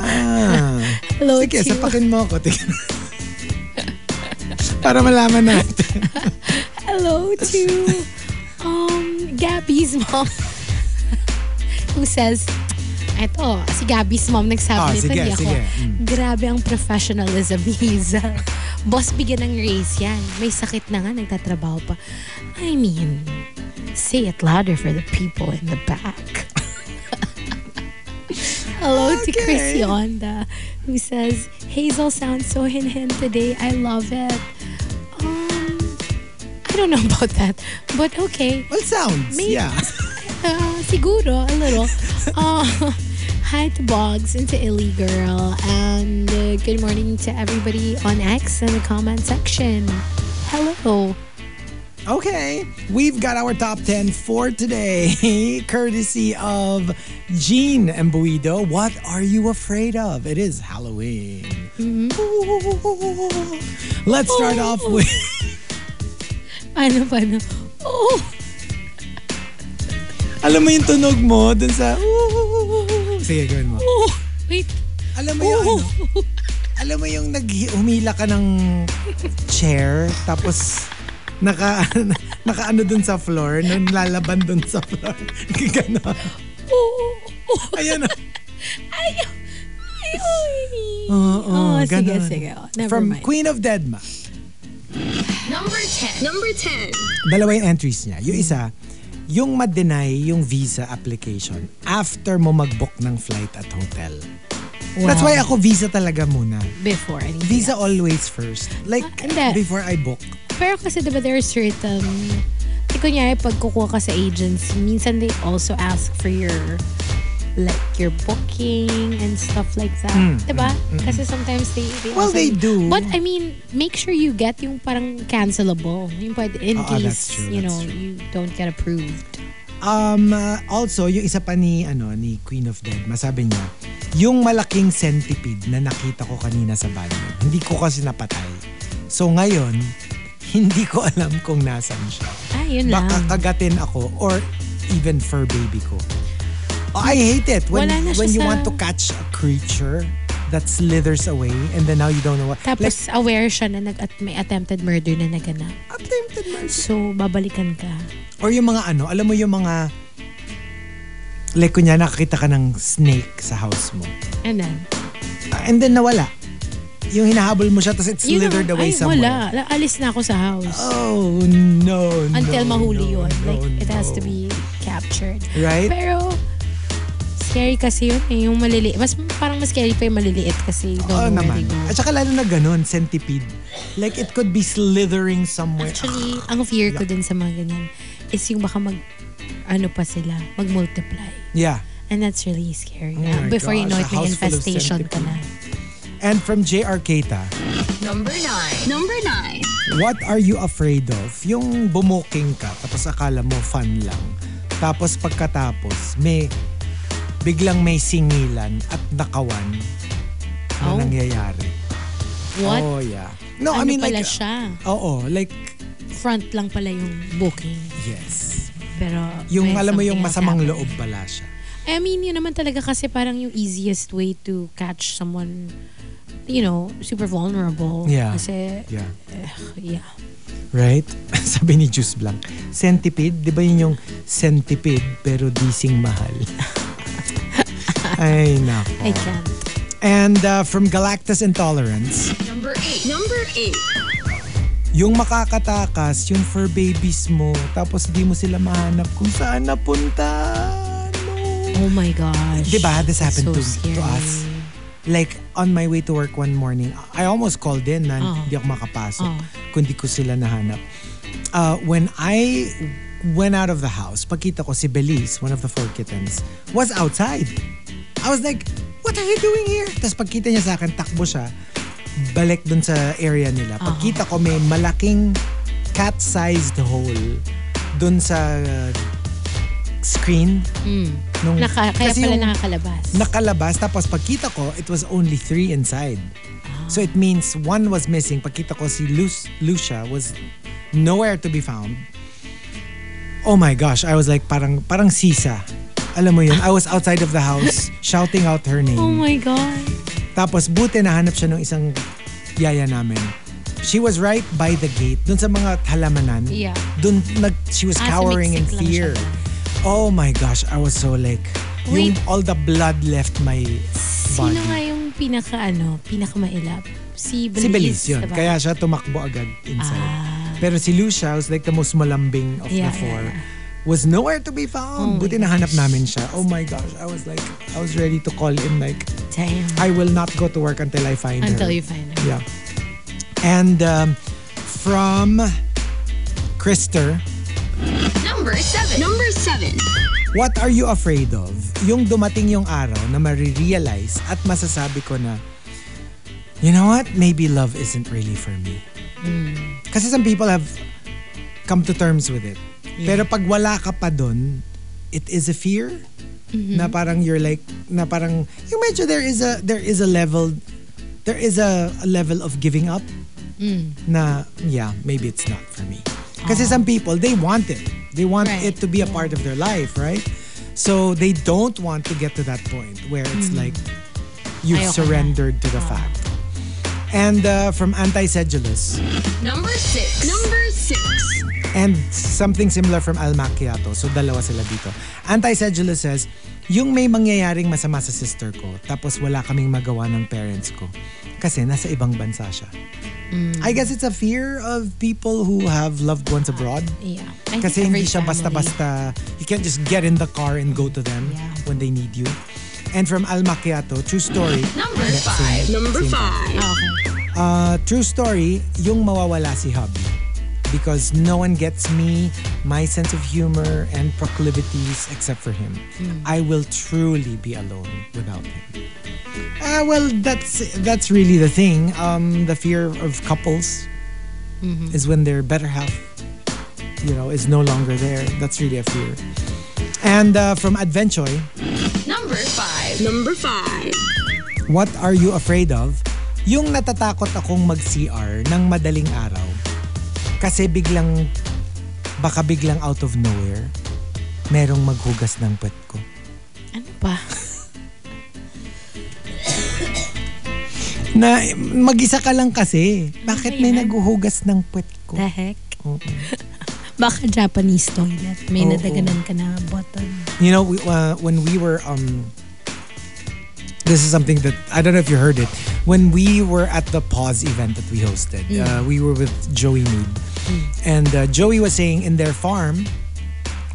Ah.
Hello
Sige,
to...
sapakin mo ako. Tingnan. Para malaman natin.
hello to um Gabby's mom who says eto, si Gabby's mom
Ah,
nagsabi nito,
sige,
hindi ako.
sige. Mm.
Grabe ang professionalism ni Hazel. Boss, bigyan ng raise yan. May sakit na nga, nagtatrabaho pa. I mean, say it louder for the people in the back. Hello to Chris Yonda, who says, Hazel sounds so hin-hin today. I love it. Um, I don't know about that. But okay.
Well, sounds.
May-
Yeah.
Uh, siguro, a little. Uh, hi to Boggs and to Illy Girl. And uh, good morning to everybody on X in the comment section. Hello.
Okay, we've got our top 10 for today, courtesy of Jean Embuido. What are you afraid of? It is Halloween. Mm-hmm. Ooh. Let's start off with
Ano ba na? Oh!
Alam mo yung tunog mo dun sa Ooh. Sige, gawin mo.
oh wait.
Alam mo yung
Ooh.
ano? Alam mo yung nag humila ka ng chair tapos naka nakaano dun sa floor nung lalaban dun sa floor. Ganon.
Oh! oh.
Ayan ah. na.
Ayaw! Ayaw! eh.
Oo,
Oh, sige,
ganun.
sige. Oh, never
From
mind.
Queen of Deadma.
Number 10.
Number 10.
Dalawa yung entries niya. Yung isa, yung ma-deny yung visa application after mo mag-book ng flight at hotel. That's why
Wow.
ako visa talaga muna.
before anything.
Visa always first. Like,
Ah, hindi.
before I book.
Pero kasi diba there are certain, like kunyari pag kukuha ka sa agency, minsan they also ask for your, like your booking and stuff like that. diba? Kasi sometimes they, they
Hmm. Well,
also-
they do.
But I mean, make sure you get yung parang cancelable. Yung pwede, in
Oo, Ah, that's
case,
true,
you
that's
know,
true.
you don't get approved.
Um, uh, also, yung isa pa ni, ano, ni Queen of Dead, masabi niya, yung malaking centipede na nakita ko kanina sa banyo, hindi ko kasi napatay. So ngayon, hindi ko alam kung nasan siya.
Ah, yun
Baka
lang.
kagatin ako or even fur baby ko. Oh, I hate it when,
Wala na siya
when you
sa-
want to catch a creature that slithers away and then now you don't know what. like,
Tapos aware siya na nag at may attempted murder na naganap.
attempted murder.
So, babalikan ka.
Or yung mga ano, alam mo yung mga like kunya nakakita ka ng snake sa house mo.
And then,
And then nawala. Yung hinahabol mo siya tapos it
you know,
slithered away
ay,
somewhere.
wala. Alis na ako sa house.
Oh, no, no.
until mahuli
no,
yun.
no,
like, it has
no.
to be captured.
Right?
Pero, scary kasi yun eh. Yung maliliit. Mas, parang mas scary pa yung maliliit kasi you
Oo
don't know where
naman.
they go.
At saka lalo na ganun, centipede. Like it could be slithering somewhere.
Actually, ang fear ko din sa mga ganyan is yung baka mag, ano pa sila, mag-multiply.
yeah.
And that's really scary.
Oh my
Before you know
gosh,
it,
a
may
house full of
infestation ka na.
And from J.R. Keita,
Number 9.
Number nine.
what are you afraid of? Yung bumuking ka, tapos akala mo fun lang. Tapos pagkatapos, may biglang may singilan at nakawan na
Oh.
nangyayari.
What?
Oh, yeah. No, I
ano
mean
pala
like,
siya?
oo, like,
Front lang pala yung booking.
yes.
Pero,
Yung
may
alam mo yung
something else
masamang
happening.
loob pala siya.
Eh, I mean, yun naman talaga kasi parang yung easiest way to catch someone, you know, super vulnerable.
Yeah.
Kasi,
Yeah.
ugh, yeah.
Right? Sabi ni Juice Blanc, centipede, di ba yun yung centipede pero dising mahal? Ay,
I
nako.
can't.
And uh, from Galactus Intolerance,
Number 8.
Number eight.
yung makakatakas, yung fur babies mo, tapos di mo sila mahanap kung saan napunta. No.
Oh my gosh.
Diba? This
That's
happened to,
so
to
scary.
us. Like, on my way to work one morning, I almost called in na
Oh.
hindi ako makapasok.
Oh.
Kundi ko sila nahanap. Uh, when I went out of the house, pagkita ko si Belize, one of the four kittens, was outside. I was like, what are you doing here? Tapos pagkita niya sa akin, takbo siya. Balik dun sa area nila.
Uh-huh.
Pagkita ko may malaking cat-sized hole dun sa uh, screen. Nung,
Hmm. Naka, kaya
kasi
pala
yung-
nakakalabas.
nakalabas tapos pagkita ko it was only three inside so it means one was missing pagkita ko si Luz, Lucia was nowhere to be found oh my gosh I was like parang parang sisa alam mo yun I was outside of the house shouting out her name
oh my God.
tapos buti nahanap siya ng isang yaya namin she was right by the gate dun sa mga halamanan
Yeah.
dun nag she was
Ah,
cowering in
sumiksik lang siya
fear
doon.
oh my gosh I was so like yung
Wait.
all the blood left my
Sino
body
nga yung pinaka, ano, pinakamailap? Si Belize.
Si Belize yun.
diba?
Kaya siya tumakbo agad inside.
Ah.
Pero si Lucia was like the most malambing of the
Yeah,
four.
yeah,
Was nowhere to be found.
Oh my
Buti nahanap namin siya. Oh my gosh. I was like, I was ready to call him like,
Damn.
I will not go to work until I find her.
Until you find her.
Yeah. And um, from Krister,
Number 7.
Number seven.
what are you afraid of? Yung dumating yung araw na marirealize at masasabi ko na, you know what? Maybe love isn't really for me. Kasi some people have come to terms with it. Pero pag wala ka pa dun, it is a fear na parang you're like, na parang, yung medyo there is a, there is a level, there is a, a level of giving up na, yeah, maybe it's not for me. Kasi some people, they want it. They want
Right.
it to be a part of their life, right? So they don't want to get to that point where it's like, you've
Ayoko na.
surrendered to the fact. And uh, from Anti-Sedulous,
Number 6.
Number six.
And something similar from Al Macchiato. So dalawa sila dito. Anti-Sedulous says, yung may mangyayaring masama sa sister ko tapos wala kaming magawa ng parents ko kasi nasa ibang bansa siya.
Mm.
I guess it's a fear of people who have loved ones abroad.
Yeah. I think
Kasi hindi
every
siya
family-
basta-basta, you can't just get in the car and go to them
Yeah.
when they need you. And from Al Macchiato, True Story.
Number
Yeah, same-
five. Number
same thing.
five.
Okay.
Uh, true story, yung mawawala si hubby. Because no one gets me, my sense of humor, and proclivities except for him. I will truly be alone without him. Ah, well, that's that's really the thing. Um, the fear of couples is when their better half, you know, is no longer there. That's really a fear. And uh, from Adventure,
Number five. Number five.
What are you afraid of? Yung natatakot akong mag-CR ng madaling araw. Kasi biglang, baka biglang out of nowhere, merong maghugas ng pet ko.
Ano ba?
Na, mag-isa ka lang kasi. Bakit may
Ano ba yan?
naghuhugas ng pet ko?
The heck?
Oo.
Baka Japanese toilet. May
Oo.
nadaganan ka na button.
You know, we, uh, when we were um, this is something that I don't know if you heard it. When we were at the pause event that we hosted, uh, we were with Joey Mead, and uh, Joey was saying in their farm,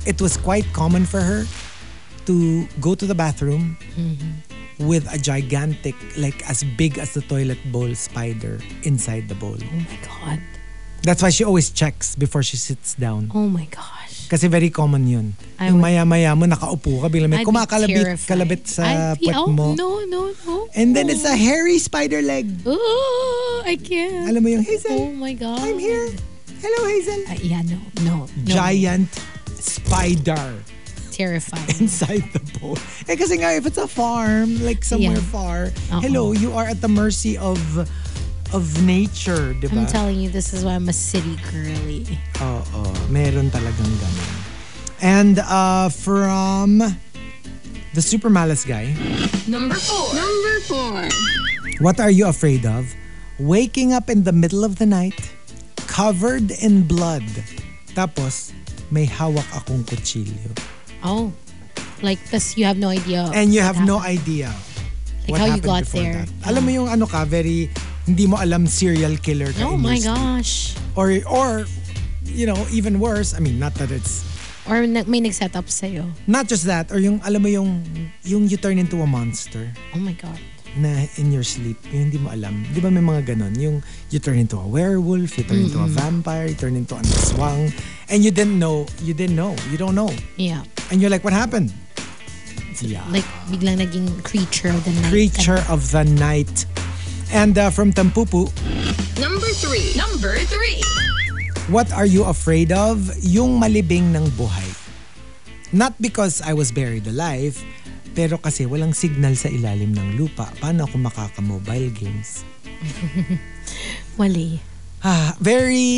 it was quite common for her to go to the bathroom with a gigantic, like as big as the toilet bowl spider inside the bowl.
Oh my God.
That's why she always checks before she sits down.
Oh my gosh.
Kasi very common yun.
I
yung
would-
maya-maya mo, nakaupo ka, bilang may
I'd be
kumakalabit
terrified.
kalabit sa
I'd be,
puwet
oh,
mo.
No, no, no.
And then it's a hairy spider leg.
Oh, I can't.
Alam mo yung, Hazel,
Oh my God.
I'm here. Hello, Hazel.
Uh, yeah, no, no, no.
Giant spider
Terrifying.
inside the boat. Eh kasi nga, if it's a farm, like somewhere
Yeah.
far,
Oo.
hello, you are at the mercy of of nature, di ba?
I'm telling you, this is why I'm a city girly.
Oo, meron talagang ganun. And uh, from the Super Malice guy,
Number four.
Number four.
What are you afraid of? Waking up in the middle of the night, covered in blood. Tapos, may hawak akong kutsilyo.
Oh, like this, you have no idea.
And you have
what
no
happened.
idea
Like how you got
before
there.
that. Alam mo yung ano ka, very, hindi mo alam serial killer ka.
Oh
in
my
your sleep.
gosh.
Or, or, you know, even worse, I mean, not that it's,
Or na- may nag-set up sa'yo.
not just that, or yung, alam mo yung, yung you turn into a monster.
Oh my God.
na in your sleep, yung hindi mo alam. Di ba may mga ganon? Yung you turn into a werewolf, you turn into a vampire, you turn into an aswang, and you didn't know, you didn't know, you don't know.
Yeah.
And you're like, what happened? Yeah.
Like, biglang naging creature of the night.
Creature of the night. And uh, from Tampupu,
Number three. Number three.
what are you afraid of? Yung malibing ng buhay. Not because I was buried alive, pero kasi walang signal sa ilalim ng lupa. Paano ako makaka-mobile games?
Wali.
Ah, very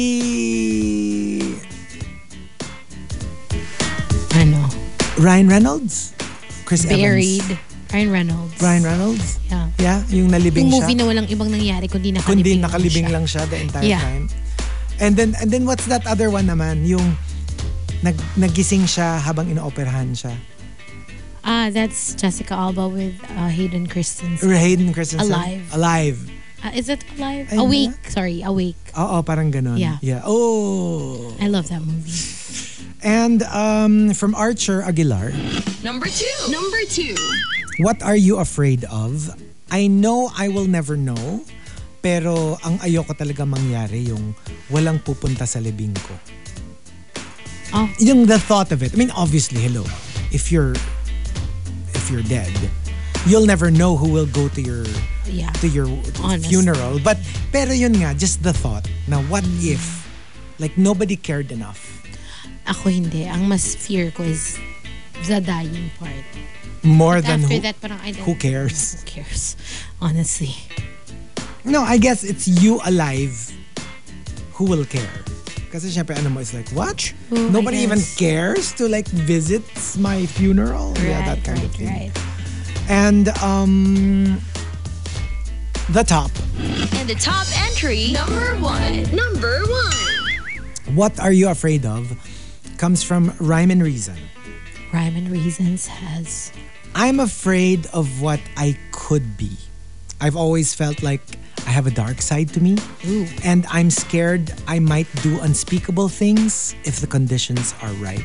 Ano?
Ryan Reynolds, Chris
Buried.
Evans.
Ryan Reynolds.
Ryan Reynolds.
Yeah.
Yeah, yung nalibing
Yung
siya.
movie na walang ibang nangyari kundi nakalibing
Kundi
lang
nakalibing
siya.
lang siya the entire
Yeah.
time. And then and then what's that other one naman? Yung nag, nagising siya habang inooperahan siya.
Ah, that's Jessica Alba with uh, Hayden Christensen.
Or Hayden Christensen.
Alive.
Alive.
Uh, is it alive?
Ayun
awake. Sorry, awake.
Oo, parang ganun.
Yeah.
Oh.
I love that movie.
And um, from Archer Aguilar.
Number two.
Number two.
What are you afraid of? I know I will never know, pero ang ayoko talaga mangyari yung walang pupunta sa libing ko.
Oh.
Yung the thought of it. I mean, obviously, hello. If you're if you're dead, you'll never know who will go to your
Yeah.
to your
Honest.
funeral. But pero yun nga, just the thought. Now, what if like nobody cared enough?
Ako hindi. Ang mas fear ko is the dying part.
More than
After
who,
that, parang I don't
who cares?
Who cares? Honestly.
No, I guess it's you alive who will care. Kasi syempre, ano mo, it's like, what?
True,
Nobody
Oh, I
even
guess.
cares to like visit my funeral? yeah, that
Right,
kind of
right,
thing.
right.
And um, the top.
And the top entry. Number one. Number one.
What are you afraid of? Comes from Rhyme and Reason.
Rhyme and Reason says,
I'm afraid of what I could be. I've always felt like I have a dark side to me.
Ooh.
And I'm scared I might do unspeakable things if the conditions are right.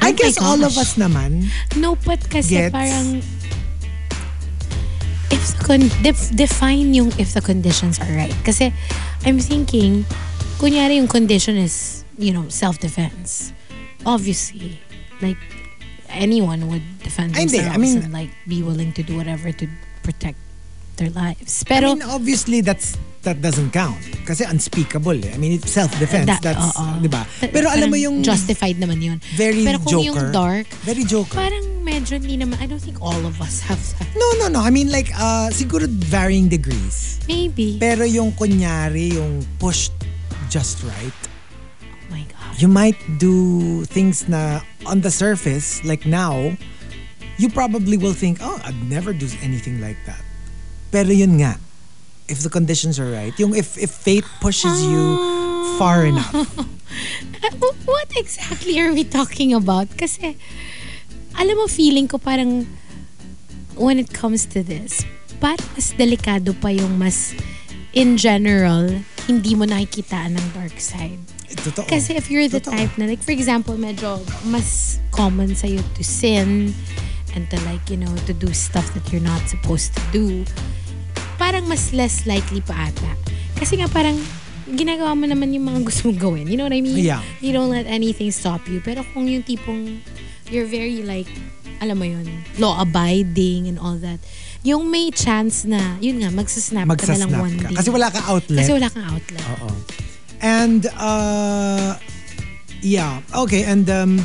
I
Oh my
guess all of us
gosh.
naman.
No, but kasi
Gets.
parang if the con- def- define yung if the conditions are right. Kasi I'm thinking, kunyari yung condition is, you know, self-defense. Obviously, like, anyone would defend
Ay, hindi.
themselves
I mean-
and like be willing to do whatever to protect their lives.
I
Pero,
mean, obviously, that's that doesn't count. Kasi unspeakable eh. I mean, it's self-defense.
that-
that's,
oo.
di ba?
Pa-
Pero alam mo
parang
yung
Justified naman yun.
very
Pero kung
joker.
yung dark,
Very joker.
parang medyo hindi naman, I don't think all of us have that.
No, no, no. I mean like, uh, siguro varying degrees.
Maybe.
Pero yung kunyari, yung pushed just right,
oh my God.
you might do things na on the surface, like now, you probably will think, oh, I'd never do anything like that. Pero yun nga, if the conditions are right, yung if, if fate pushes you
Ah.
far enough.
Uh, what exactly are we talking about? Kasi, alam mo, feeling ko parang when it comes to this, parang mas delikado pa yung mas, in general, hindi mo nakikitaan ng dark side.
Totoo.
Kasi if you're the
Totoo.
type na, like, for example, medyo mas common sa'yo to sin and to like, you know, to do stuff that you're not supposed to do, parang mas less likely pa ata. Kasi nga parang ginagawa mo naman yung mga gusto mong gawin. You know what I mean?
Yeah.
You don't let anything stop you. Pero kung yung tipong you're very like, alam mo yun, law-abiding and all that, yung may chance na, yun nga, magsasnap, ka na lang
Magsasnap
one
ka.
day.
Kasi wala kang outlet.
Kasi wala kang outlet.
Oo. And, uh, yeah. Okay, and um,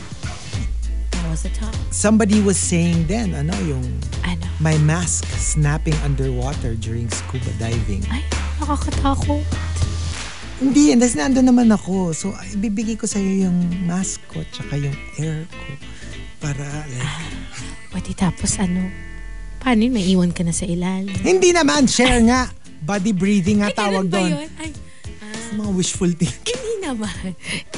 That was the top.
somebody was saying then, ano, yung
Ano?
my mask snapping underwater during scuba diving.
Ay, nakakatakot.
Hindi, and that's nandun naman ako. So, ay, ibibigay ko sa'yo yung mask ko tsaka yung air ko para
Ah.
like...
Pwede tapos ano, paano yun? May iwan ka na sa ilalim.
Hindi naman, share nga. Body breathing nga
Ay,
tawag
ganun ba
doon.
yun? Ay,
Mga wishful thinking.
hindi naman.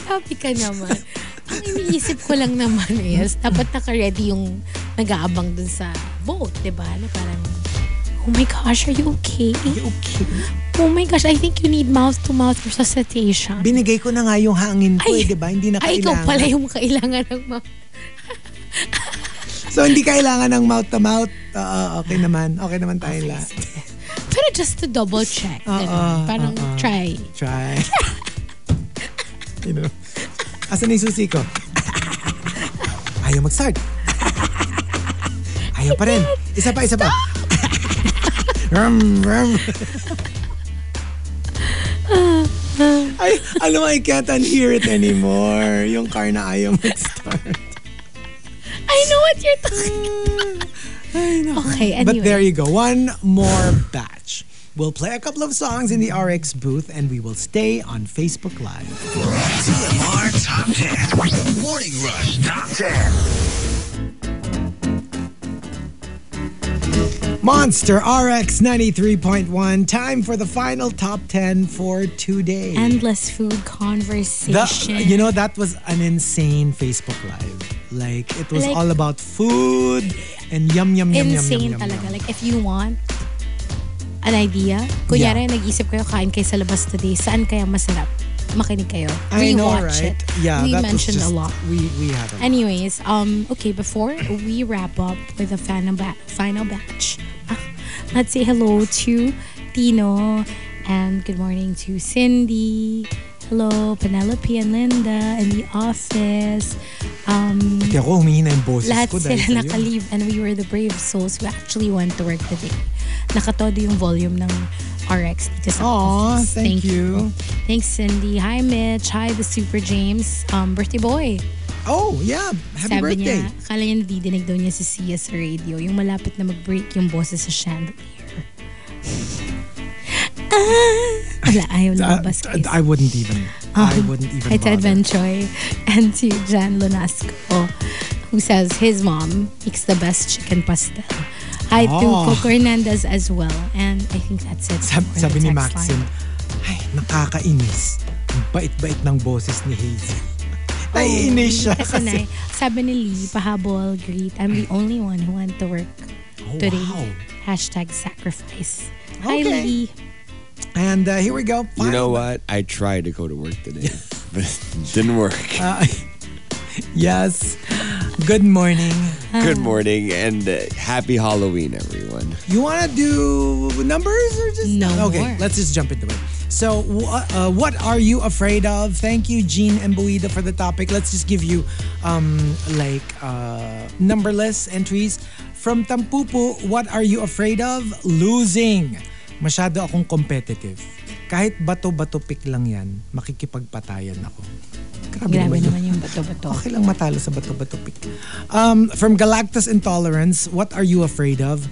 Happy ka naman. Ang iniisip ko lang naman is, dapat naka-ready yung nag-aabang dun sa boat, di ba? Na parang, oh my gosh, are you okay?
Okay.
Oh my gosh, I think you need mouth-to-mouth resuscitation.
Binigay ko na nga yung hangin ko, eh, di ba? Hindi na
Ay, ikaw
kailangan.
pala yung kailangan ng mouth.
So, hindi kailangan ng mouth-to-mouth. Oo, Ah, okay naman. Okay naman tayo lahat.
Pero just to double check.
Oo,
ganun. Parang
oo.
try.
Try. you know? Asan na yung susi ko? Ayaw mag-start. Ayaw pa rin. Isa pa, isa pa. rum, rum. Ay, alam mo, I can't unhear it anymore. Yung car na ayaw mag-start.
I know what you're talking about. Okay, anyway.
But there you go. One more batch. We'll play a couple of songs in the RX booth and we will stay on Facebook Live.
TMR Top 10. Morning Rush Top 10.
Monster RX 93.1. Time for the final top 10 for today.
endless food
The-
conversation.
you know, that was an insane Facebook Live. Like, it was
Like-
all about food and yum, yum, yum,
insane
yum, yum, yum,
talaga.
yum.
Like, if you want an idea, kunyari nag-isip kayo, kain kayo sa labas today, saan kaya masarap? Makinig kayo.
I know,
Rewatch
right?
it.
Yeah,
we
that was
mentioned
just-
a lot.
We, we had a lot.
Anyways, um, okay, before we wrap up with the final, ba- final batch, ah, let's say hello to Tino and good morning to Cindy. Hello, Penelope and Linda in the office. Um,
Hindi ako humihina yung boses
lahat
ko dahil sa'yo.
sila nakalive and we were the brave souls who actually went to work today. Nakatodo yung volume ng RX dito sa
Aw,
office.
thank you.
Thanks, Cindy. Hi, Mitch. Hi, the Super James. Um, birthday boy.
Oh, yeah. Happy
Sabi
birthday.
niya, akala niya nadidinig daw niya si Sia sa radio. Yung malapit na mag-break yung boses sa chandelier. ah! Wala, ayaw
Uh,
lumabas. guys.
I wouldn't even.
Oh,
I wouldn't even
Hi to
bother.
Edwin Choi and to Jan Lunasco, who says his mom makes the best chicken pastel. Hi to
Oh.
Coco Hernandez as well. And I think that's it.
Sabi,
for the
sabi ni
text
Maxim,
line.
ay, nakakainis. Ang Bait-bait ng boses ni Hazel. Naiinis siya
Oh, Kasi
kasi.
na, sabi ni Lee, pahabol, greet. I'm the only one who went to work
Oh,
today.
wow.
Hashtag sacrifice. Hi,
Okay.
Lee.
And uh, here we go.
You know what? I tried Ah. to go to work today, but it didn't work.
Uh, yes.
Good morning.
Good morning and uh, happy Halloween, everyone.
You want to do numbers or just
No
Okay,
more.
let's just jump into it. So, wha- uh, what are you afraid of? Thank you, Jean Embuida, for the topic. Let's just give you um, like uh, numberless entries from Tampupu. What are you afraid of? Losing. Masyado akong competitive. Kahit bato-bato pick lang yan, makikipagpatayan ako. Grabe,
Grabe
naman yun.
naman yung bato-bato.
Okay lang matalo sa bato-bato pick. Um, from Galactus Intolerance, what are you afraid of?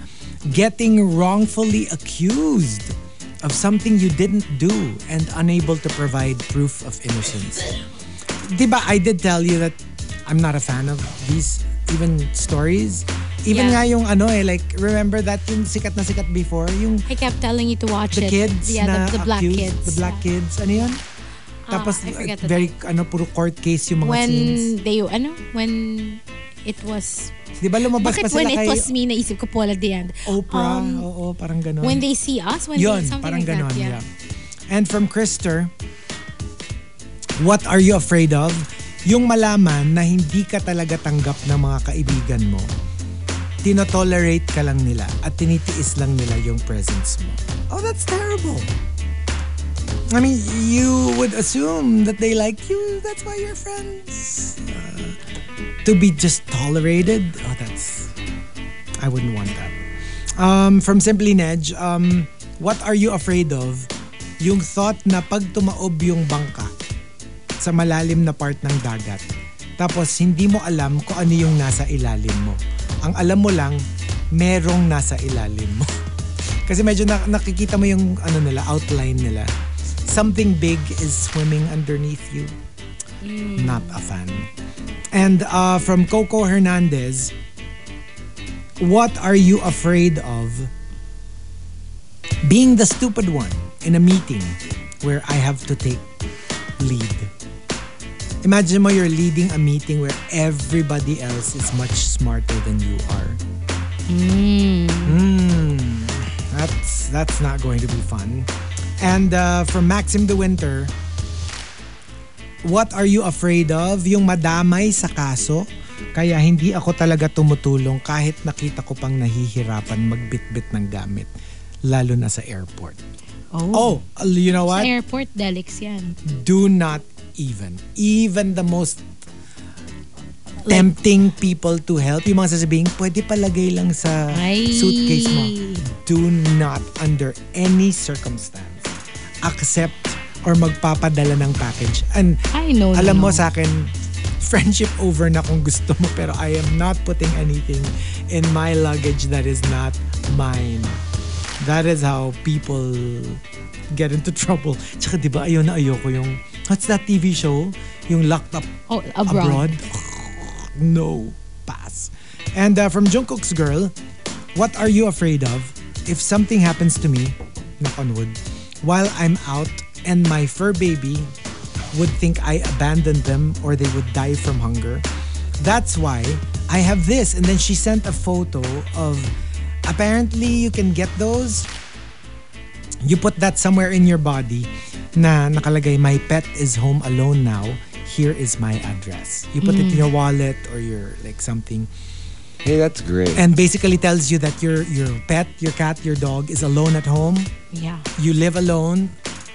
Getting wrongfully accused of something you didn't do and unable to provide proof of innocence. Diba, I did tell you that I'm not a fan of these even stories. Even
Yeah.
nga yung ano eh, like, remember that yung sikat na sikat before? Yung
I kept telling you to watch
the
it.
kids
yeah,
na
the, the black
accused,
kids. Ah,
The black kids. Ano yun? Tapos,
I forget the
very, ano, puro court case yung mga
when
teens.
they, ano, when it was,
Di ba lumabas pa
bakit
sila
when it
kay
was me, naisip ko Paula de Ande.
Oprah?
Um,
Oo, parang ganon.
When they see us, when
Yun,
they, something
parang
like
ganon,
that, yeah.
yeah. And from Krister, what are you afraid of? Yung malaman na hindi ka talaga tanggap ng mga kaibigan mo. Tinotolerate ka lang nila at tinitiis lang nila yung presence mo. Oh, that's terrible. I mean, you would assume that they like you. That's why you're friends. Uh, to be just tolerated? Oh, that's... I wouldn't want that. Um, from Simply Nedge, um, what are you afraid of? Yung thought na pag tumaob yung bangka sa malalim na part ng dagat, tapos hindi mo alam kung ano yung nasa ilalim mo. Ang alam mo lang, merong nasa ilalim mo. Kasi medyo na- nakikita mo yung ano nila, outline nila. Something big is swimming underneath you. Not a fan. And uh, from Coco Hernandez, what are you afraid of? Being the stupid one in a meeting where I have to take lead. Imagine mo you're leading a meeting where everybody else is much smarter than you are. Mm, that's that's not going to be fun. And uh, from Maxim the Winter, what are you afraid of? Yung madamay sa kaso. Kaya hindi ako talaga tumutulong kahit nakita ko pang nahihirapan magbitbit ng gamit. Lalo na sa airport. Oh, you know what?
Sa airport, Delix yan.
do not even. Even the most tempting people to help. Yung mga sasabing, pwede palagay lang sa
Ay.
suitcase mo. Do not, under any circumstance, accept or magpapadala ng package. And
I know.
alam
no,
mo
no.
sa akin, friendship over na kung gusto mo. Pero I am not putting anything in my luggage that is not mine. That is how people get into trouble. Tsaka di ba ayaw na ayoko yung, what's that TV show? Yung locked up
Oh, abroad.
no, pass. And uh, from Jungkook's girl, what are you afraid of? If something happens to me, knock on wood, while I'm out and my fur baby would think I abandoned them or they would die from hunger. That's why I have this. And then she sent a photo of apparently you can get those you put that somewhere in your body na nakalagay, my pet is home alone now. Here is my address. You put it in your wallet or your like something.
Hey, that's great.
And basically tells you that your your pet, your cat, your dog is alone at home.
Yeah.
You live alone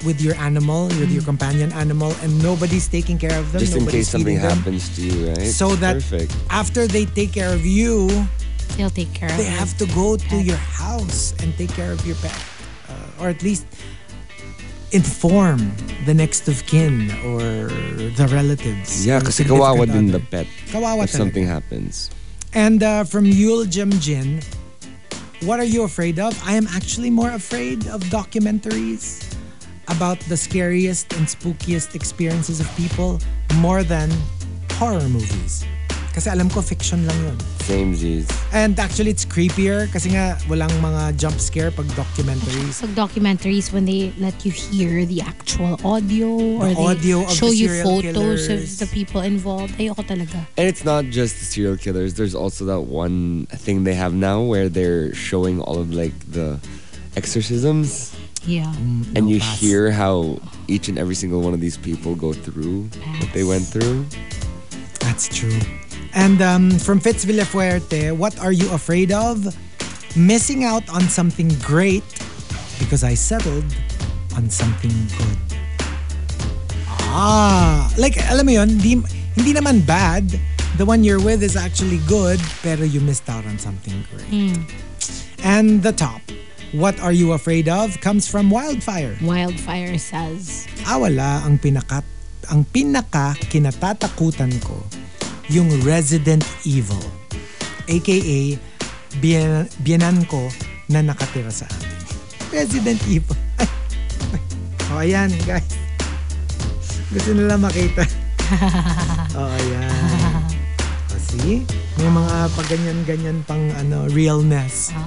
with your animal, with your companion animal, and nobody's taking care of them.
Just in
nobody's
case something
feeding them.
happens to you, right?
So that
Perfect.
after they take care of you,
They'll take care of
they
it.
have to go to
Pet.
your house and take care of your pet uh, or at least inform the next of kin or the relatives
Yeah,
or
kasi
significant
kawawa din
other.
the pet.
Kawawa
if
talaga.
something happens.
and uh, from Yul Jim Jin what are you afraid of I am actually more afraid of documentaries about the scariest and spookiest experiences of people more than horror movies kasi alam ko fiction lang yun
Same Z's.
And actually, it's creepier kasi nga walang mga jump scare pag documentaries.
So documentaries when they let you hear the actual audio
The
or they
audio of the
show you
serial killers.
photos of the people involved. Ayoko talaga.
And it's not just the serial killers. There's also that one thing they have now where they're showing all of like the exorcisms,
Yeah.
Mm.
and you
pass.
hear how each and every single one of these people go through what they went through.
That's true. And um, from Fitz Villafuerte, what are you afraid of? Missing out on something great because I settled on something good. Ah, like alam mo yun, di, hindi naman bad. The one you're with is actually good, pero you missed out on something great. And the top, what are you afraid of? Comes from Wildfire.
Wildfire says,
Awala Ah, ang pinaka ang pinaka kinatatakutan ko yung Resident Evil aka bien, bienan ko na nakatira sa amin. Resident Evil. Ay. Oh, ayan, guys. Gusto nila makita. oh, ayan. Oh, see? May mga paganyan-ganyan pang ano, realness.
uh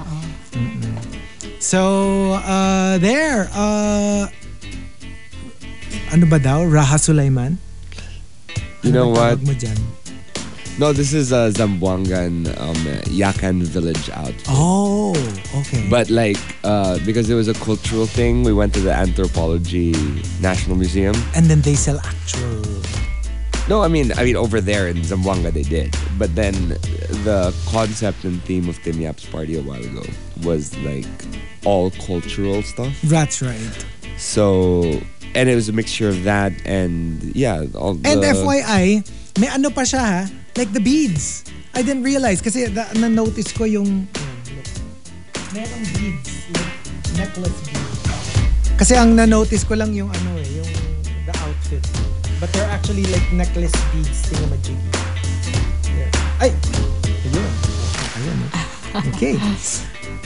So, uh, there. Uh, ano ba daw? Raha Sulaiman?
You
Oh
know what?
Tawag mo dyan.
No, this is uh, Zamboangan um, Yakan village out.
Oh, okay.
But like, uh, because it was a cultural thing, we went to the Anthropology National Museum.
And then they sell actual...
No, I mean, I mean, over there in Zamboanga they did. But then the concept and theme of Tim Yap's party a while ago was like all cultural stuff.
That's right.
So, and it was a mixture of that and yeah, all the.
And FYI, may ano pa siya ha? Like the beads. I didn't realize kasi na- na-notice ko yung... Merong beads. Like necklace beads. Kasi ang na-notice ko lang yung ano eh, yung the outfit. But they're actually like necklace beads thingamajiggy. Yeah. Ay! Ayun. Ayun. eh. Okay.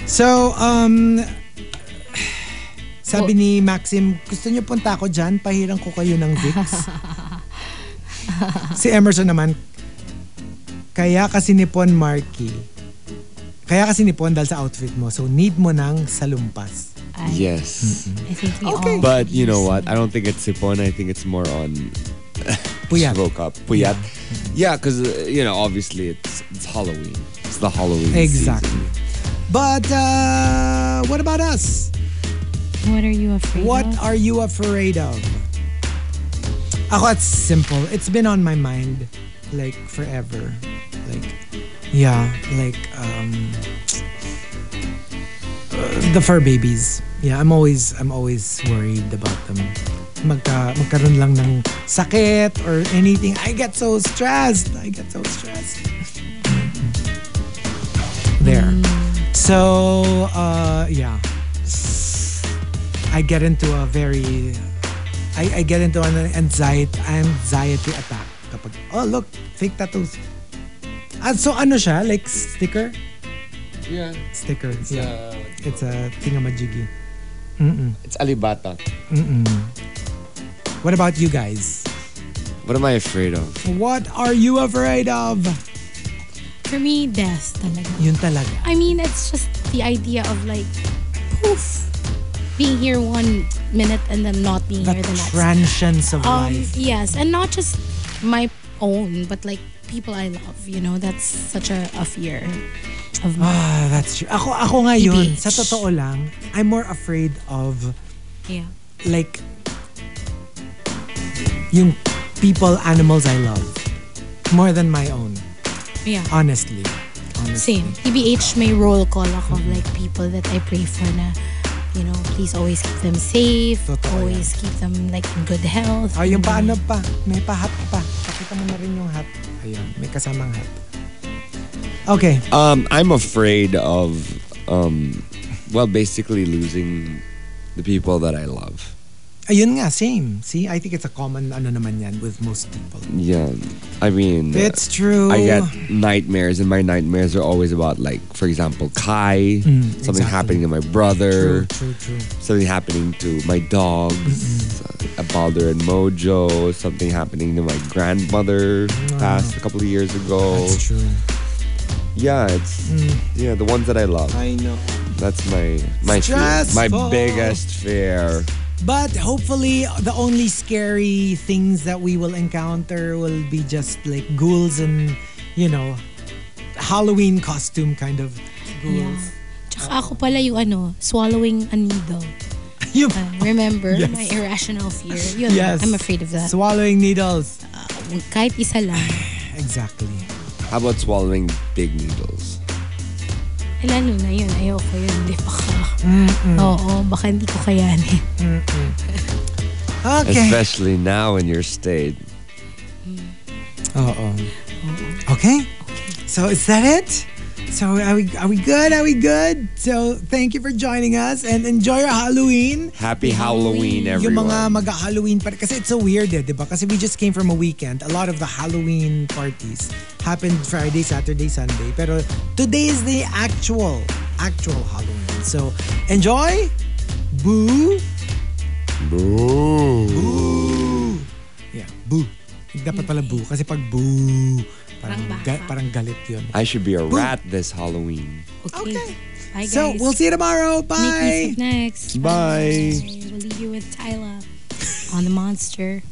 So, um, sabi ni Maxim, gusto niyo punta ako dyan? Pahirang ko kayo ng Vicks. si Emerson naman, kaya kasi ni Pon Marky, kaya kasi ni Pon dahil sa outfit mo, so need mo ng salumpas.
Yes.
Mm-hmm.
I think we
Okay.
all.
But you know what? I don't think it's Sipon. I think it's more on
Puyat.
Sroka, Puyat. Yeah, because you know, obviously it's it's Halloween. It's the Halloween.
Exactly.
season.
But, uh, what about us?
What are you afraid
What
of?
are you afraid of? Ako, it's simple. It's been on my mind like forever. Like, yeah, like um, uh, the fur babies. Yeah, I'm always I'm always worried about them. Magka, magkaroon lang ng sakit or anything. I get so stressed. I get so stressed. there. So, uh, yeah. I get into a very I, I get into an anxiety anxiety attack kapag oh look fake tattoos ah, so ano siya like sticker
Yeah.
sticker
It's,
yeah
uh,
it's a thingamajiggy mm
it's Alibata.
mm what about you guys
What am I afraid of?
what are you afraid of
For me, death talaga.
yun talaga
I mean, it's just the idea of like, poof, being here one minute and then not being
the
here the next.
transience of
um,
life
yes, and not just my own, but like people I love. You know, that's such a, a fear of mine.
ah that's true ako ako ngayon
Bitch.
sa totoo lang I'm more afraid of
yeah.
like yung people animals I love more than my own
Yeah.
uh, honestly honestly
Same. TBH, may roll call ako of like people that I pray for na, you know, please always keep them safe.
Totoo
always keep them like in good health.
oh yung
And then-
paano pa may pahat pa pakita mo na rin yung hat ayun may kasamang hat okay
Um, I'm afraid of, um, well, basically losing the people that I love.
ayun nga same see I think it's a common ano naman yan with most people
Yeah, I mean, uh,
it's true
I get nightmares, and my nightmares are always about, like, for example, Kai, something
Mm, exactly.
happening to my brother,
true true true
something happening to my dogs, uh, Balder and Mojo, something happening to my grandmother passed a couple of years ago.
that's true Mm.
Yeah, it's yeah the ones that I love.
I know
That's my my fear, my
Stressful.
biggest fear.
But hopefully, the only scary things that we will encounter will be just like ghouls and, you know, Halloween costume kind of
Yeah.
ghouls.
Tsaka ako pala yung ano, swallowing a needle.
You,
Uh, remember
Yes.
my irrational fear? Yun,
yes.
I'm afraid of that.
Swallowing needles.
Kahit isa lang.
Exactly.
How about swallowing big needles?
Eh, Lalo na yun, ayoko yun. Hindi pa ka. Oo, baka hindi ko kayanin.
Okay.
Especially now in your state.
Oo. Okay. So is that it? So are we are we good? Are we good? So thank you for joining us and enjoy your Halloween.
Happy Halloween,
Yung
everyone.
mga mag-Halloween party. Kasi it's so weird eh, di ba? Kasi we just came from a weekend. A lot of the Halloween parties happened Friday, Saturday, Sunday. Pero today is the actual, actual Halloween. So enjoy. Boo.
Boo.
Yeah, boo. Dapat pala boo. Kasi pag boo, parang,
Parang basa.
ga- parang galit yun.
I should be a rat this Halloween.
Okay.
Okay.
Bye, guys.
So we'll see you tomorrow.
Nikki's
Bye.
up next.
Bye.
We'll leave you with Tyla on the monster.